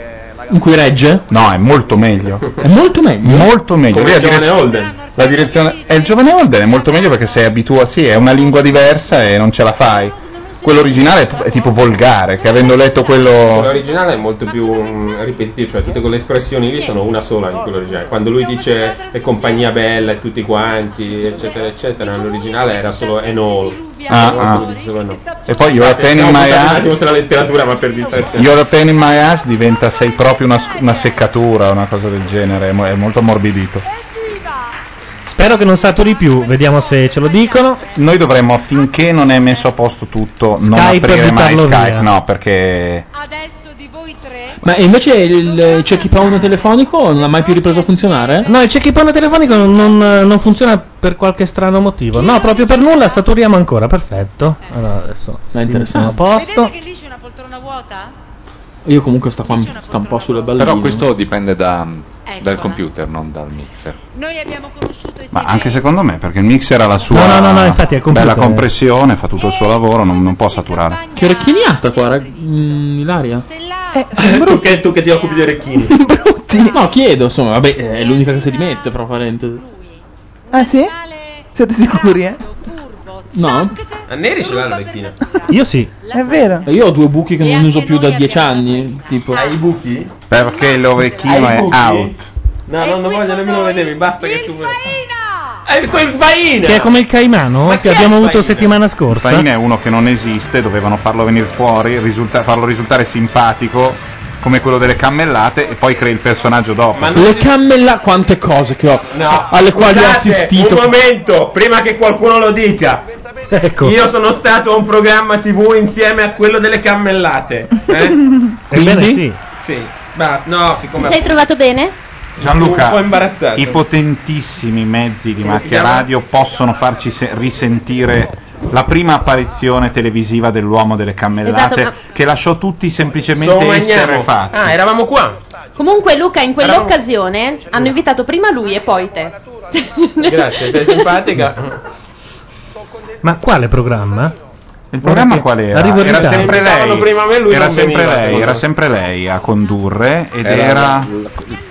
Speaker 2: in cui regge?
Speaker 3: No, è molto meglio.
Speaker 2: È molto meglio.
Speaker 3: Molto meglio.
Speaker 7: Come
Speaker 3: Lui ha
Speaker 7: il giovane
Speaker 3: direz-
Speaker 7: Holden.
Speaker 3: La direzione è il giovane Holden è molto meglio perché sei abituato, sì, è una lingua diversa e non ce la fai. Quello originale è, è tipo volgare, che avendo letto quello
Speaker 7: L'originale è molto più mm, ripetitivo, cioè tutte quelle espressioni lì sono una sola in quello originale. Quando lui dice e compagnia bella e tutti quanti, eccetera, eccetera, nell'originale era solo and all.
Speaker 3: Ah,
Speaker 7: Solo
Speaker 3: ah.
Speaker 7: lui dice solo and all.
Speaker 3: E poi You're a
Speaker 7: Scusate,
Speaker 3: Pain in
Speaker 7: stiamo
Speaker 3: My
Speaker 7: buttando un
Speaker 3: Ass.
Speaker 7: attimo sulla letteratura, ma per distrazione.
Speaker 3: You're a pain in my ass diventa sei proprio una, sc- una seccatura, una cosa del genere, è mo- è molto ammorbidito.
Speaker 1: Spero che non saturi più, vediamo se ce lo dicono.
Speaker 3: Noi dovremmo, finché non è messo a posto tutto, non
Speaker 1: Skype,
Speaker 3: aprire mai
Speaker 1: buttarlo
Speaker 3: Skype,
Speaker 1: via.
Speaker 3: no, perché
Speaker 2: Ma invece il c'è chi paone telefonico non ha mai più ripreso a funzionare?
Speaker 1: No, il cecchipone telefonico non, non funziona per qualche strano motivo. No, proprio per nulla, saturiamo ancora, perfetto. Allora adesso è
Speaker 2: interessante.
Speaker 1: a posto.
Speaker 8: Vedete che lì c'è una poltrona vuota?
Speaker 2: Io comunque sta qua sta un po' sulle balline.
Speaker 4: Però questo dipende da- dal
Speaker 8: Eccola.
Speaker 4: computer, non dal mixer.
Speaker 8: Noi abbiamo conosciuto i
Speaker 3: Ma anche secondo me, perché il mixer ha la sua
Speaker 1: No, no, no, no, infatti è computer.
Speaker 3: bella compressione, fa tutto il suo lavoro, non, non può saturare.
Speaker 2: Che orecchini ha sta qua, rag- mm, Ilaria?
Speaker 1: Eh,
Speaker 7: tu, che, tu che ti occupi di orecchini.
Speaker 2: No, chiedo, insomma, vabbè, è l'unica che si rimette, fra parentesi.
Speaker 10: Ah sì? Siete sicuri, eh?
Speaker 2: No?
Speaker 7: A Neri ce l'ha l'orecchino.
Speaker 1: Io sì.
Speaker 10: È vero.
Speaker 2: Eh, Io ho due buchi che non uso più da dieci anni. Tipo.
Speaker 7: Hai i buchi?
Speaker 3: Perché l'orecchino
Speaker 7: Hai i
Speaker 3: è
Speaker 7: buchi?
Speaker 3: out.
Speaker 7: No, non lo voglio nemmeno vedermi, basta che tu... È quel faina!
Speaker 1: Che è come il caimano eh, che abbiamo avuto settimana scorsa.
Speaker 3: Fain è uno che non esiste, dovevano farlo venire fuori, risulta- farlo risultare simpatico come quello delle cammellate e poi crei il personaggio dopo.
Speaker 2: Le cammella, quante cose che ho.
Speaker 7: No,
Speaker 2: alle quali ho
Speaker 7: scusate,
Speaker 2: assistito.
Speaker 7: Un momento, prima che qualcuno lo dica.
Speaker 1: Ecco.
Speaker 7: Io sono stato a un programma TV insieme a quello delle cammellate. Eh?
Speaker 1: Ebbene sì.
Speaker 7: Sì, basta. No,
Speaker 6: Ti
Speaker 7: siccome
Speaker 6: sei trovato bene?
Speaker 7: Un po'
Speaker 3: Gianluca,
Speaker 7: imbarazzato.
Speaker 3: i potentissimi mezzi di
Speaker 7: Come si
Speaker 3: macchia
Speaker 7: chiama?
Speaker 3: radio possono farci se- risentire la prima apparizione televisiva dell'uomo delle cammellate
Speaker 6: Esatto,
Speaker 3: che lasciò tutti semplicemente
Speaker 7: sognavo.
Speaker 3: esterrefatti.
Speaker 7: Ah, eravamo qua.
Speaker 6: Comunque Luca in quell'occasione hanno invitato prima lui e poi te.
Speaker 7: Grazie, sei simpatica.
Speaker 1: Ma quale programma?
Speaker 3: Il programma qual era?
Speaker 1: Arrivo in
Speaker 3: era
Speaker 1: ritardo.
Speaker 3: sempre lei.
Speaker 7: Stavano prima me, lui
Speaker 3: era
Speaker 7: non
Speaker 3: sempre
Speaker 7: veniva,
Speaker 3: lei,
Speaker 7: secondo
Speaker 3: era
Speaker 7: me.
Speaker 3: sempre lei a condurre ed era,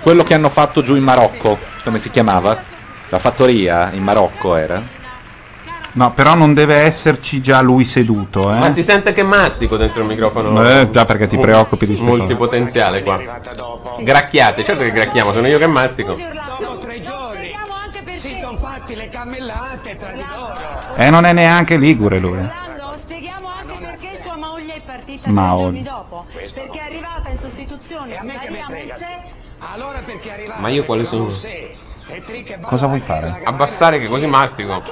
Speaker 4: quello che hanno fatto giù in Marocco, come si chiamava? La fattoria in Marocco era.
Speaker 3: No, però non deve esserci già lui seduto, eh.
Speaker 7: Ma si sente che mastico dentro il microfono.
Speaker 3: Eh, già perché ti
Speaker 7: Mul-
Speaker 3: preoccupi di ste cose.
Speaker 7: Multipotenziale qua. Gracchiate, certo che gracchiamo, sono io che mastico.
Speaker 3: Eh, non è neanche ligure lui. Ma oggi.
Speaker 7: Ma io quale sono?
Speaker 3: Cosa vuoi fare?
Speaker 7: Abbassare che così mastico.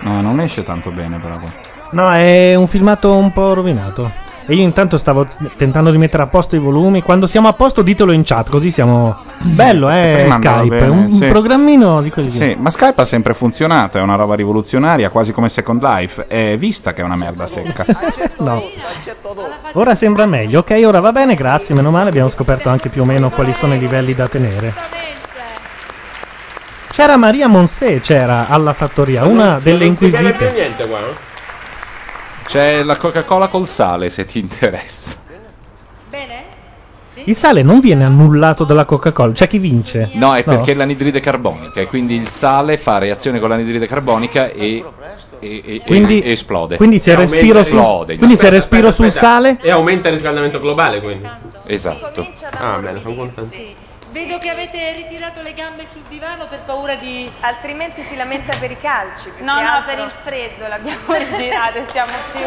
Speaker 3: No, non esce tanto bene però qua.
Speaker 1: No, è un filmato un po' rovinato. E io intanto stavo t- tentando di mettere a posto i volumi. Quando siamo a posto, ditelo in chat, così siamo. Bello, eh?
Speaker 3: Prima andava
Speaker 1: Skype.
Speaker 3: bene,
Speaker 1: un
Speaker 3: sì.
Speaker 1: programmino di quelli lì.
Speaker 3: Sì, ma Skype ha sempre funzionato, è una roba rivoluzionaria, quasi come Second Life. È vista che è una merda secca.
Speaker 1: no. Ora sembra meglio. Ok, ora va bene, grazie. Meno male, abbiamo scoperto anche più o meno quali sono i livelli da tenere. C'era Maria Monsè, c'era alla fattoria, una delle
Speaker 7: Non si beve più
Speaker 1: inquisite.
Speaker 7: niente qua. no?
Speaker 4: C'è la Coca-Cola col sale, se ti interessa.
Speaker 1: Il sale non viene annullato dalla Coca-Cola, c'è chi vince.
Speaker 4: No, è perché è l'anidride carbonica e quindi il sale fa reazione con l'anidride carbonica e, e- e-
Speaker 1: Quindi-
Speaker 4: e esplode.
Speaker 1: quindi se
Speaker 4: E aumenta-
Speaker 1: respiro sul-
Speaker 4: esplode,
Speaker 1: quindi se
Speaker 4: insomma.
Speaker 1: respiro sul sale?
Speaker 7: E aumenta il riscaldamento globale quindi.
Speaker 4: Esatto.
Speaker 7: Ah, bene, sono contento.
Speaker 8: Vedo che avete ritirato le gambe sul divano per paura di...
Speaker 23: Altrimenti si lamenta per i calci. più
Speaker 8: No,
Speaker 23: che
Speaker 8: no,
Speaker 23: altro.
Speaker 8: per il freddo l'abbiamo ritirata e siamo più...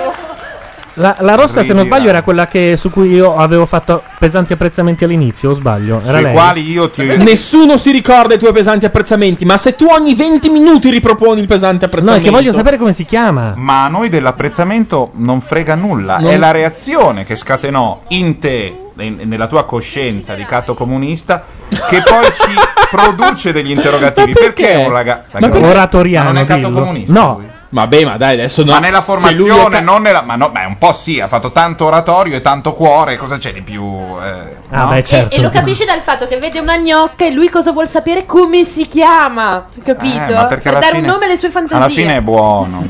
Speaker 1: La, la rossa, se non
Speaker 3: Ridila.
Speaker 1: sbaglio, era quella che- su cui io avevo fatto pesanti apprezzamenti all'inizio, o sbaglio? Era
Speaker 3: Sui
Speaker 1: lei.
Speaker 3: quali io ti.
Speaker 2: Nessuno si ricorda i tuoi pesanti apprezzamenti, ma se tu ogni 20 minuti riproponi il pesante
Speaker 1: No, è
Speaker 2: apprezzamento...
Speaker 1: che voglio sapere come si chiama.
Speaker 3: Ma a noi dell'apprezzamento non frega nulla,
Speaker 1: Non-
Speaker 3: è la reazione che scatenò in te, in- nella tua coscienza di catto comunista, che poi ci produce degli interrogativi. Perché, un raga-
Speaker 2: Ma perché-
Speaker 1: oratoriano,
Speaker 3: Ma non è catto
Speaker 1: dillo.
Speaker 3: comunista?
Speaker 1: No.
Speaker 2: Vabbè, ma dai, adesso no.
Speaker 3: Ma nella
Speaker 2: Se lui è
Speaker 3: formazione,
Speaker 2: ca-
Speaker 3: non nella. Ma no, beh, un po' sì, ha fatto tanto oratorio e tanto cuore, cosa c'è di più? eh,
Speaker 1: Ah,
Speaker 3: no?
Speaker 2: Certo,
Speaker 6: E, e
Speaker 1: certo.
Speaker 6: lo capisci dal fatto che vede una gnocca e lui cosa vuol sapere? Come si chiama? Capito?
Speaker 3: Eh, ma
Speaker 6: per
Speaker 3: perché alla
Speaker 6: dare un
Speaker 3: fine-
Speaker 6: nome alle sue fantasie.
Speaker 3: Alla fine è buono.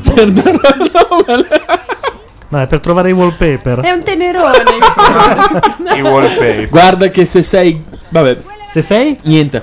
Speaker 1: No, è per trovare i wallpaper.
Speaker 6: È un tenerone.
Speaker 3: I wallpaper.
Speaker 2: Guarda che se sei... Vabbè.
Speaker 1: Se sei?
Speaker 2: Niente.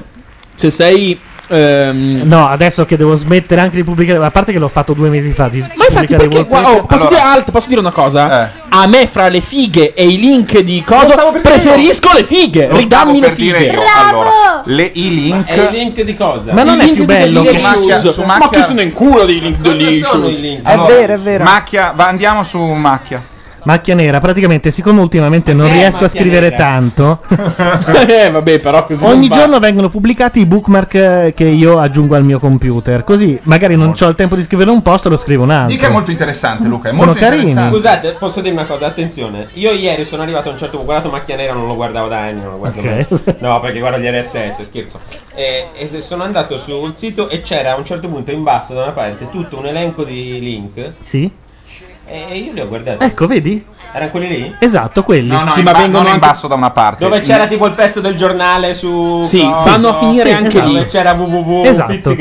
Speaker 2: Se sei... ehm,
Speaker 1: No, adesso che devo smettere anche di pubblicare. A parte che l'ho fatto due mesi fa. Di
Speaker 2: Ma infatti
Speaker 1: pubblicare i
Speaker 2: perché,
Speaker 1: wallpaper.
Speaker 2: gua- oh, posso, dire, alt- posso dire una cosa?
Speaker 3: Eh.
Speaker 2: A me fra le fighe e i link di coso preferisco le fighe.
Speaker 3: Lo
Speaker 2: Ridammi
Speaker 3: stavo
Speaker 2: le
Speaker 3: per dire
Speaker 2: fighe.
Speaker 3: io. Allora, le- i link.
Speaker 7: E i link di cosa?
Speaker 2: Ma non è più bello
Speaker 3: delle
Speaker 2: che-
Speaker 3: Macchia-
Speaker 2: Shoes.
Speaker 3: su
Speaker 2: Ma
Speaker 3: Macchia-
Speaker 2: che sono in culo dei link
Speaker 7: Cosa
Speaker 2: delicious.
Speaker 7: sono i link?
Speaker 3: Allora,
Speaker 7: vero, è vero.
Speaker 3: Macchia, va- andiamo su Macchia.
Speaker 1: Macchia nera, praticamente, siccome ultimamente non
Speaker 3: che è
Speaker 1: riesco a
Speaker 3: macchia
Speaker 1: scrivere
Speaker 3: nera?
Speaker 1: tanto,
Speaker 2: eh, vabbè, però così. non
Speaker 1: ogni
Speaker 2: va.
Speaker 1: giorno vengono pubblicati i bookmark eh, che io aggiungo al mio computer. Così magari non ho il tempo di scrivere un post, lo scrivo un altro.
Speaker 3: Dica è molto interessante, Luca. È
Speaker 1: Sono
Speaker 3: molto
Speaker 1: carini.
Speaker 3: interessante.
Speaker 7: Scusate, posso dire una cosa? Attenzione, io ieri sono arrivato a un certo punto, ho guardato Macchia Nera, non lo guardavo da anni, non lo guardo mai. No, perché guardo gli RSS, scherzo. E, e sono andato sul sito e c'era a un certo punto in basso da una parte tutto un elenco di link e
Speaker 1: Sì?
Speaker 7: e io li ho guardati.
Speaker 1: Ecco, vedi?
Speaker 7: Erano quelli lì?
Speaker 1: Esatto, quelli.
Speaker 3: No, no, in ba- non in basso da una parte.
Speaker 7: Dove c'era
Speaker 3: In-
Speaker 7: tipo il pezzo del giornale su...
Speaker 1: Sì,
Speaker 7: coso,
Speaker 1: fanno a finire
Speaker 7: sì,
Speaker 3: esatto.
Speaker 1: anche
Speaker 7: dove
Speaker 1: lì.
Speaker 7: c'era www.
Speaker 1: Esatto.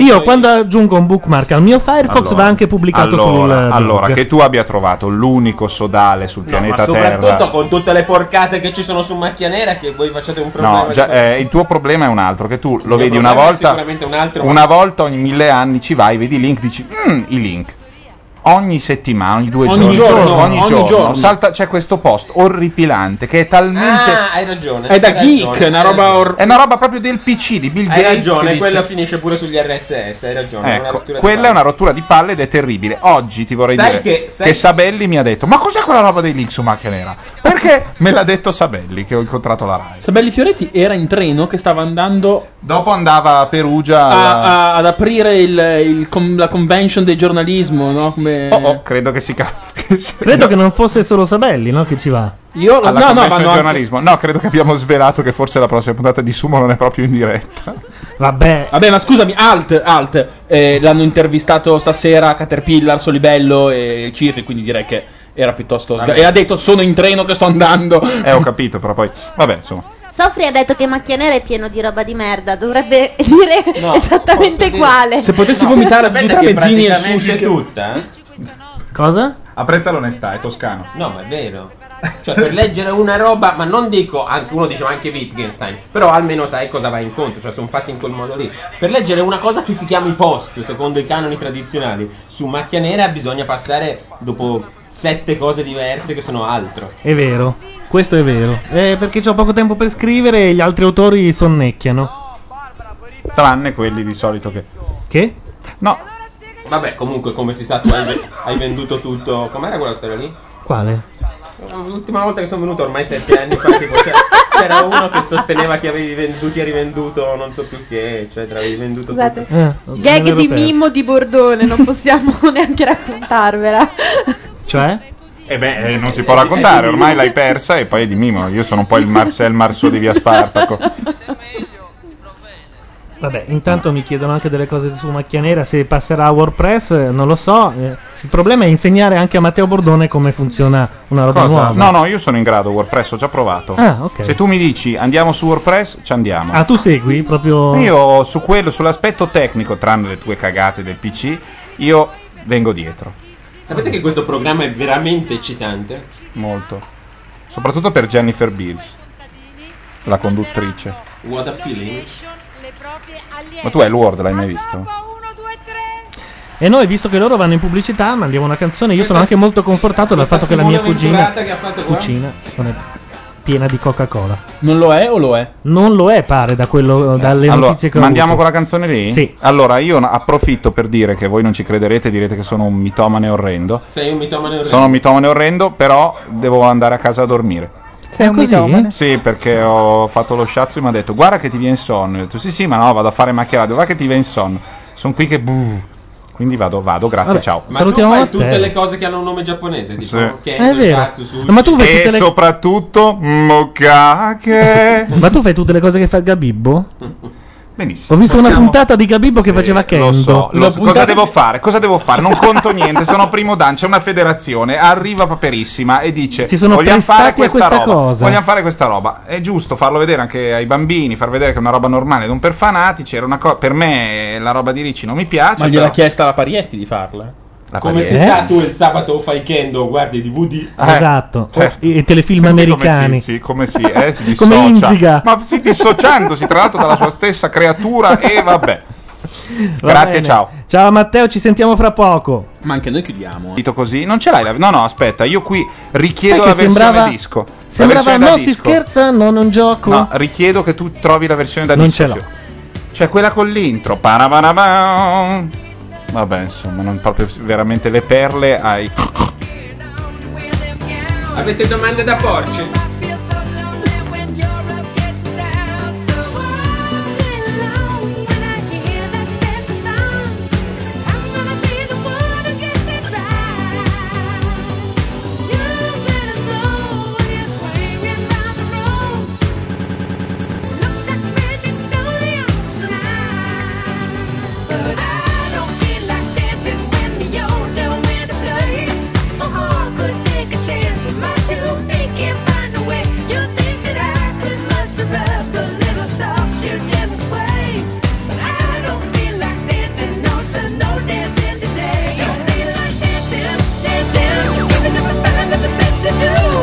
Speaker 1: Io quando aggiungo un bookmark al mio Firefox
Speaker 3: Allora,
Speaker 1: va anche pubblicato
Speaker 3: allora,
Speaker 1: sul eh,
Speaker 3: allora,
Speaker 1: blog.
Speaker 3: che tu abbia trovato l'unico sodale sul
Speaker 7: No, ma
Speaker 3: pianeta
Speaker 7: soprattutto
Speaker 3: Terra.
Speaker 7: con tutte le porcate che ci sono su Macchia Nera che voi facciate un problema.
Speaker 3: No, già, eh, il tuo problema è un altro, che tu lo
Speaker 7: mio
Speaker 3: vedi una
Speaker 7: problema è
Speaker 3: volta,
Speaker 7: sicuramente un altro, ma-
Speaker 3: una volta ogni mille anni ci vai, vedi i link, dici, "Mm, i link. Ogni settimana, ogni due
Speaker 2: Ogni
Speaker 3: giorni,
Speaker 2: giorno,
Speaker 3: ogni,
Speaker 2: ogni
Speaker 3: giorno,
Speaker 2: giorno.
Speaker 3: salta- c'è questo post orripilante che è talmente...
Speaker 7: Ah, hai ragione.
Speaker 3: È da
Speaker 7: hai ragione,
Speaker 3: geek, è una
Speaker 7: hai
Speaker 3: roba
Speaker 7: ragione.
Speaker 3: È una roba proprio del PC, di Bill
Speaker 7: Hai
Speaker 3: Gates. che
Speaker 7: ragione,
Speaker 3: dice-
Speaker 7: quella finisce pure sugli RSS, hai ragione.
Speaker 3: Ecco,
Speaker 7: rottura di
Speaker 3: quella è
Speaker 7: palle.
Speaker 3: una rottura di palle ed è terribile. Oggi ti vorrei
Speaker 7: Sai
Speaker 3: dire
Speaker 7: che- sai-
Speaker 3: Sabelli mi ha detto: Ma cos'è quella roba dei link su macchia nera? Perché me l'ha detto Sabelli che ho incontrato la Rai.
Speaker 2: Sabelli Fioretti era in treno che stava andando
Speaker 3: Dopo andava a Perugia
Speaker 2: a-
Speaker 3: alla-
Speaker 2: a- ad aprire il- il con- la convention del giornalismo, no? Come...
Speaker 3: Oh, oh, credo che si ca-
Speaker 1: Credo che non fosse solo Sabelli, no? Che ci va.
Speaker 2: Io
Speaker 3: alla
Speaker 2: no, no,
Speaker 3: convention
Speaker 2: vanno
Speaker 3: di
Speaker 2: anche-
Speaker 3: giornalismo. No, credo che abbiamo svelato che forse la prossima puntata di Sumo non è proprio in diretta.
Speaker 1: Vabbè.
Speaker 2: Vabbè, ma scusami, Alt, Alt, eh, l'hanno intervistato stasera Caterpillar, Solibello e Cirri, quindi direi che era piuttosto... sga-
Speaker 3: Vabbè.
Speaker 2: e ha detto sono in treno che sto andando.
Speaker 3: Eh, ho capito, però poi... Vabbè, insomma.
Speaker 6: Sofri ha detto che Macchia Nera è pieno di roba di merda. Dovrebbe dire
Speaker 7: No,
Speaker 6: esattamente quale.
Speaker 7: sapete
Speaker 2: tutti i
Speaker 7: che
Speaker 2: tramezzini e il
Speaker 7: praticamente eh.
Speaker 2: sushi che-
Speaker 7: è tutta?
Speaker 1: Cosa?
Speaker 3: Apprezza l'onestà, è toscano.
Speaker 7: No, ma è vero. Cioè, per leggere una roba, ma non dico, anche, uno diceva anche Wittgenstein, però almeno sai cosa va incontro, cioè sono fatti in quel modo lì. Per leggere una cosa che si chiami post, secondo i canoni tradizionali, su macchia nera bisogna passare dopo sette cose diverse che sono altro.
Speaker 1: È vero, questo è vero. Eh, perché ho poco tempo per scrivere e gli altri autori sonnecchiano.
Speaker 3: Tranne quelli di solito che.
Speaker 1: Che?
Speaker 7: Vabbè, comunque, come si sa, tu hai, ve- hai venduto tutto. Com'era quella storia lì?
Speaker 1: Quale?
Speaker 7: L'ultima volta che sono venuto, ormai sette anni fa, tipo, c'era, c'era uno che sosteneva che avevi venduto e rivenduto non so più che, eccetera, avevi venduto
Speaker 6: Scusate.
Speaker 7: tutto.
Speaker 2: Eh,
Speaker 1: Eh,
Speaker 6: Gag di Mimmo di Bordone, non possiamo neanche raccontarvela.
Speaker 2: Eh,
Speaker 1: Cioè?
Speaker 3: Eh beh, eh, non si può raccontare,
Speaker 7: eh,
Speaker 3: ormai l'hai persa e poi è di Mimo. Io sono un po' il Marcel Marceau di via Spartaco.
Speaker 1: Vabbè, intanto mi chiedono anche delle cose su Macchia Nera, se passerà a WordPress, eh, non lo so. eh. Il problema è insegnare anche a Matteo Bordone come funziona una roba
Speaker 3: Cosa?
Speaker 1: nuova.
Speaker 3: No, no, io sono in grado, WordPress ho già provato.
Speaker 1: Ah, ok.
Speaker 3: Se tu mi dici andiamo su WordPress, ci andiamo.
Speaker 1: Ah, tu segui proprio...
Speaker 3: Io su quello, sull'aspetto tecnico, tranne le tue cagate del PC, io vengo dietro.
Speaker 7: Sapete che questo programma è veramente eccitante?
Speaker 3: Molto. Soprattutto per Jennifer Beals, la conduttrice.
Speaker 7: What a feeling.
Speaker 3: Ma tu hai il Word, l'hai mai visto?
Speaker 1: E noi, visto che loro vanno in pubblicità, mandiamo una canzone. Io sono
Speaker 7: Questa-
Speaker 1: anche molto confortato dal fatto che la
Speaker 7: Simone
Speaker 1: mia cugina...
Speaker 7: Venturata che ha fatto qua?
Speaker 1: Cucina non è piena di Coca-Cola.
Speaker 2: Non lo è o lo è?
Speaker 1: Non lo è, pare, da quello, dalle
Speaker 3: Allora,
Speaker 1: notizie che ho
Speaker 3: mandiamo
Speaker 1: avuto.
Speaker 3: quella canzone lì?
Speaker 1: Sì.
Speaker 3: Allora, io n- approfitto per dire che voi non ci crederete, direte che sono un mitomane orrendo.
Speaker 7: Sei un mitomane orrendo.
Speaker 3: Sono un mitomane orrendo, però devo andare a casa a dormire.
Speaker 10: Sei un
Speaker 3: Così?
Speaker 10: mitomane?
Speaker 3: Sì, perché ho fatto lo sciazzo e mi ha detto guarda che ti viene sonno. Io ho detto sì sì, ma no, vado a fare macchia radio, guarda che ti viene sonno. Sono qui che... buh. Quindi vado, vado, grazie,
Speaker 1: Vabbè,
Speaker 3: ciao.
Speaker 7: Ma tu fai tutte le cose che hanno un nome giapponese, tipo
Speaker 3: Sì.
Speaker 7: ok,
Speaker 1: Eh, È vero.
Speaker 7: cazzo, sushi.
Speaker 1: Ma tu vedi
Speaker 3: E
Speaker 1: tutte le-
Speaker 3: soprattutto mokake.
Speaker 1: Ma tu fai tutte le cose che fa il Gabibbo?
Speaker 3: Benissimo.
Speaker 1: Ho visto una
Speaker 3: Possiamo-
Speaker 1: puntata di Gabibbo che faceva Kendo.
Speaker 3: Lo so, lo
Speaker 1: L'ho
Speaker 3: so.
Speaker 1: puntata-
Speaker 3: cosa devo fare? Cosa devo fare? Non conto niente, sono primo dan, c'è una federazione, arriva Paperissima e dice
Speaker 1: Si sono
Speaker 3: vogliamo fare
Speaker 1: prestati a
Speaker 3: questa,
Speaker 1: questa
Speaker 3: roba,
Speaker 1: cosa."
Speaker 3: vogliamo fare questa roba. È giusto farlo vedere anche ai bambini, far vedere che è una roba normale, non per fanatici, era una cosa per me la roba di Ricci non mi piace,
Speaker 2: Ma gliel'ha
Speaker 3: però- Eh?
Speaker 2: chiesta la Parietti di farla.
Speaker 7: Come si sa, tu il sabato fai kendo, guardi DVD.
Speaker 1: Esatto, i i telefilm americani.
Speaker 3: Sì, Eh, Ah, certo. come si, eh, si
Speaker 1: Come
Speaker 3: dissocia.
Speaker 1: Inziga.
Speaker 3: Ma si dissociandosi tra l'altro dalla sua stessa creatura e vabbè.
Speaker 1: Va
Speaker 3: Grazie,
Speaker 1: bene.
Speaker 3: ciao.
Speaker 1: Ciao Matteo, ci sentiamo fra poco.
Speaker 2: Ma anche noi chiudiamo. eh.
Speaker 3: Dito così, non ce l'hai la... No, no, aspetta, io qui richiedo
Speaker 1: Sai
Speaker 3: la
Speaker 1: che
Speaker 3: versione
Speaker 1: sembrava-
Speaker 3: disco. La
Speaker 1: Sembrava
Speaker 3: versione da
Speaker 1: non si
Speaker 3: disco.
Speaker 1: scherza, no, non gioco.
Speaker 3: No, richiedo che tu trovi la versione da
Speaker 1: Non
Speaker 3: disco.
Speaker 1: ce l'ho.
Speaker 3: Cioè quella con l'intro. Parabarabam. Vabbè, insomma, non proprio veramente le perle ai
Speaker 7: Avete domande da porci?
Speaker 5: Take a chance with my two, they can't find a way. oh,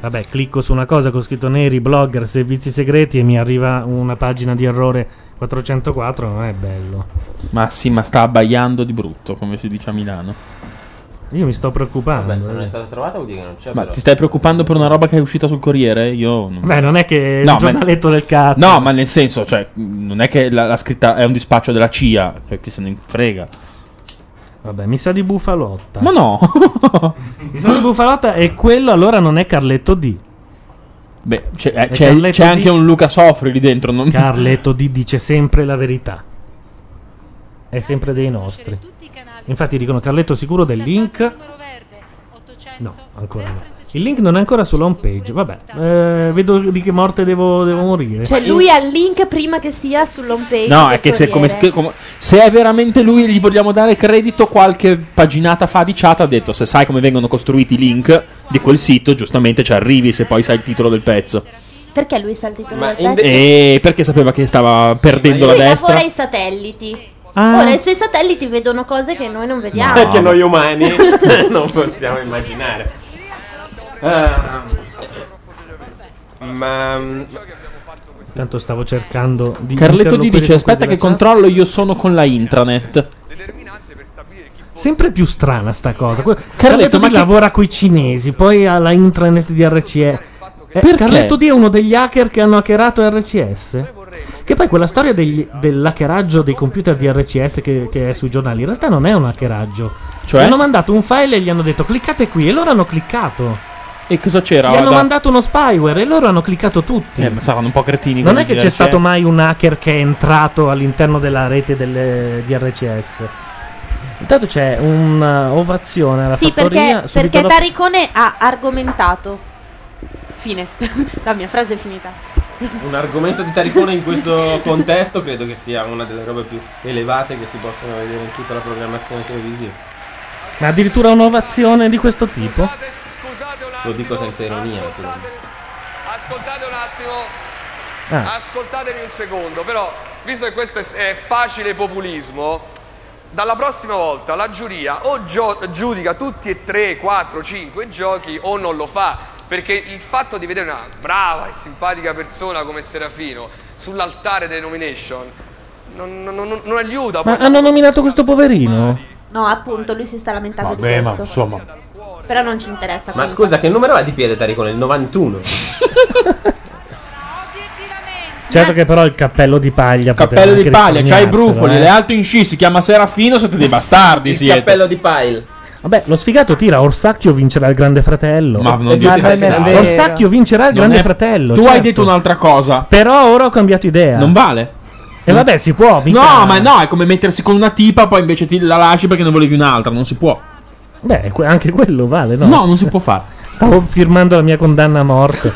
Speaker 1: Vabbè, clicco su una cosa con scritto neri, blogger, servizi segreti e mi arriva una pagina di errore 404, non è bello.
Speaker 2: Ma sì, ma sta abbaiando di brutto, come si dice a Milano.
Speaker 1: Io mi sto preoccupando.
Speaker 7: Vabbè, se
Speaker 1: eh.
Speaker 7: non è stata trovata vuol dire che non c'è.
Speaker 2: Ma
Speaker 7: però.
Speaker 2: ti stai preoccupando per una roba che è uscita sul Corriere? Io non...
Speaker 1: Beh, non è che è
Speaker 2: No,
Speaker 1: il
Speaker 2: ma-
Speaker 1: giornaletto del cazzo.
Speaker 2: No, ma nel senso, cioè, mh, non è che la, la scritta è un dispaccio della CIA, cioè chi se ne frega.
Speaker 1: Vabbè, mi sa di bufalotta.
Speaker 2: Ma no!
Speaker 1: mi sa di bufalotta e quello allora non è Carletto D.
Speaker 2: Beh, c'è, eh,
Speaker 1: E
Speaker 2: c'è-
Speaker 1: Carletto
Speaker 2: c'è
Speaker 1: D-
Speaker 2: anche un Luca Sofri lì dentro. Non...
Speaker 1: Carletto D dice sempre la verità. È sempre dei nostri. Infatti dicono Carletto sicuro del link. No, ancora no. Il link non è ancora sulla home page. Vabbè, eh, vedo di che morte devo, devo morire.
Speaker 6: Cioè, lui ha il link prima che sia sull'home page.
Speaker 2: No,
Speaker 6: del
Speaker 2: è che se, come,
Speaker 6: Corriere.
Speaker 2: come- se è veramente lui gli vogliamo dare credito, qualche paginata fa di chat ha detto se sai come vengono costruiti i link di quel sito, giustamente ci arrivi se poi sai il titolo del pezzo.
Speaker 6: Perché lui sa il titolo
Speaker 7: Ma
Speaker 6: del
Speaker 7: in-
Speaker 6: pezzo?
Speaker 2: E perché sapeva che stava perdendo la
Speaker 6: Lui lavora
Speaker 2: destra?
Speaker 6: ai satelliti.
Speaker 2: Ah.
Speaker 6: Ora i suoi satelliti vedono cose che noi non vediamo.
Speaker 7: Perché noi umani non possiamo immaginare. Ah, ma mm,
Speaker 1: Intanto stavo cercando di.
Speaker 2: Carletto D
Speaker 1: interloquire
Speaker 2: dice:
Speaker 1: con
Speaker 2: Aspetta,
Speaker 1: quelli
Speaker 2: che
Speaker 1: della chat.
Speaker 2: controllo, io sono con la intranet.
Speaker 1: Sempre più strana sta cosa. Que-
Speaker 2: Carletto,
Speaker 1: Carletto,
Speaker 2: ma
Speaker 1: D
Speaker 2: che-
Speaker 1: lavora coi cinesi, poi ha la intranet di RCE. Eh,
Speaker 2: Perché?
Speaker 1: Carletto D è uno degli hacker che hanno hackerato RCS. Che poi quella storia degli- dell'hackeraggio dei computer di RCS che, che è sui giornali, in realtà non è un hackeraggio.
Speaker 2: Cioè?
Speaker 1: Gli hanno mandato un file e gli hanno detto cliccate qui e loro hanno cliccato.
Speaker 2: E cosa c'era?
Speaker 1: Gli hanno
Speaker 2: da-
Speaker 1: mandato uno spyware e loro hanno cliccato tutti.
Speaker 2: Eh, ma stavano un po' cretini.
Speaker 1: Non
Speaker 2: quelli
Speaker 1: è che
Speaker 2: di
Speaker 1: c'è
Speaker 2: RCS.
Speaker 1: stato mai un hacker che è entrato all'interno della rete delle, di RCS. Intanto c'è un'ovazione alla
Speaker 6: Sì,
Speaker 1: fattoria.
Speaker 6: perché,
Speaker 1: subito
Speaker 6: perché
Speaker 1: dopo-
Speaker 6: Taricone ha argomentato. Fine. La mia frase è finita.
Speaker 7: un argomento di Taricone in questo contesto credo che sia una delle robe più elevate che si possono vedere in tutta la programmazione televisiva.
Speaker 1: Ma addirittura un'ovazione di questo tipo?
Speaker 7: Lo dico senza ironia. quindi.
Speaker 24: Ascoltate un attimo,
Speaker 1: Ah.
Speaker 24: ascoltatemi un secondo, però visto che questo è, è facile populismo, dalla prossima volta la giuria o gio- giudica tutti e tre, quattro, cinque giochi o non lo fa, perché il fatto di vedere una brava e simpatica persona come Serafino sull'altare delle nomination non, non- non- non aiuta.
Speaker 1: Ma
Speaker 24: poi-
Speaker 1: hanno nominato questo poverino?
Speaker 6: No, appunto, lui si sta lamentando di questo. Però non ci interessa.
Speaker 7: Ma
Speaker 6: quindi.
Speaker 7: scusa, che numero ha di piede Taricone? Il 91.
Speaker 1: Certo che però il cappello di paglia. poteva
Speaker 2: Cappello di
Speaker 1: anche
Speaker 2: paglia, c'hai i
Speaker 1: risparmiarselo,
Speaker 2: brufoli,
Speaker 1: eh.
Speaker 2: le altre in sci, si chiama Serafino, siete dei bastardi.
Speaker 7: Il
Speaker 2: siete.
Speaker 7: cappello di Pile.
Speaker 1: Vabbè, lo sfigato tira, Orsacchio vincerà il Grande Fratello.
Speaker 2: Ma non dite
Speaker 1: dai,
Speaker 2: senza-
Speaker 1: ma- Orsacchio vincerà il
Speaker 2: Non
Speaker 1: Grande
Speaker 2: è-
Speaker 1: Fratello.
Speaker 2: Tu hai
Speaker 1: certo.
Speaker 2: detto un'altra cosa.
Speaker 1: Però ora ho cambiato idea.
Speaker 2: Non vale.
Speaker 1: E vabbè, si può. mica-
Speaker 2: No, ma no, è come mettersi con una tipa, poi invece ti la lasci perché non volevi un'altra. Non si può.
Speaker 1: Beh, que- anche quello vale, no?
Speaker 2: No, non si può fare.
Speaker 1: Stavo firmando la mia condanna a morte.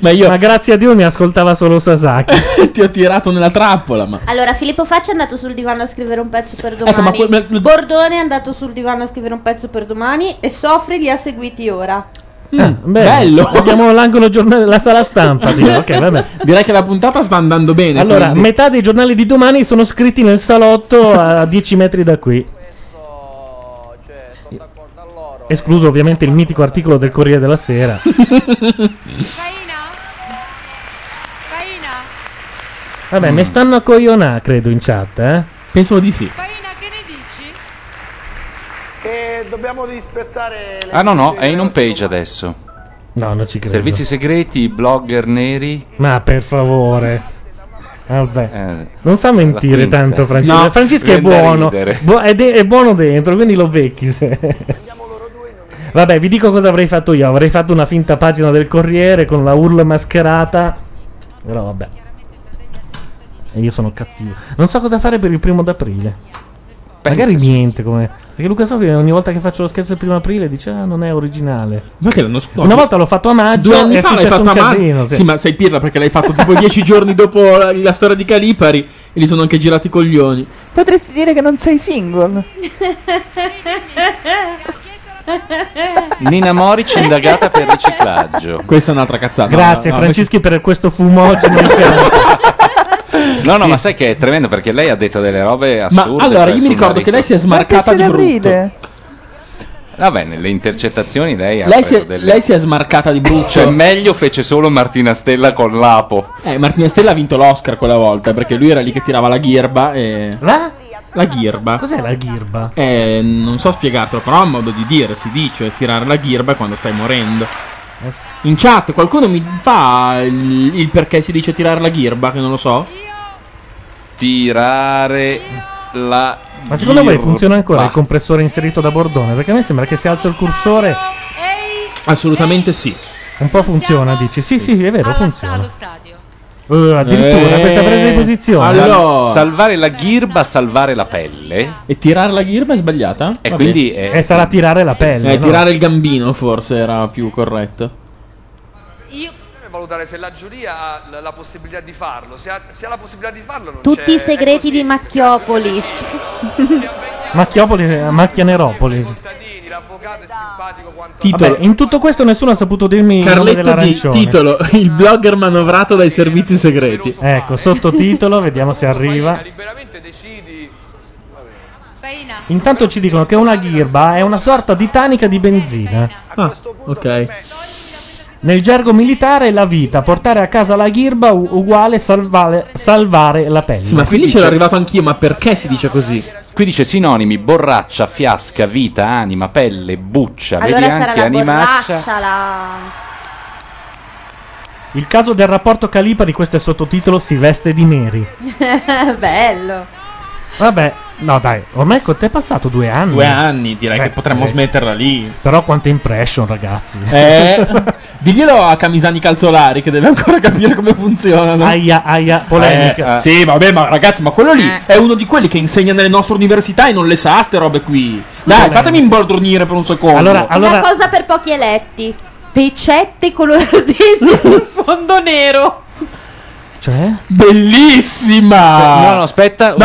Speaker 1: ma, grazie a Dio mi ascoltava solo Sasaki.
Speaker 2: Ti ho tirato nella trappola, ma.
Speaker 6: Allora, Filippo Facci è andato sul divano a scrivere un pezzo per domani.
Speaker 2: Ecco, ma quel- ma-
Speaker 6: Bordone è andato sul divano a scrivere un pezzo per domani. E Sofri li ha seguiti ora.
Speaker 2: mm, bello.
Speaker 1: Ah, Abbiamo l'angolo giornale della sala stampa. Dio. Ok, vabbè.
Speaker 2: Direi che la puntata sta andando bene.
Speaker 1: Allora,
Speaker 2: quindi.
Speaker 1: metà dei giornali di domani sono scritti nel salotto a 10 metri da qui. Escluso ovviamente il mitico articolo del Corriere della Sera. Vabbè, mi stanno a coglionà, credo, in chat, eh?
Speaker 2: Penso di sì.
Speaker 25: Che dobbiamo rispettare le
Speaker 4: Ah no no, è in home page adesso.
Speaker 1: No, non ci credo.
Speaker 4: Servizi segreti, blogger neri.
Speaker 1: Ma per favore. Vabbè. Non sa
Speaker 4: la
Speaker 1: mentire
Speaker 4: quinta.
Speaker 1: tanto Francesco.
Speaker 4: No,
Speaker 1: Francesco è
Speaker 4: viene da
Speaker 1: buono.
Speaker 4: ridere.
Speaker 1: Bu- è, de- è buono dentro, quindi lo becchi. se- Vabbè, vi dico cosa avrei fatto io. Avrei fatto una finta pagina del Corriere con la URL mascherata. Però vabbè. E io sono cattivo. Non so cosa fare per il primo d'aprile. Magari niente come. Perché Luca Sofri ogni volta che faccio lo scherzo il primo aprile dice ah non è originale.
Speaker 2: Perché l'hanno scordato?
Speaker 1: Una volta l'ho fatto a maggio
Speaker 2: Due anni
Speaker 1: e è
Speaker 2: fa l'hai
Speaker 1: successo
Speaker 2: fatto
Speaker 1: un
Speaker 2: a mano.
Speaker 1: casino,
Speaker 2: Sì.
Speaker 1: sì.
Speaker 2: ma sei pirla perché l'hai fatto tipo dieci giorni dopo la, la storia di Calipari e li sono anche girati i coglioni.
Speaker 10: Potresti dire che non sei single.
Speaker 4: Nina Moric indagata per riciclaggio.
Speaker 2: Questa è un'altra cazzata.
Speaker 1: Grazie Francischi per questo fumogeno.
Speaker 4: No, no, ma sai che è tremendo perché lei ha detto delle robe
Speaker 2: Ma
Speaker 4: assurde.
Speaker 2: allora
Speaker 4: cioè,
Speaker 2: io mi
Speaker 4: sul
Speaker 2: ricordo che
Speaker 4: marito.
Speaker 2: lei si è smarcata di brutto.
Speaker 4: Vabbè, nelle intercettazioni lei ha
Speaker 2: Lei si,
Speaker 4: preso
Speaker 2: è,
Speaker 4: delle-
Speaker 2: lei si è smarcata di brutto.
Speaker 4: Cioè, meglio fece solo Martina Stella con l'Apo.
Speaker 2: Eh, Martina Stella ha vinto l'Oscar quella volta eh, perché lui era lì che tirava la ghirba. E...
Speaker 1: La?
Speaker 2: ghirba.
Speaker 1: Cos'è la ghirba?
Speaker 2: Eh, non so spiegartelo, però è un modo di dire, si dice, tirare la ghirba è quando stai morendo. In chat qualcuno mi fa il, il perché si dice tirare la ghirba, che non lo so.
Speaker 4: Tirare la.
Speaker 1: Ma secondo voi
Speaker 4: ghirba.
Speaker 1: funziona ancora il compressore inserito da Bordone? Perché a me sembra che se alzo il cursore.
Speaker 2: Assolutamente sì.
Speaker 1: Un po' funziona, dici? Sì, sì, è vero, funziona. Eh, addirittura
Speaker 4: Eh,
Speaker 1: questa presa di posizione.
Speaker 4: sal- salvare la ghirba, salvare la pelle.
Speaker 2: E tirare la ghirba è sbagliata?
Speaker 4: E
Speaker 2: Vabbè.
Speaker 4: quindi è-
Speaker 1: Eh, sarà tirare la pelle.
Speaker 2: Eh,
Speaker 1: no?
Speaker 2: tirare il gambino forse era più corretto.
Speaker 24: Deve valutare se la giuria ha la, la possibilità di farlo. Se ha, se ha la possibilità di farlo, non c'è. ecco,
Speaker 6: Tutti i segreti di Macchiopoli.
Speaker 1: Macchiopoli, eh, Macchianeropoli.
Speaker 2: Titolo.
Speaker 1: Vabbè, in tutto questo nessuno ha saputo dirmi il nome
Speaker 2: Carletto di
Speaker 1: dell'arancione.
Speaker 2: titolo, il blogger manovrato dai servizi segreti.
Speaker 1: Ecco, sottotitolo, vediamo se arriva. Intanto ci dicono che una ghirba è una sorta di tanica di benzina.
Speaker 2: Ah, ok.
Speaker 1: Nel gergo militare la vita, portare a casa la ghirba u- uguale salvare, salvare la pelle.
Speaker 2: Sì, ma
Speaker 4: Qui
Speaker 2: quindi c'ero
Speaker 4: dice-
Speaker 2: arrivato anch'io, ma perché si dice così?
Speaker 4: Qui dice sinonimi: borraccia, fiasca, vita, anima, pelle, buccia.
Speaker 6: Allora
Speaker 4: Vedi
Speaker 6: sarà
Speaker 4: anche
Speaker 6: la
Speaker 4: animaccia.
Speaker 6: borraccia la...
Speaker 1: Il caso del rapporto calipa di questo sottotitolo si veste di neri.
Speaker 6: Bello.
Speaker 1: Vabbè, no dai, ormai con te è passato due anni.
Speaker 2: Due anni, direi che potremmo
Speaker 1: direi.
Speaker 2: smetterla lì.
Speaker 1: Eh, Però quante impression, ragazzi.
Speaker 2: Eh, diglielo a Camisani Calzolari che deve ancora capire come funzionano.
Speaker 1: Aia, aia, polemica.
Speaker 2: Eh, sì, vabbè, ma ragazzi, ma quello lì è uno di quelli che insegna nelle nostre università e non le sa ste robe qui. Dai, fatemi imbordornire per un secondo.
Speaker 6: Una cosa per pochi eletti. Pecette coloratissime sul fondo nero.
Speaker 1: Cioè?
Speaker 2: Bellissima!
Speaker 4: Eh, No, no, aspetta.
Speaker 2: No, sto-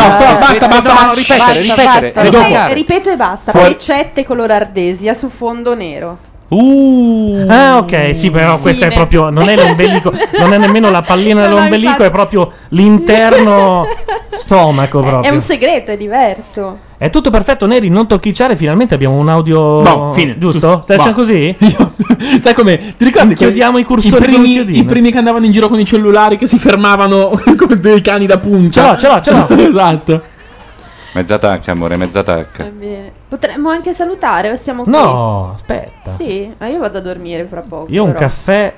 Speaker 2: basta,
Speaker 4: aspetta,
Speaker 2: basta,
Speaker 4: no, no,
Speaker 2: basta. Eh, Basta,
Speaker 4: ripetere, ripetere.
Speaker 2: basta.
Speaker 4: ripetere.
Speaker 2: Dopo.
Speaker 6: Ripeto, ripeto e basta.
Speaker 4: Fuori-
Speaker 6: Pecette colorardesia su fondo nero.
Speaker 1: Uh. Ah, ok, sì, però questo è
Speaker 6: Fine.
Speaker 1: proprio. Non è l'ombelico, non è nemmeno la pallina
Speaker 6: No, no,
Speaker 1: dell'ombelico, è
Speaker 6: infatti.
Speaker 1: proprio l'interno stomaco.
Speaker 6: È
Speaker 1: Proprio.
Speaker 6: un segreto, è diverso.
Speaker 1: È tutto perfetto, Neri, non tocchicciare. Finalmente abbiamo un audio.
Speaker 2: Boh, fine.
Speaker 1: Giusto? Stai
Speaker 2: Boh.
Speaker 1: così?
Speaker 2: Sai come? Ti ricordi
Speaker 1: Chiudiamo i cursori
Speaker 2: i
Speaker 1: con un
Speaker 2: primi,
Speaker 1: chiodino.
Speaker 2: i primi che andavano in giro con i cellulari che si fermavano come dei cani da punta?
Speaker 1: Ce l'ho, ce l'ho, ce
Speaker 2: l'ho. esatto.
Speaker 4: Mezz'attacca, amore, mezz'attacca.
Speaker 6: Va bene. Potremmo anche salutare o siamo qui?
Speaker 1: No, aspetta.
Speaker 6: Sì, ma io vado a dormire fra poco.
Speaker 2: Io un
Speaker 6: però.
Speaker 1: Caffè.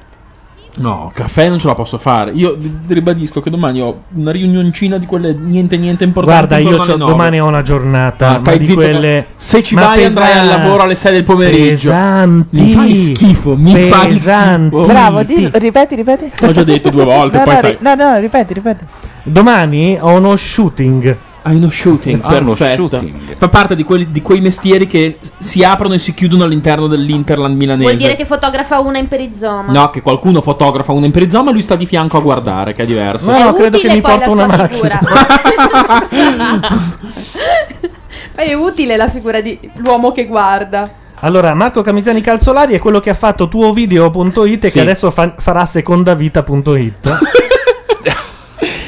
Speaker 2: No, caffè non ce la posso fare. Io vi- vi ribadisco che domani ho una riunioncina di quelle niente niente importanti.
Speaker 1: Guarda, io
Speaker 2: intorno
Speaker 1: c'ho,
Speaker 2: alle nove.
Speaker 1: domani ho una giornata.
Speaker 2: Ah,
Speaker 1: ma
Speaker 2: stai
Speaker 1: di
Speaker 2: zitto,
Speaker 1: quelle...
Speaker 2: Se ci
Speaker 1: Ma
Speaker 2: vai andrai al
Speaker 1: pesanti.
Speaker 2: lavoro alle 6 del pomeriggio.
Speaker 1: Pesanti.
Speaker 2: Mi fai schifo, mi fai
Speaker 1: Pesanti.
Speaker 2: schifo.
Speaker 10: Bravo, dillo, ripeti, ripeti.
Speaker 2: L'ho già detto due volte,
Speaker 10: No,
Speaker 2: poi
Speaker 10: no,
Speaker 2: sai.
Speaker 10: ri- no, no, ripeti, ripeti.
Speaker 1: Domani ho uno shooting.
Speaker 2: Hai uno shooting, perfetto. Fa parte di, quelli- di quei mestieri che s- si aprono e si chiudono all'interno dell'Interland milanese.
Speaker 6: Vuol dire che fotografa una in perizoma.
Speaker 2: No, che qualcuno fotografa un emperizoma e lui sta di fianco a guardare, che è diverso.
Speaker 6: È utile poi la sua figura. poi è utile la figura di l'uomo che guarda.
Speaker 1: Allora, Marco Camizzani Calzolari è quello che ha fatto tuovideo.it e
Speaker 2: Sì.
Speaker 1: che adesso fa- farà secondavita.it.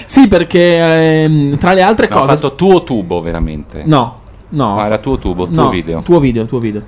Speaker 2: Sì, perché ehm, tra le altre
Speaker 4: No,
Speaker 2: cose.
Speaker 4: ha fatto tuo tubo, veramente.
Speaker 2: No, no.
Speaker 4: No, era tuo tubo,
Speaker 2: no,
Speaker 4: tuo video.
Speaker 2: Tuo video, tuo video.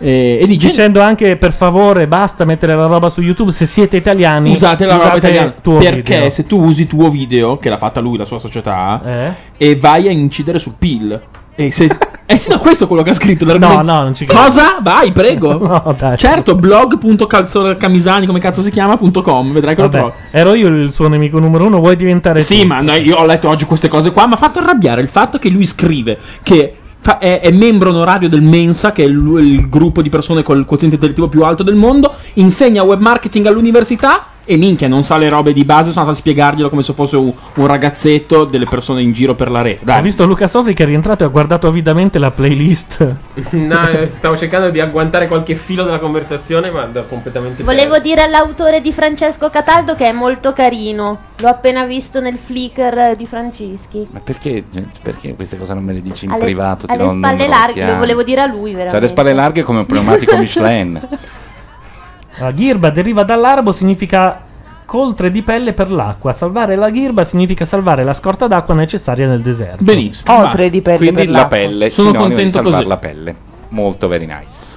Speaker 2: E, dice-
Speaker 1: dicendo anche per favore basta mettere la roba su YouTube se siete italiani.
Speaker 2: Usate la roba italiana.
Speaker 1: tuo
Speaker 2: Perché
Speaker 1: video.
Speaker 2: se tu usi tuo video, che l'ha fatta lui, la sua società,
Speaker 1: Eh?
Speaker 2: e vai a incidere sul PIL. E se. Eh sì, no, questo è quello che ha scritto.
Speaker 1: No, no, non ci credo.
Speaker 2: Cosa? Vai, prego.
Speaker 1: No, dai.
Speaker 2: Certo, blog.calzolcamisani, come cazzo si chiama.com, vedrai che lo
Speaker 1: Vabbè,
Speaker 2: trovo.
Speaker 1: ero io il suo nemico numero uno, vuoi diventare
Speaker 2: Sì, ma no, io ho letto oggi queste cose qua. Mi ha fatto arrabbiare il fatto che lui scrive che fa- è, è membro onorario del Mensa, che è il, il gruppo di persone col quoziente intellettivo più alto del mondo. Insegna web marketing all'università. E minchia, non sa le robe di base. Sono andato a spiegarglielo come se fosse un, un ragazzetto delle persone in giro per la rete.
Speaker 1: Ho
Speaker 2: Dai.
Speaker 1: visto Luca Sofri che è rientrato e ha guardato avidamente la playlist.
Speaker 7: No, eh, stavo cercando di agguantare qualche filo della conversazione, ma da completamente
Speaker 6: Volevo dire all'autore di Francesco Cataldo che è molto carino. L'ho appena visto nel flicker eh, di Francischi.
Speaker 4: Ma perché, perché queste cose non me le dici in
Speaker 6: Alle-
Speaker 4: privato? Ti
Speaker 6: alle
Speaker 4: do un
Speaker 6: spalle
Speaker 4: numero
Speaker 6: larghe,
Speaker 4: chiaro.
Speaker 6: lo volevo dire a lui,
Speaker 4: Cioè, alle
Speaker 6: veramente.
Speaker 4: spalle larghe come un pneumatico Michelin.
Speaker 1: La ghirba deriva dall'arabo, significa coltre di pelle per l'acqua. Salvare la ghirba significa salvare la scorta d'acqua necessaria nel deserto.
Speaker 2: Benissimo.
Speaker 1: Coltre
Speaker 2: basta.
Speaker 1: di pelle
Speaker 4: Quindi
Speaker 1: per
Speaker 4: la
Speaker 1: l'acqua.
Speaker 4: pelle,
Speaker 1: Sono
Speaker 4: sinonimo di
Speaker 1: contento
Speaker 4: salvare
Speaker 1: così.
Speaker 4: la pelle. Molto very nice.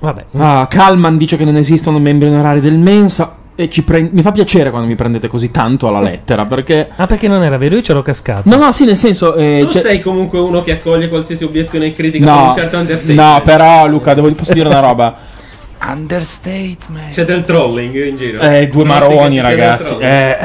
Speaker 1: Vabbè.
Speaker 2: Ah, Kalman dice che non esistono membri onorari del Mensa. E ci pre- mi fa piacere quando mi prendete così tanto alla lettera. Perché.
Speaker 1: Ah, perché non era vero? Io ce l'ho cascato.
Speaker 2: No, no, sì, nel senso. eh,
Speaker 7: Tu
Speaker 2: cioè-
Speaker 7: sei comunque uno che accoglie qualsiasi obiezione critica con
Speaker 2: No,
Speaker 7: un certo understatement.
Speaker 2: no, però, Luca, devo, posso dire una roba.
Speaker 7: Understatement. C'è del trolling in giro.
Speaker 2: Eh, due
Speaker 7: Notte che
Speaker 2: maroni,
Speaker 7: ci sia del
Speaker 2: ragazzi.
Speaker 7: trolling.
Speaker 2: Eh.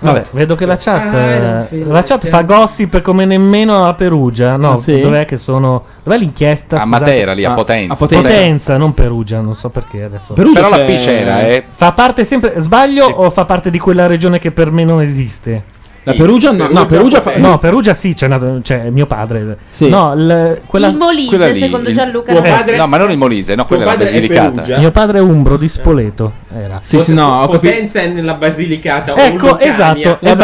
Speaker 1: Vabbè, vedo che la chat,
Speaker 2: Ah,
Speaker 1: eh, la chat fa gossip come nemmeno a Perugia. No,
Speaker 2: Ah, sì?
Speaker 1: dov'è che sono? Dov'è l'inchiesta?
Speaker 4: A
Speaker 1: Scusate. Ah,
Speaker 4: Matera, lì, a Potenza.
Speaker 1: A Potenza. Potenza, non Perugia, non so perché adesso.
Speaker 4: Perugia Però la c'è- P c'era, eh.
Speaker 1: Fa parte sempre. Sbaglio o fa parte di quella regione che per me non esiste?
Speaker 2: La Sì, Perugia no, Perugia no, Perugia fa-
Speaker 1: No, Perugia sì, c'è, nato, c'è mio padre.
Speaker 2: Sì.
Speaker 1: No, l- quella,
Speaker 6: Il Molise,
Speaker 1: quella lì,
Speaker 6: secondo
Speaker 1: il-
Speaker 6: Gianluca.
Speaker 1: tuo
Speaker 6: era-
Speaker 1: padre-
Speaker 4: No, ma non il Molise, no, quella è la Basilicata.
Speaker 1: Mio padre è umbro di Spoleto. Era.
Speaker 2: Sì, sì, no, ho capito.
Speaker 7: Potenza è nella Basilicata. o
Speaker 1: Ecco,
Speaker 7: Lucania,
Speaker 1: esatto.
Speaker 7: insieme-
Speaker 1: la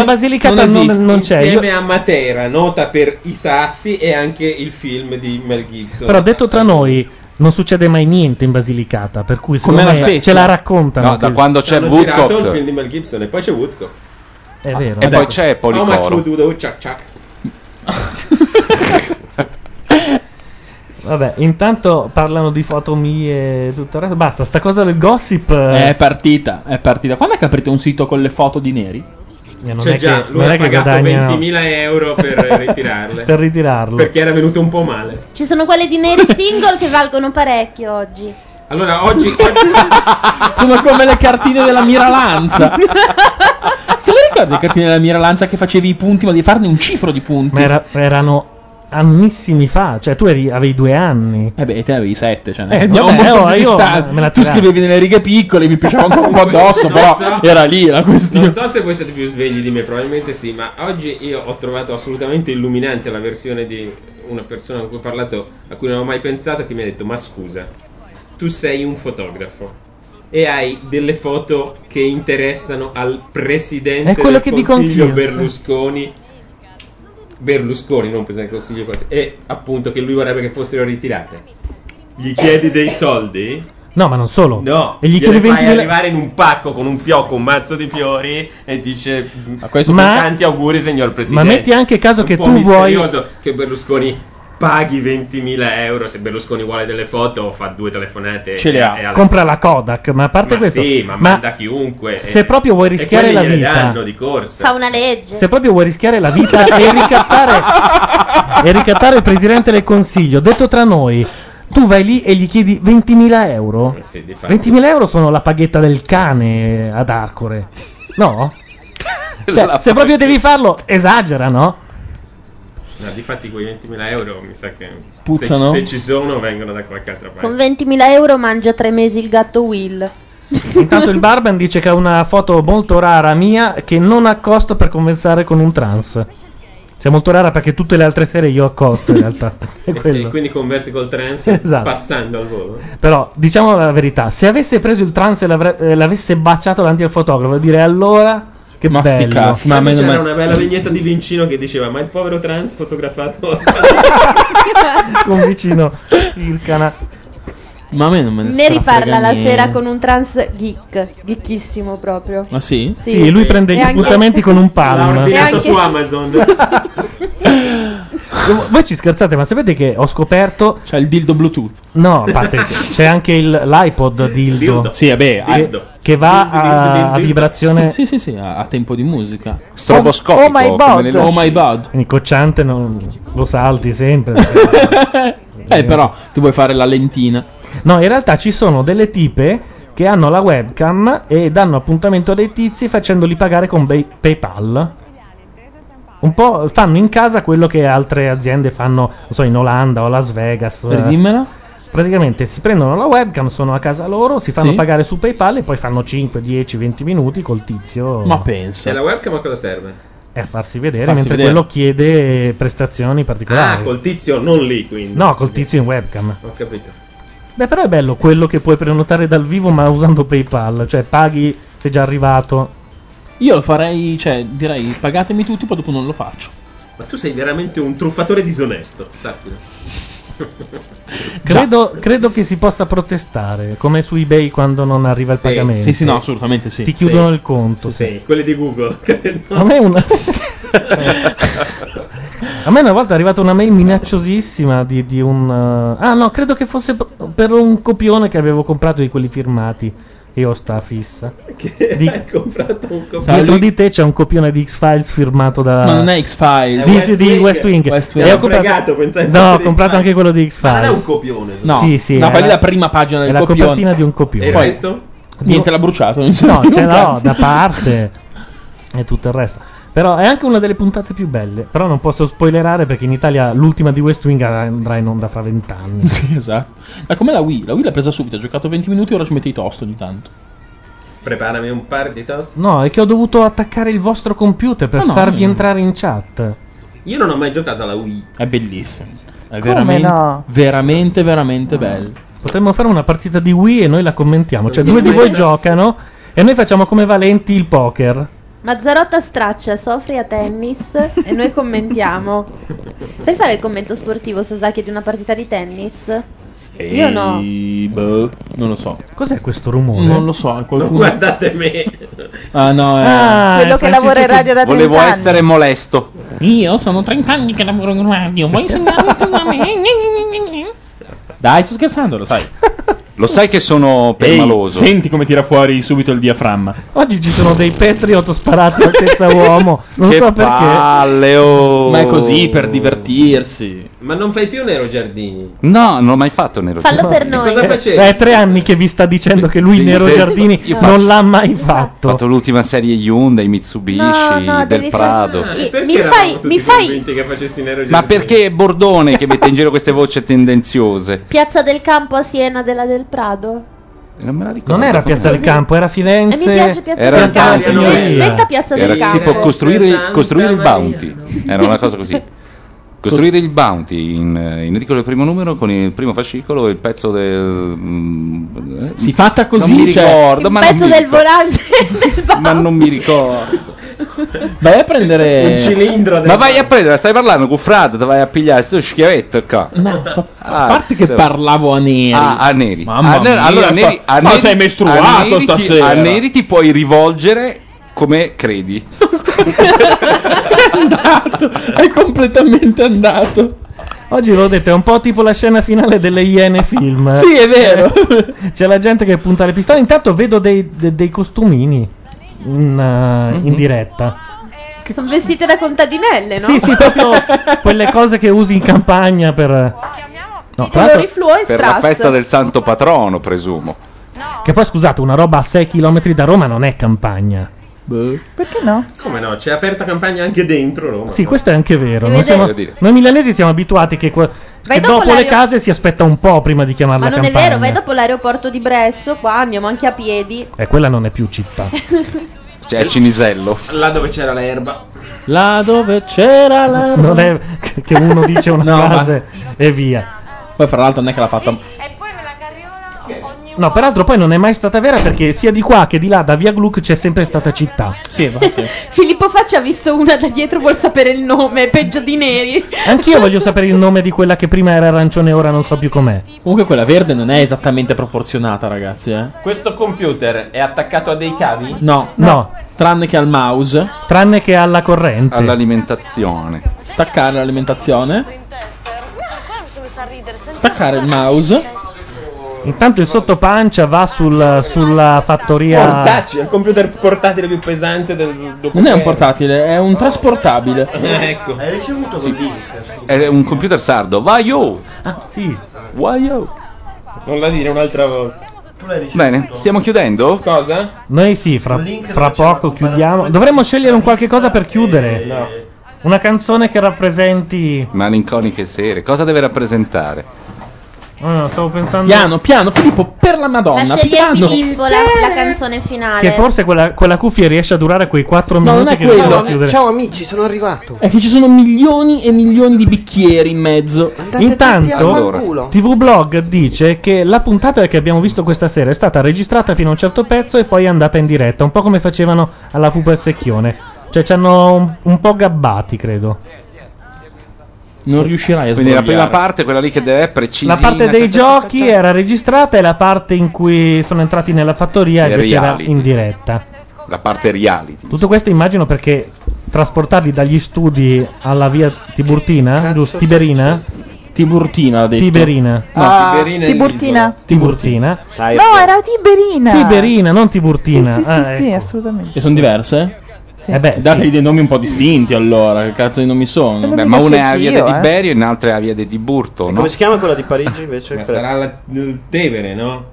Speaker 1: Basilicata non,
Speaker 7: esiste.
Speaker 1: non c'è. Io-
Speaker 7: Insieme a Matera, nota per i sassi e anche il film di Mel Gibson.
Speaker 1: Però detto tra noi, non succede mai niente in Basilicata. Per cui secondo
Speaker 7: Come la
Speaker 1: me
Speaker 7: Spezia.
Speaker 1: ce la raccontano.
Speaker 4: No, da
Speaker 1: che-
Speaker 4: quando c'è
Speaker 7: Hanno girato il film
Speaker 4: Woodcock.
Speaker 7: di Mel Gibson e poi c'è Woodcock.
Speaker 1: È vero.
Speaker 4: E poi c'è Policoro.
Speaker 7: How much would you do? Chuck, chuck.
Speaker 1: Vabbè, intanto parlano di foto mie e tutto il resto. Basta, sta cosa del gossip. eh,
Speaker 2: È partita, è partita. Quando è che aprite un sito con le foto di neri?
Speaker 1: non
Speaker 7: Cioè
Speaker 1: è
Speaker 7: già,
Speaker 1: che,
Speaker 7: lui
Speaker 1: non
Speaker 7: ha
Speaker 1: è che
Speaker 7: pagato
Speaker 1: guadagnano-
Speaker 7: 20.000 euro per ritirarle.
Speaker 1: per ritirarlo.
Speaker 7: Perché era venuto un po' male.
Speaker 26: Ci sono quelle di neri single che valgono parecchio oggi.
Speaker 7: Allora oggi
Speaker 2: Sono come le cartine della Miralanza. Te le ricordi le cartine della Miralanza che facevi i punti, ma devi farne un cifro di punti?
Speaker 1: Ma era- erano annissimi fa. Cioè, tu eri- avevi due anni.
Speaker 2: Eh beh, te ne avevi sette. Cioè,
Speaker 1: eh,
Speaker 2: andiamo
Speaker 1: vabbè,
Speaker 2: molto
Speaker 1: oh,
Speaker 2: più
Speaker 1: io
Speaker 2: distanti.
Speaker 1: me la
Speaker 2: tu
Speaker 1: tiravo.
Speaker 2: scrivevi nelle righe piccole, mi piaceva ancora un po' addosso,
Speaker 7: Non
Speaker 2: però
Speaker 7: so.
Speaker 2: era lì la questione.
Speaker 7: Non so se voi siete più svegli di me, probabilmente sì, ma oggi io ho trovato assolutamente illuminante la versione di una persona con cui ho parlato, a cui non avevo mai pensato, che mi ha detto, ma scusa, tu sei un fotografo. E hai delle foto che interessano al presidente
Speaker 1: È quello
Speaker 7: del
Speaker 1: che dico
Speaker 7: consiglio
Speaker 1: anch'io.
Speaker 7: Berlusconi. Berlusconi, non presidente del consiglio. qualsiasi- E appunto che lui vorrebbe che fossero ritirate. Gli chiedi dei soldi?
Speaker 1: No, ma non solo.
Speaker 7: No,
Speaker 1: E gli
Speaker 7: gliele
Speaker 1: chiedi
Speaker 7: fai
Speaker 1: 20.000
Speaker 7: arrivare in un pacco con un fiocco, un mazzo di fiori e dice a questo
Speaker 1: Ma-
Speaker 7: tanti auguri signor
Speaker 1: Ma
Speaker 7: Presidente.
Speaker 1: metti anche caso
Speaker 7: un
Speaker 1: che
Speaker 7: po'
Speaker 1: tu vuoi.
Speaker 7: misterioso che Berlusconi paghi 20.000 euro se Berlusconi vuole delle foto fa due telefonate
Speaker 1: Ce
Speaker 7: e-
Speaker 1: le
Speaker 7: e eh, alla-
Speaker 1: ha. Compra la Kodak, ma a parte
Speaker 7: ma
Speaker 1: questo.
Speaker 7: sì, ma,
Speaker 1: ma
Speaker 7: manda chiunque.
Speaker 1: se
Speaker 7: E-
Speaker 1: proprio vuoi
Speaker 7: e
Speaker 1: rischiare
Speaker 7: quelli
Speaker 1: la
Speaker 7: gliele
Speaker 1: vita-
Speaker 7: danno di corsa.
Speaker 26: Fa una legge.
Speaker 1: se proprio vuoi rischiare la vita e ricattare, e ricattare il presidente del consiglio, detto tra noi, tu vai lì e gli chiedi 20.000 euro.
Speaker 7: Eh Sì, di fatto.
Speaker 1: 20.000 euro sono la paghetta del cane ad Arcore, no? Cioè,
Speaker 7: La
Speaker 1: se proprio devi farlo, esagera, no?
Speaker 7: No, di fatti quei 20.000 euro mi sa che se-
Speaker 1: Puzzano?
Speaker 7: Se, ci sono vengono da qualche altra parte.
Speaker 6: Con 20.000 euro mangia tre mesi il gatto Will.
Speaker 1: Intanto il Barban dice che ha una foto molto rara mia che non accosto per conversare con un trans. Cioè, molto rara perché tutte le altre sere io accosto in realtà. È
Speaker 7: E-
Speaker 1: quello.
Speaker 7: E quindi conversi col trans
Speaker 1: Esatto.
Speaker 7: passando al volo.
Speaker 1: Però diciamo la verità: se avesse preso il trans e l'avre- eh, l'avesse baciato davanti al fotografo, dire allora che
Speaker 2: Ma sti
Speaker 1: bello. Cioè,
Speaker 2: cazzi, ma a me
Speaker 7: C'era
Speaker 2: non me-
Speaker 7: una bella vignetta di Vincino che diceva: Ma il povero trans fotografato.
Speaker 1: con vicino il canale.
Speaker 2: Ma a me non me ne
Speaker 6: Neri
Speaker 2: strafrega
Speaker 6: parla la
Speaker 2: niente.
Speaker 6: sera con un trans geek, geekissimo proprio.
Speaker 2: Ma sì?
Speaker 6: Sì, Sì, lui sì. prende E gli anche- appuntamenti
Speaker 1: con un palmo.
Speaker 7: L'ha
Speaker 1: E
Speaker 7: ordinato
Speaker 1: anche-
Speaker 7: su Amazon.
Speaker 1: Voi ci scherzate, ma sapete che ho scoperto.
Speaker 2: C'è il dildo Bluetooth.
Speaker 1: No, a parte c'è anche il- l'iPod dildo.
Speaker 2: Sì, vabbè,
Speaker 1: Che- Che va a, a vibrazione.
Speaker 2: Sì, sì, sì, a, a tempo di musica.
Speaker 1: Stroboscopico, Oh my come God. nel-
Speaker 2: Oh my god.
Speaker 1: Quindi cocciante non- lo salti sempre.
Speaker 2: Eh, però, ti vuoi fare la lentina.
Speaker 1: No, in realtà ci sono delle tipe che hanno la webcam e danno appuntamento a dei tizi facendoli pagare con bei- PayPal. Un po' fanno in casa quello che altre aziende fanno, non so, in Olanda o Las Vegas. eh.
Speaker 2: Ridimmela.
Speaker 1: Praticamente si prendono la webcam, sono a casa loro, si fanno
Speaker 2: Sì.
Speaker 1: pagare su PayPal e poi fanno 5, 10, 20 minuti col tizio.
Speaker 2: Ma pensa.
Speaker 7: E la webcam a cosa serve?
Speaker 1: E a farsi vedere,
Speaker 7: Farsi
Speaker 1: mentre
Speaker 7: vedere.
Speaker 1: quello chiede prestazioni particolari.
Speaker 7: Ah, col tizio non lì quindi.
Speaker 1: No, col tizio in webcam.
Speaker 7: Ho capito.
Speaker 1: Beh, però è bello quello che puoi prenotare dal vivo ma usando PayPal, cioè paghi se è già arrivato.
Speaker 2: Io lo farei, cioè, direi pagatemi tutti, poi dopo non lo faccio.
Speaker 7: Ma tu sei veramente un truffatore disonesto, sappilo.
Speaker 1: Credo, credo che si possa protestare, come su eBay quando non arriva il
Speaker 7: Sì,
Speaker 1: pagamento.
Speaker 2: sì, sì, no, assolutamente sì.
Speaker 1: Ti chiudono
Speaker 7: Sì.
Speaker 1: il conto.
Speaker 7: Sì, quelli di Google.
Speaker 1: A me è una... A me una volta è arrivata una mail minacciosissima di, di un... eh, ah no, credo che fosse p- per un copione che avevo comprato di quelli firmati. E ho sta fissa. Di-
Speaker 5: comprato un
Speaker 1: Dietro di te c'è un copione di X-Files firmato da...
Speaker 2: Ma non è X-Files.
Speaker 1: Sì,
Speaker 2: È
Speaker 1: sì,
Speaker 2: West
Speaker 1: di
Speaker 2: Wing.
Speaker 1: West Wing.
Speaker 2: West
Speaker 1: E
Speaker 2: Wing.
Speaker 1: ho
Speaker 2: Ho fregato, pensavo
Speaker 1: no, ho
Speaker 2: fosse di
Speaker 1: comprato
Speaker 2: X-Files.
Speaker 1: anche quello di X-Files.
Speaker 2: Ma non è un copione,
Speaker 1: No,
Speaker 2: sì,
Speaker 1: sì, sì.
Speaker 2: No,
Speaker 1: è
Speaker 2: poi lì la prima pagina del
Speaker 1: è la
Speaker 2: copione.
Speaker 1: copertina di un copione.
Speaker 2: E il resto? Niente, l'ha bruciato.
Speaker 1: No,
Speaker 2: Non
Speaker 1: c'è no,
Speaker 2: penso.
Speaker 1: da parte e tutto il resto. Però è anche una delle puntate più belle. Però non posso spoilerare perché in Italia l'ultima di West Wing andrà in onda fra vent'anni.
Speaker 2: Sì, esatto. Ma come la Wii? La Wii l'ha presa subito, ha giocato 20 minuti e ora ci mette i toast ogni tanto.
Speaker 7: Preparami un par di toast.
Speaker 1: No, è che ho dovuto attaccare il vostro computer per
Speaker 7: Ma no,
Speaker 1: farvi
Speaker 7: no.
Speaker 1: entrare in chat.
Speaker 7: Io non ho mai giocato alla Wii.
Speaker 2: È bellissimo. È
Speaker 1: Come
Speaker 2: veramente,
Speaker 1: no?
Speaker 2: veramente, veramente bello.
Speaker 1: Potremmo fare una partita di Wii e noi la commentiamo. Cioè,
Speaker 2: Sì,
Speaker 1: due di
Speaker 2: ma-
Speaker 1: voi giocano e noi facciamo come valenti il poker.
Speaker 6: Mazzarotta straccia, soffri a tennis e noi commentiamo. Sai fare il commento sportivo, Sasaki, di una partita di tennis? Io no.
Speaker 2: Boh, non lo so.
Speaker 1: Cos'è questo rumore?
Speaker 2: Non lo so, è qualcuno.
Speaker 7: Guardate me.
Speaker 2: Ah, no, è...
Speaker 10: Ah, Quello è che lavora in Francesco radio da
Speaker 4: eh. Volevo
Speaker 10: 30 anni.
Speaker 4: essere molesto.
Speaker 2: Io sono 30 anni che lavoro in radio. Vuoi insegnarmi tu a me? Dai, sto scherzando, lo sai.
Speaker 4: Lo sai che sono
Speaker 2: Ehi,
Speaker 4: permaloso.
Speaker 2: senti come tira fuori subito il diaframma.
Speaker 1: Oggi ci sono dei Patriot sparati altezza uomo. Non
Speaker 2: Che
Speaker 1: so perché.
Speaker 4: Palle, oh.
Speaker 2: Ma è così per divertirsi.
Speaker 7: Ma non fai più Nero Giardini.
Speaker 4: No, non l'ho mai fatto Nero
Speaker 7: Fallo per
Speaker 4: Giardini.
Speaker 7: noi. Cosa facevi?
Speaker 1: È tre anni che vi sta dicendo che lui
Speaker 4: Io
Speaker 1: Eh, Nero
Speaker 4: faccio-
Speaker 1: Giardini
Speaker 4: io
Speaker 1: non
Speaker 4: faccio-
Speaker 1: l'ha mai fatto.
Speaker 4: Ho fatto l'ultima serie Hyundai, Mitsubishi,
Speaker 6: No, no,
Speaker 4: Del
Speaker 6: devi
Speaker 4: Prado.
Speaker 6: fare- Ah,
Speaker 7: Perché
Speaker 6: Mi
Speaker 7: eravamo
Speaker 6: fai-
Speaker 7: tutti
Speaker 6: mi fai-
Speaker 7: convinti che facessi Nero
Speaker 4: Ma
Speaker 7: Giardini?
Speaker 4: perché è Bordone che mette in giro queste voci tendenziose?
Speaker 6: Piazza del Campo a Siena della del Prado.
Speaker 4: Non me la ricordo.
Speaker 1: Non era Piazza del Campo, era Firenze.
Speaker 6: E Eh, mi piace Piazza
Speaker 4: Era
Speaker 6: del Campo.
Speaker 4: Santa Maria.
Speaker 6: Inventa Piazza del
Speaker 4: Era
Speaker 6: Campo.
Speaker 4: tipo costruire,
Speaker 6: Santa
Speaker 4: costruire il
Speaker 6: Maria.
Speaker 4: bounty. Era una cosa così. Costruire il bounty in, in edicola del primo numero con il primo fascicolo e il pezzo del.
Speaker 2: Si fatta così,
Speaker 4: Non mi
Speaker 2: cioè-
Speaker 4: ricordo,
Speaker 2: Il
Speaker 4: ma
Speaker 6: Pezzo
Speaker 4: non, mi
Speaker 6: del
Speaker 4: ricordo
Speaker 6: volante.
Speaker 4: ma non mi ricordo.
Speaker 2: Vai a prendere
Speaker 7: Un cilindro del-
Speaker 4: Ma vai a prendere, stai parlando con Frad, te vai a pigliare sto schiavetto qua.
Speaker 2: No, sto-
Speaker 4: Ah,
Speaker 2: a parte che
Speaker 4: se-
Speaker 2: parlavo a Neri.
Speaker 4: Ah, a Neri.
Speaker 2: Mamma
Speaker 4: A Neri-
Speaker 2: mia,
Speaker 4: allora, a
Speaker 2: sta-
Speaker 4: Neri, a
Speaker 2: ma
Speaker 4: Neri-
Speaker 2: sei mestruato
Speaker 4: a Neri ti-
Speaker 2: stasera.
Speaker 4: A Neri ti puoi rivolgere come credi.
Speaker 2: è andato, è completamente andato.
Speaker 1: Oggi l'ho detto, è un po' tipo la scena finale delle Iene film. eh.
Speaker 2: Sì, è vero.
Speaker 1: C'è la gente che punta le pistole. Intanto vedo dei, de- dei costumini in, eh,
Speaker 6: Mhm.
Speaker 1: in diretta.
Speaker 6: Sono vestite da contadinelle, no?
Speaker 1: Sì, sì, proprio quelle cose che usi in campagna per. No, tra l'altro-
Speaker 6: Colori fluo e
Speaker 4: per la
Speaker 6: strass.
Speaker 4: festa del santo patrono, presumo.
Speaker 1: Che poi scusate, una roba a 6 km da Roma non è campagna.
Speaker 7: Perché no? Come no? C'è aperta campagna anche dentro Roma.
Speaker 1: Sì, questo è anche vero.
Speaker 7: Ti
Speaker 1: Noi,
Speaker 7: vede-
Speaker 1: siamo-
Speaker 7: Voglio dire.
Speaker 1: noi milanesi siamo abituati che, qua- che
Speaker 6: Vai dopo
Speaker 1: dopo, le
Speaker 6: l'aereo-
Speaker 1: case si aspetta un po' prima di chiamarla
Speaker 6: Ma non
Speaker 1: campagna.
Speaker 6: è vero, vai dopo l'aeroporto di Bresso, qua andiamo anche a piedi.
Speaker 1: Eh, quella non è più città.
Speaker 4: C'è il Cinisello.
Speaker 7: Là dove c'era l'erba.
Speaker 2: Là dove c'era la.
Speaker 1: Non è che- che uno dice una
Speaker 2: No, ma-
Speaker 1: frase e via.
Speaker 2: Poi, fra l'altro, non è che l'ha fatta.
Speaker 1: No, peraltro poi non è mai stata vera perché sia di qua che di là, da via Gluck, c'è sempre stata città.
Speaker 2: Sì,
Speaker 6: Filippo Facci ha visto una da dietro, vuol sapere il nome, peggio di neri.
Speaker 1: Anch'io voglio sapere il nome di quella che prima era arancione e ora non so più com'è.
Speaker 2: Comunque, quella verde non è esattamente proporzionata, ragazzi. Eh.
Speaker 7: Questo computer è attaccato a dei cavi?
Speaker 2: No,
Speaker 1: no,
Speaker 2: tranne che al mouse.
Speaker 1: Tranne che alla corrente.
Speaker 4: All'alimentazione.
Speaker 2: Staccare l'alimentazione. Staccare il mouse.
Speaker 1: Intanto il sottopancia va sul- sulla fattoria.
Speaker 7: Portacci, è il computer portatile più pesante del dopo.
Speaker 2: Non è un portatile, è un trasportabile.
Speaker 7: ecco.
Speaker 25: Hai ricevuto quel link?
Speaker 4: È un computer sardo. Vai oh! yo!
Speaker 1: Ah, sì.
Speaker 4: Vai yo!
Speaker 7: Non la dire un'altra volta.
Speaker 4: Bene, stiamo chiudendo?
Speaker 7: Cosa?
Speaker 1: Noi sì, fra, fra poco chiudiamo. Dovremmo scegliere un qualche cosa per chiudere. Una canzone che rappresenti.
Speaker 4: Malinconiche sere. Cosa deve rappresentare?
Speaker 1: Oh, no, stavo pensando.
Speaker 2: Piano, piano, Filippo, per la Madonna.
Speaker 1: Donna,
Speaker 26: la sceglie
Speaker 1: piano.
Speaker 26: Filippo la, la canzone finale.
Speaker 1: Che forse quella, quella cuffia riesce a durare quei 4 minuti che riusciamo a chiudere.
Speaker 2: Ciao
Speaker 20: amici, sono arrivato.
Speaker 2: È che ci sono milioni e milioni di bicchieri in mezzo.
Speaker 1: Intanto, TV Blog dice che la puntata che abbiamo visto questa sera è stata registrata fino a un certo pezzo e poi è andata in diretta, un po' come facevano alla Pupa e Secchione. Cioè, ci hanno un, un po' gabbati, credo.
Speaker 2: Non riuscirai a
Speaker 4: Quindi la
Speaker 2: sbagliare.
Speaker 4: prima parte, quella lì che deve essere precisa.
Speaker 1: La parte dei gioci era registrata e la parte in cui sono entrati nella fattoria
Speaker 4: E
Speaker 1: invece era
Speaker 4: reali.
Speaker 1: in diretta.
Speaker 4: La parte reality.
Speaker 1: Tutto questo immagino perché trasportarli dagli studi alla via Tiburtina, giusto? Tiberina?
Speaker 2: Tiburtina, ha detto.
Speaker 1: Tiberina.
Speaker 10: Ah, Tiberina è Tiburtina. l'isola.
Speaker 1: Tiburtina.
Speaker 10: No, era Tiberina.
Speaker 1: Tiberina, non
Speaker 10: eh.
Speaker 1: Tiburtina.
Speaker 10: Sì, sì,
Speaker 1: Ah,
Speaker 10: sì, sì, assolutamente.
Speaker 2: E sono diverse?
Speaker 10: Eh
Speaker 2: beh, Dategli dei nomi un po' distinti allora, che cazzo di nomi sono?
Speaker 4: Beh, ma una è a via
Speaker 10: eh.
Speaker 4: di
Speaker 2: Tiberio
Speaker 4: Tiberio e un'altra è a via di Tiburto. No?
Speaker 2: come si
Speaker 7: chiama quella di Parigi
Speaker 20: invece?
Speaker 7: Ma sarà la, il Tevere, no?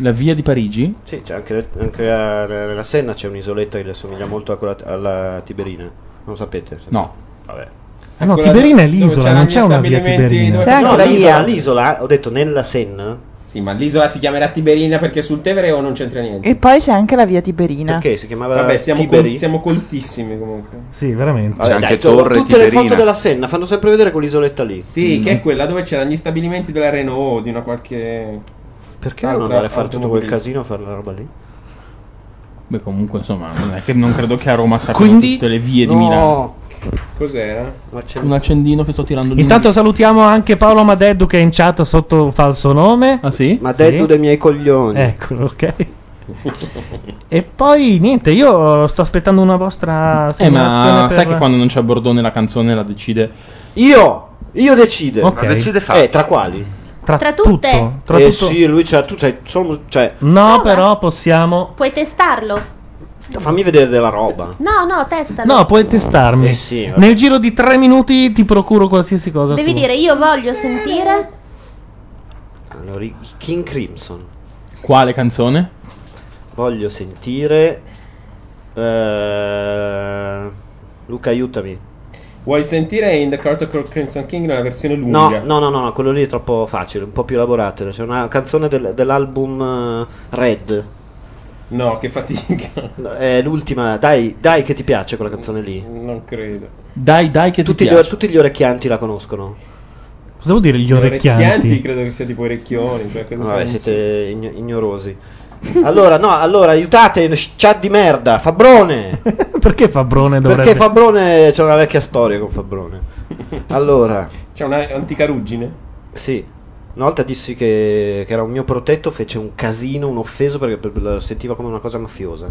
Speaker 2: La via di Parigi?
Speaker 18: Sì, c'è anche, anche a- nella Senna c'è un'isoletta che assomiglia molto a quella, alla Tiberina. Non lo sapete?
Speaker 4: No.
Speaker 18: Vabbè.
Speaker 1: Ah, no, Tiberina è l'isola,
Speaker 18: c'erano
Speaker 1: non
Speaker 18: gli
Speaker 1: c'è una via
Speaker 18: stabilimenti
Speaker 1: Tiberina.
Speaker 18: dove- C'è anche la
Speaker 7: l'isola,
Speaker 18: via. l'isola, eh? ho detto nella Senna.
Speaker 7: Sì, ma l'isola si chiamerà Tiberina perché sul Tevere o non c'entra niente.
Speaker 10: E poi c'è anche la via Tiberina.
Speaker 18: Perché si chiamava
Speaker 7: Vabbè, siamo,
Speaker 18: Tiberi?
Speaker 7: col- siamo coltissimi comunque.
Speaker 1: Sì, veramente.
Speaker 18: Vabbè, dai, tu- Tutte le foto della Senna fanno sempre vedere quell'isoletta lì. Mm.
Speaker 7: Sì, che è quella dove c'erano gli stabilimenti della Renault, di una qualche...
Speaker 18: Perché Ah, non andare a fare tutto quel casino a fare la roba lì?
Speaker 2: Beh, comunque, insomma, non, è che non credo che a Roma sappiano
Speaker 1: Quindi-
Speaker 2: tutte le vie di
Speaker 1: No.
Speaker 2: Milano.
Speaker 7: Cos'era?
Speaker 2: Un accendino che sto tirando lì.
Speaker 1: Intanto salutiamo anche Paolo Madeddu che è in chat sotto falso nome.
Speaker 2: Ah sì?
Speaker 18: Madeddu dei miei coglioni.
Speaker 1: Eccolo, ok. e poi niente, io sto aspettando una vostra
Speaker 2: Eh,
Speaker 1: segnalazione
Speaker 2: ma
Speaker 1: per...
Speaker 2: sai che quando non c'è Bordone la canzone la decide.
Speaker 18: Io! Io decido.
Speaker 2: Ok.
Speaker 18: Ma decide Fazio. Eh, tra quali?
Speaker 1: Tra,
Speaker 26: Tra tutte. tutto,
Speaker 1: tra
Speaker 18: eh
Speaker 1: tutto.
Speaker 18: sì, lui c'ha, tu c'hai, solo- cioè,
Speaker 1: No, però possiamo...
Speaker 26: Puoi testarlo?
Speaker 18: fammi vedere della roba.
Speaker 26: No, no, testalo.
Speaker 1: No, puoi testarmi.
Speaker 18: Eh sì, vabbè.
Speaker 1: Nel giro di tre minuti ti procuro qualsiasi cosa.
Speaker 26: Devi
Speaker 1: tu.
Speaker 26: dire io voglio sentire.
Speaker 18: Allora, i- King Crimson.
Speaker 2: Quale canzone?
Speaker 18: Voglio sentire. eh, Luca, aiutami.
Speaker 7: Vuoi sentire in The Carter Crimson King nella versione
Speaker 18: No,
Speaker 7: lunga?
Speaker 18: no, no, no, no, quello lì è troppo facile, un po' più elaborato. C'è una canzone del- dell'album eh, Red.
Speaker 7: No, che fatica.
Speaker 18: È l'ultima, dai, dai che ti piace quella canzone lì.
Speaker 7: Non credo.
Speaker 2: Dai, dai che
Speaker 18: tutti
Speaker 7: ti
Speaker 18: gli,
Speaker 7: piace.
Speaker 18: tutti gli orecchianti la conoscono.
Speaker 1: Cosa vuol dire gli
Speaker 7: Orecchianti
Speaker 1: orecchianti?
Speaker 7: credo che sia tipo orecchioni. Cioè cosa
Speaker 18: Vabbè,
Speaker 7: sia-
Speaker 18: siete igno- ignorosi. Allora, no, allora aiutate, sh- chat di merda, Fabrone.
Speaker 1: Perché Fabrone dovrebbe...
Speaker 18: Perché Fabrone c'è una vecchia storia con Fabrone. Allora,
Speaker 7: C'è un'antica ruggine?
Speaker 18: Sì. Una volta dissi che, che era un mio protetto, fece un casino, un offeso perché per- lo sentiva come una cosa mafiosa.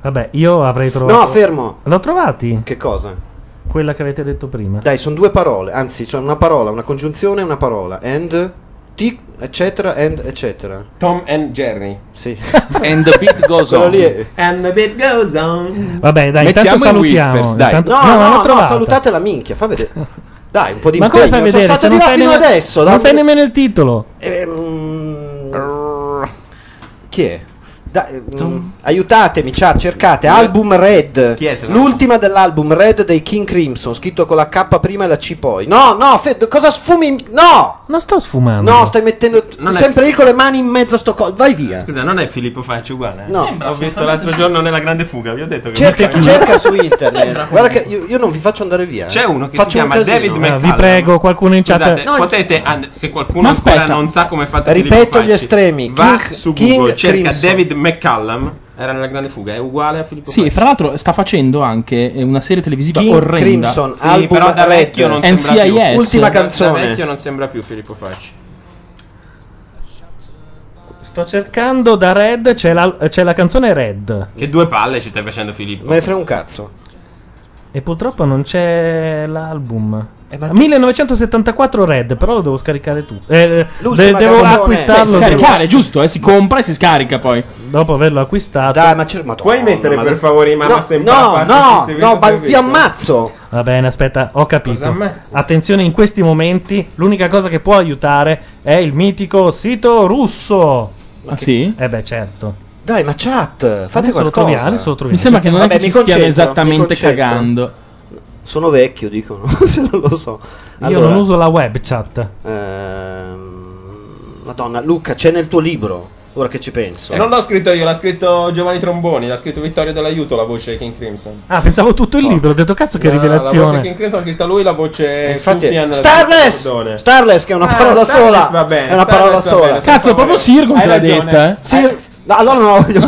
Speaker 1: Vabbè, io avrei trovato...
Speaker 18: No, fermo.
Speaker 1: L'ho trovati?
Speaker 18: Che cosa?
Speaker 1: Quella che avete detto prima.
Speaker 18: Dai, sono due parole, anzi, sono una parola, una congiunzione e una parola. And, t, eccetera, and, eccetera.
Speaker 7: Tom and Jerry.
Speaker 18: Sì.
Speaker 4: And the beat goes
Speaker 18: Quello
Speaker 4: on.
Speaker 18: lì è-
Speaker 7: And the bit goes on.
Speaker 1: Vabbè, dai,
Speaker 18: Mettiamo
Speaker 1: intanto
Speaker 18: in
Speaker 1: salutiamo.
Speaker 18: whispers, dai. No,
Speaker 1: Intanto- no,
Speaker 18: no,
Speaker 1: l'ho
Speaker 18: no,
Speaker 1: trovata.
Speaker 18: salutate la minchia, fa vedere. Dai, un po' di
Speaker 1: Ma come fai
Speaker 18: impegno, Sono
Speaker 1: vedere? se
Speaker 18: stato di là
Speaker 1: sai
Speaker 18: fino
Speaker 1: nemmeno-
Speaker 18: adesso.
Speaker 1: Non
Speaker 18: dai.
Speaker 1: sai nemmeno il titolo.
Speaker 18: Ehm, Chi è? Dai, mm, aiutatemi, chat, cercate album Red.
Speaker 7: Chi è, se no?
Speaker 18: L'ultima dell'album Red dei King Crimson, scritto con la K prima e la C poi. No, no, Fed, cosa sfumi? No!
Speaker 1: Non sto sfumando.
Speaker 18: No, stai mettendo
Speaker 7: Non è-
Speaker 18: sempre lì con le mani in mezzo a sto col. Vai via.
Speaker 7: Scusa, non è Filippo Facci uguale? eh?
Speaker 18: No.
Speaker 7: L'ho visto l'altro giorno nella Grande Fuga, vi ho detto che...
Speaker 18: Cerca, cerca su internet.
Speaker 7: Sembra.
Speaker 18: Guarda che io, io non vi faccio andare via. eh.
Speaker 7: C'è uno che si
Speaker 18: un
Speaker 7: chiama
Speaker 18: casino.
Speaker 7: David
Speaker 1: Ah,
Speaker 7: McCallum.
Speaker 1: vi prego, qualcuno in chat...
Speaker 7: Scusate, potete, and- se qualcuno ancora non sa come è fatto Filippo
Speaker 18: Ripeto
Speaker 7: Facci,
Speaker 18: gli estremi.
Speaker 7: va
Speaker 18: King-
Speaker 7: su
Speaker 18: King
Speaker 7: Google, cerca
Speaker 18: Crimson.
Speaker 7: David McCallum, era nella Grande Fuga, è uguale a Filippo
Speaker 2: Sì, e fra l'altro sta facendo anche eh, una serie televisiva
Speaker 7: King
Speaker 2: orrenda.
Speaker 7: Crimson, Sì, album però da vecchio non
Speaker 2: NCIS.
Speaker 7: sembra più.
Speaker 18: Ultima
Speaker 7: Facci. Da
Speaker 18: canzone.
Speaker 7: vecchio non sembra più Filippo Facci.
Speaker 1: Sto cercando da Red, c'è la, c'è la canzone Red.
Speaker 27: Che due palle ci stai facendo Filippo?
Speaker 18: Me ne frega un cazzo.
Speaker 1: E purtroppo non c'è l'album.
Speaker 18: Eh,
Speaker 1: 1974 Red, però lo devo scaricare tu. Eh, de- devo acquistarlo.
Speaker 2: Beh,
Speaker 1: devo-
Speaker 2: scaricare, giusto, eh, si compra e si scarica poi.
Speaker 1: Dopo averlo acquistato.
Speaker 18: Dai, ma c'è
Speaker 7: Puoi mettere per favore i mamma
Speaker 18: No,
Speaker 7: sempre a
Speaker 18: no,
Speaker 7: farsi
Speaker 18: no,
Speaker 7: seguito,
Speaker 18: no, ma
Speaker 7: seguito?
Speaker 18: ti ammazzo.
Speaker 1: Va bene, aspetta, ho
Speaker 7: Cosa
Speaker 1: capito.
Speaker 7: ammazzi?
Speaker 1: Attenzione, in questi momenti l'unica cosa che può aiutare è il mitico sito russo.
Speaker 2: Ah sì?
Speaker 1: Eh beh, certo.
Speaker 18: Dai, ma chat, fate
Speaker 1: Adesso lo
Speaker 18: qualcosa.
Speaker 1: troviamo, adesso lo troviamo.
Speaker 2: Mi sembra che non
Speaker 18: Vabbè,
Speaker 2: è che
Speaker 18: mi
Speaker 2: ci stiano
Speaker 18: concentro, mi
Speaker 2: esattamente
Speaker 18: concentro.
Speaker 2: cagando.
Speaker 18: Sono vecchio, dicono. non lo so.
Speaker 1: Io
Speaker 18: Allora,
Speaker 1: non uso la web chat.
Speaker 18: ehm, Madonna, Luca, c'è nel tuo libro. Ora che ci penso.
Speaker 7: Eh, Non l'ho scritto io, l'ha scritto Giovanni Tromboni, l'ha scritto Vittorio dell'Aiuto la voce di King Crimson.
Speaker 1: Ah, pensavo tutto il libro, ho detto cazzo che
Speaker 7: No, La voce
Speaker 1: rivelazione.
Speaker 7: di King Crimson l'ha scritta lui, la voce
Speaker 18: Eh, Infatti,
Speaker 7: Sufjan
Speaker 18: Starless!
Speaker 7: Bordone.
Speaker 18: Starless, che è una
Speaker 7: Ah,
Speaker 18: parola
Speaker 7: Starless
Speaker 18: sola.
Speaker 7: va bene,
Speaker 18: è una
Speaker 7: Starless
Speaker 18: parola
Speaker 7: va bene,
Speaker 18: sola.
Speaker 7: sono Cazzo, è proprio favorevole. Sirgon Hai che l'ha ragione. detta, eh.
Speaker 18: Sir- no, allora non la voglio.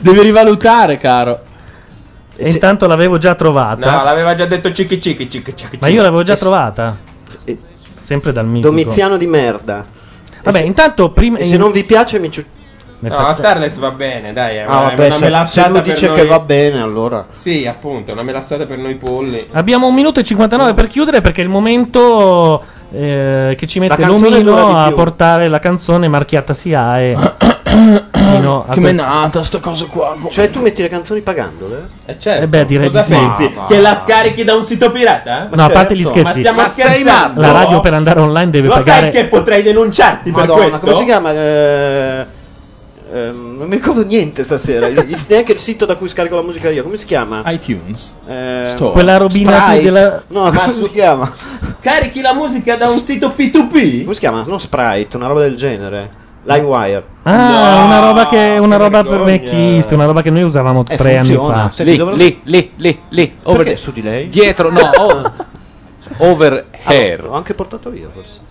Speaker 2: Devi rivalutare, caro.
Speaker 1: E intanto l'avevo già trovata.
Speaker 7: No, l'aveva già detto Cicchi Cicchi Cicchi Cicchi.
Speaker 1: Ma io l'avevo già trovata. Sempre dal mitico.
Speaker 18: Eh. Domiziano di merda.
Speaker 1: Vabbè,
Speaker 18: E se-
Speaker 1: intanto prima...
Speaker 18: e se non vi piace mi ciu-
Speaker 1: Nel
Speaker 7: No, eh,
Speaker 1: frattem-
Speaker 7: Starless va bene, dai. È
Speaker 18: Ah,
Speaker 7: una,
Speaker 18: vabbè,
Speaker 7: è una
Speaker 18: se-
Speaker 7: melassata
Speaker 18: se lui
Speaker 7: per
Speaker 18: dice
Speaker 7: noi-
Speaker 18: che va bene, allora.
Speaker 7: Sì, appunto, è una melassata per noi polli.
Speaker 1: Abbiamo un minuto e 59 per chiudere perché è il momento eh, che ci mette
Speaker 7: canzone dura di
Speaker 1: l'omino a
Speaker 7: più.
Speaker 1: portare la canzone marchiata SIAE. fino a
Speaker 18: Che
Speaker 1: quel-
Speaker 18: menata sta cosa qua. Cioè tu metti le canzoni pagandole?
Speaker 7: Eh certo.
Speaker 1: Eh beh, direi
Speaker 7: Cosa
Speaker 1: di sì.
Speaker 7: pensi?
Speaker 1: Ma va.
Speaker 7: che la scarichi da un sito pirata?
Speaker 1: No, a parte gli scherzi,
Speaker 7: Ma stiamo scherzando?
Speaker 1: la radio per andare online deve
Speaker 7: Lo
Speaker 1: pagare.
Speaker 7: sai che potrei denunciarti
Speaker 18: Madonna,
Speaker 7: per questo?
Speaker 18: come si chiama? Eh, ehm, non mi ricordo niente stasera. Il- neanche il sito da cui scarico la musica io. Come si chiama? Ehm,
Speaker 4: iTunes.
Speaker 7: Store.
Speaker 1: Quella robina
Speaker 18: Sprite.
Speaker 1: qui della-
Speaker 18: No,
Speaker 7: Ma
Speaker 18: come
Speaker 7: su-
Speaker 18: si chiama?
Speaker 7: Carichi la musica da un sito P2P?
Speaker 18: Come si chiama? Non Sprite, una roba del genere. LimeWire.
Speaker 1: Ah, una roba che una roba per vecchista, una roba che noi usavamo
Speaker 18: Eh,
Speaker 1: tre anni
Speaker 18: funziona.
Speaker 1: fa.
Speaker 18: Senti, dovrò-
Speaker 4: Lì, lì, lì, lì. Over
Speaker 18: Perché
Speaker 4: the-
Speaker 18: su di lei?
Speaker 4: Dietro, no. o- over hair.
Speaker 18: Ah, L'ho anche portato io forse.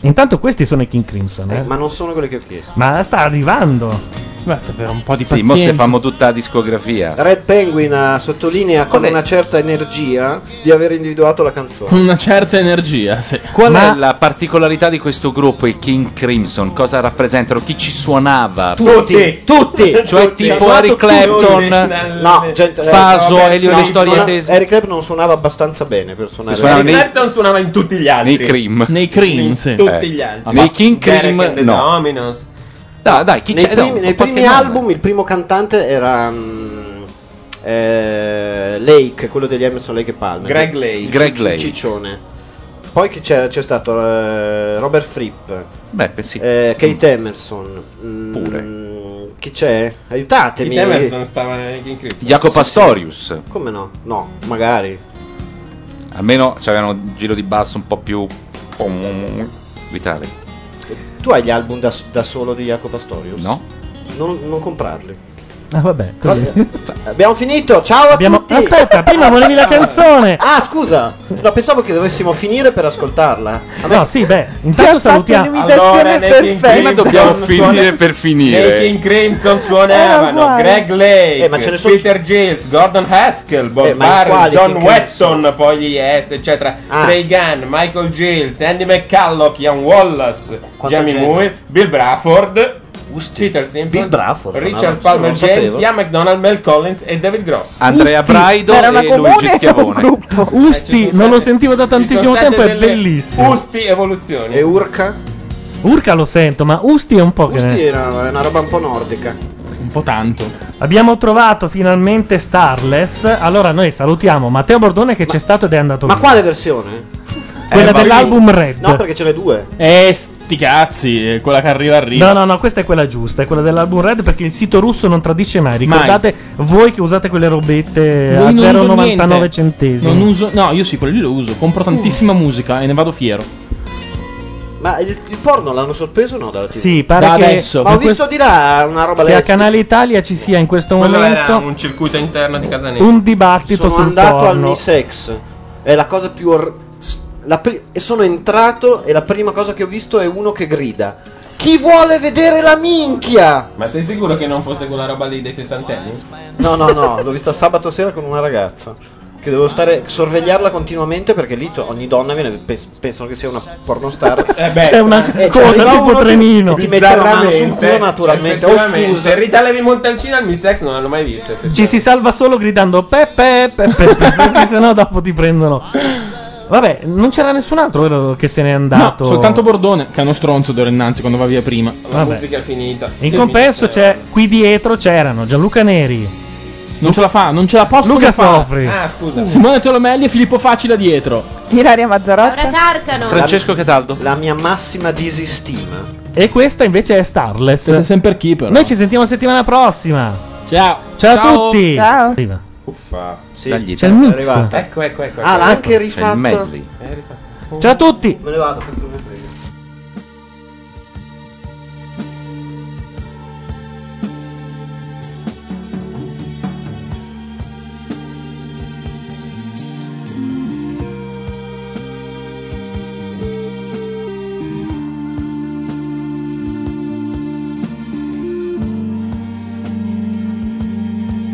Speaker 1: Intanto questi sono i King Crimson, eh.
Speaker 18: Eh, ma non sono quelle che ho chiesto.
Speaker 1: Ma sta arrivando. Guarda, per un po' di
Speaker 4: Sì, mo se famo tutta la discografia.
Speaker 18: Red Penguin ah, sottolinea con una certa energia di aver individuato la canzone.
Speaker 2: Una certa energia, sì.
Speaker 4: Qual è la particolarità di questo gruppo, i King Crimson? Cosa rappresentano? Chi ci suonava?
Speaker 18: Tutti, tutti,
Speaker 4: Cioè
Speaker 18: tutti.
Speaker 4: tipo
Speaker 18: Sono
Speaker 4: Eric
Speaker 18: tutti
Speaker 4: Clapton,
Speaker 18: noi, no, gente,
Speaker 4: Faso, Elio Le Storie
Speaker 18: non-
Speaker 4: Tese.
Speaker 18: Eric Clapton non suonava abbastanza bene per suonare.
Speaker 4: Suonava nei-
Speaker 7: Clapton suonava in tutti gli altri.
Speaker 4: Nei Cream.
Speaker 2: Nei Cream,
Speaker 7: In
Speaker 2: sì.
Speaker 7: Tutti
Speaker 4: Eh.
Speaker 7: gli altri.
Speaker 4: Nei King
Speaker 7: Derek
Speaker 4: Cream,
Speaker 7: and the
Speaker 4: no.
Speaker 7: Dominos.
Speaker 4: Dai, dai, chi
Speaker 18: nei
Speaker 4: c'è?
Speaker 18: primi,
Speaker 4: No,
Speaker 18: nei
Speaker 4: qualche
Speaker 18: primi
Speaker 4: nome.
Speaker 18: album il primo cantante era mm, eh, Lake, quello degli Emerson Lake e Palmer.
Speaker 7: Greg Lake.
Speaker 18: Il
Speaker 4: Greg
Speaker 18: cic-
Speaker 4: Lake.
Speaker 18: Ciccione. Poi chi c'era? C'è stato eh, Robert Fripp.
Speaker 4: Beh, sì.
Speaker 18: Eh, Kate Emerson. Mm, Chi c'è? Aiutatemi.
Speaker 7: Keith Emerson stava nei King Crimson.
Speaker 4: Jacopo Astorius.
Speaker 18: Come no? No, magari.
Speaker 4: Almeno c'avevano un giro di basso un po' più vitale.
Speaker 18: Tu hai gli album da, da solo di Jacopo Astorius?
Speaker 4: No.
Speaker 18: Non, non comprarli.
Speaker 1: Ah, vabbè, così.
Speaker 18: Abbiamo finito, ciao a tutti.
Speaker 1: Aspetta, prima volevi la canzone.
Speaker 18: Ah, scusa. No, pensavo che dovessimo finire per ascoltarla.
Speaker 1: No, sì, beh, intanto salutiamo.
Speaker 7: Allora, nei King
Speaker 4: Prima dobbiamo
Speaker 7: Crimson
Speaker 4: finire
Speaker 7: suona-
Speaker 4: per
Speaker 7: Nei
Speaker 4: finire.
Speaker 7: King Crimson
Speaker 18: Eh,
Speaker 7: suonavano
Speaker 18: guarda.
Speaker 7: Greg Lake,
Speaker 18: Eh, ma ce ne sono-
Speaker 7: Peter Giles, Gordon Haskell, Bob
Speaker 18: Eh, ma
Speaker 7: Barry,
Speaker 18: quali
Speaker 7: John
Speaker 18: King Ah. Crimson?
Speaker 7: Wetton, poi gli S, eccetera, Trey Gunn, Michael Giles, Andy McCulloch, Ian Wallace,
Speaker 18: Quanta
Speaker 7: Jamie
Speaker 18: gente.
Speaker 7: Moore, Bill Brafford, Peter Simple,
Speaker 18: Bill Braford suonava,
Speaker 7: Richard Palmer
Speaker 18: non lo sapevo.
Speaker 7: James, Ian McDonald, Mel Collins e David Gross.
Speaker 4: Andrea Braido e Luigi Schiavone.
Speaker 1: Usti, non lo sentivo da tantissimo
Speaker 7: Ci sono
Speaker 1: tempo,
Speaker 7: state
Speaker 1: è
Speaker 7: delle
Speaker 1: bellissimo.
Speaker 7: Usti evoluzioni.
Speaker 18: E Urca?
Speaker 1: Urca lo sento, ma Usti è un po' che
Speaker 18: Questi era una roba un po' nordica.
Speaker 2: Un po' tanto.
Speaker 1: Abbiamo trovato finalmente Starless. Allora noi salutiamo Matteo Bordone che c'è stato ed è andato
Speaker 18: Ma
Speaker 1: via.
Speaker 18: quale versione? Eh,
Speaker 1: Quella dell'album Red.
Speaker 18: No, perché ce n'è due.
Speaker 2: Eh, sti cazzi, quella che arriva arriva.
Speaker 1: No, no, no, questa è quella giusta, è quella dell'album Red perché il sito russo non tradisce mai. Ricordate voi che usate quelle robette
Speaker 2: Voi
Speaker 1: Eh, a
Speaker 2: non uso
Speaker 1: 0,99
Speaker 2: niente. Non
Speaker 1: centesimi. Mm.
Speaker 2: uso, no, io sì, quello lì lo uso. Compro tantissima musica e ne vado fiero.
Speaker 18: Ma il, il porno l'hanno sorpreso o no dalla TV?
Speaker 1: Sì, pare
Speaker 2: Da
Speaker 1: che
Speaker 2: adesso.
Speaker 18: Ma ho
Speaker 1: per questo-
Speaker 18: visto di là una roba
Speaker 1: che a
Speaker 18: lesbica.
Speaker 1: Canale Italia ci sia in questo
Speaker 7: Quello era
Speaker 1: momento
Speaker 7: un circuito interno di casa nera.
Speaker 1: un dibattito
Speaker 18: sono
Speaker 1: sul
Speaker 18: andato
Speaker 1: porno.
Speaker 18: al Unisex. È la cosa più. or- s- la pri- e sono entrato e la prima cosa che ho visto è uno che grida: Chi vuole vedere la minchia?
Speaker 7: Ma sei sicuro che non fosse quella roba lì dei sessantenni?
Speaker 18: No, no, no, l'ho vista sabato sera con una ragazza. Che devo stare sorvegliarla continuamente perché lì to- ogni donna viene, pens- pensano che sia una pornostar.
Speaker 7: Eh beh,
Speaker 1: C'è una
Speaker 18: Eh,
Speaker 1: coda
Speaker 18: c'è
Speaker 1: tipo
Speaker 18: uno che-
Speaker 1: trenino.
Speaker 18: Ti mette la mano sul
Speaker 7: Veramente,
Speaker 18: culo naturalmente.
Speaker 7: cioè,
Speaker 18: Oh,
Speaker 7: effettivamente,
Speaker 18: scusa.
Speaker 7: Se Rita Levi Montalcino al Miss Sex non l'hanno mai vista.
Speaker 1: Ci si salva solo gridando Peppe, Peppe, Peppe, perché sennò dopo ti prendono. Vabbè, non c'era nessun altro vero, che se n'è
Speaker 2: No,
Speaker 1: andato.
Speaker 2: soltanto Bordone, che è uno stronzo d'ora innanzi quando va via prima.
Speaker 7: La musica è finita.
Speaker 1: In compenso c'è, qui dietro c'erano Gianluca Neri.
Speaker 2: Non ce la fa, non ce la posso
Speaker 1: Luca
Speaker 2: fare.
Speaker 1: Sofri.
Speaker 7: Ah, scusa.
Speaker 2: Simone Tolomelli e Filippo Facci da dietro.
Speaker 10: Ilaria Mazzarotta.
Speaker 18: La-
Speaker 4: Francesco Cataldo.
Speaker 18: La mia massima disistima.
Speaker 1: E questa invece è Starless.
Speaker 2: Sei sempre chi però.
Speaker 1: Noi ci sentiamo settimana prossima.
Speaker 2: Ciao.
Speaker 1: Ciao,
Speaker 2: Ciao.
Speaker 1: a tutti.
Speaker 2: Ciao.
Speaker 1: Arriva.
Speaker 7: Uffa.
Speaker 18: Sì,
Speaker 1: Dagli, C'è il mix. è arrivata.
Speaker 7: Ecco, ecco, ecco.
Speaker 18: Ah, l'ha anche rifatto.
Speaker 1: Ciao a tutti.
Speaker 18: Me ne vado, cazzo me ne frega.
Speaker 5: Thank Oh,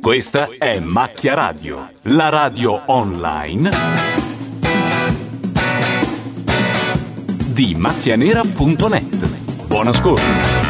Speaker 4: Questa è Macchia Radio, la radio online di macchianera.net. Buon ascolto.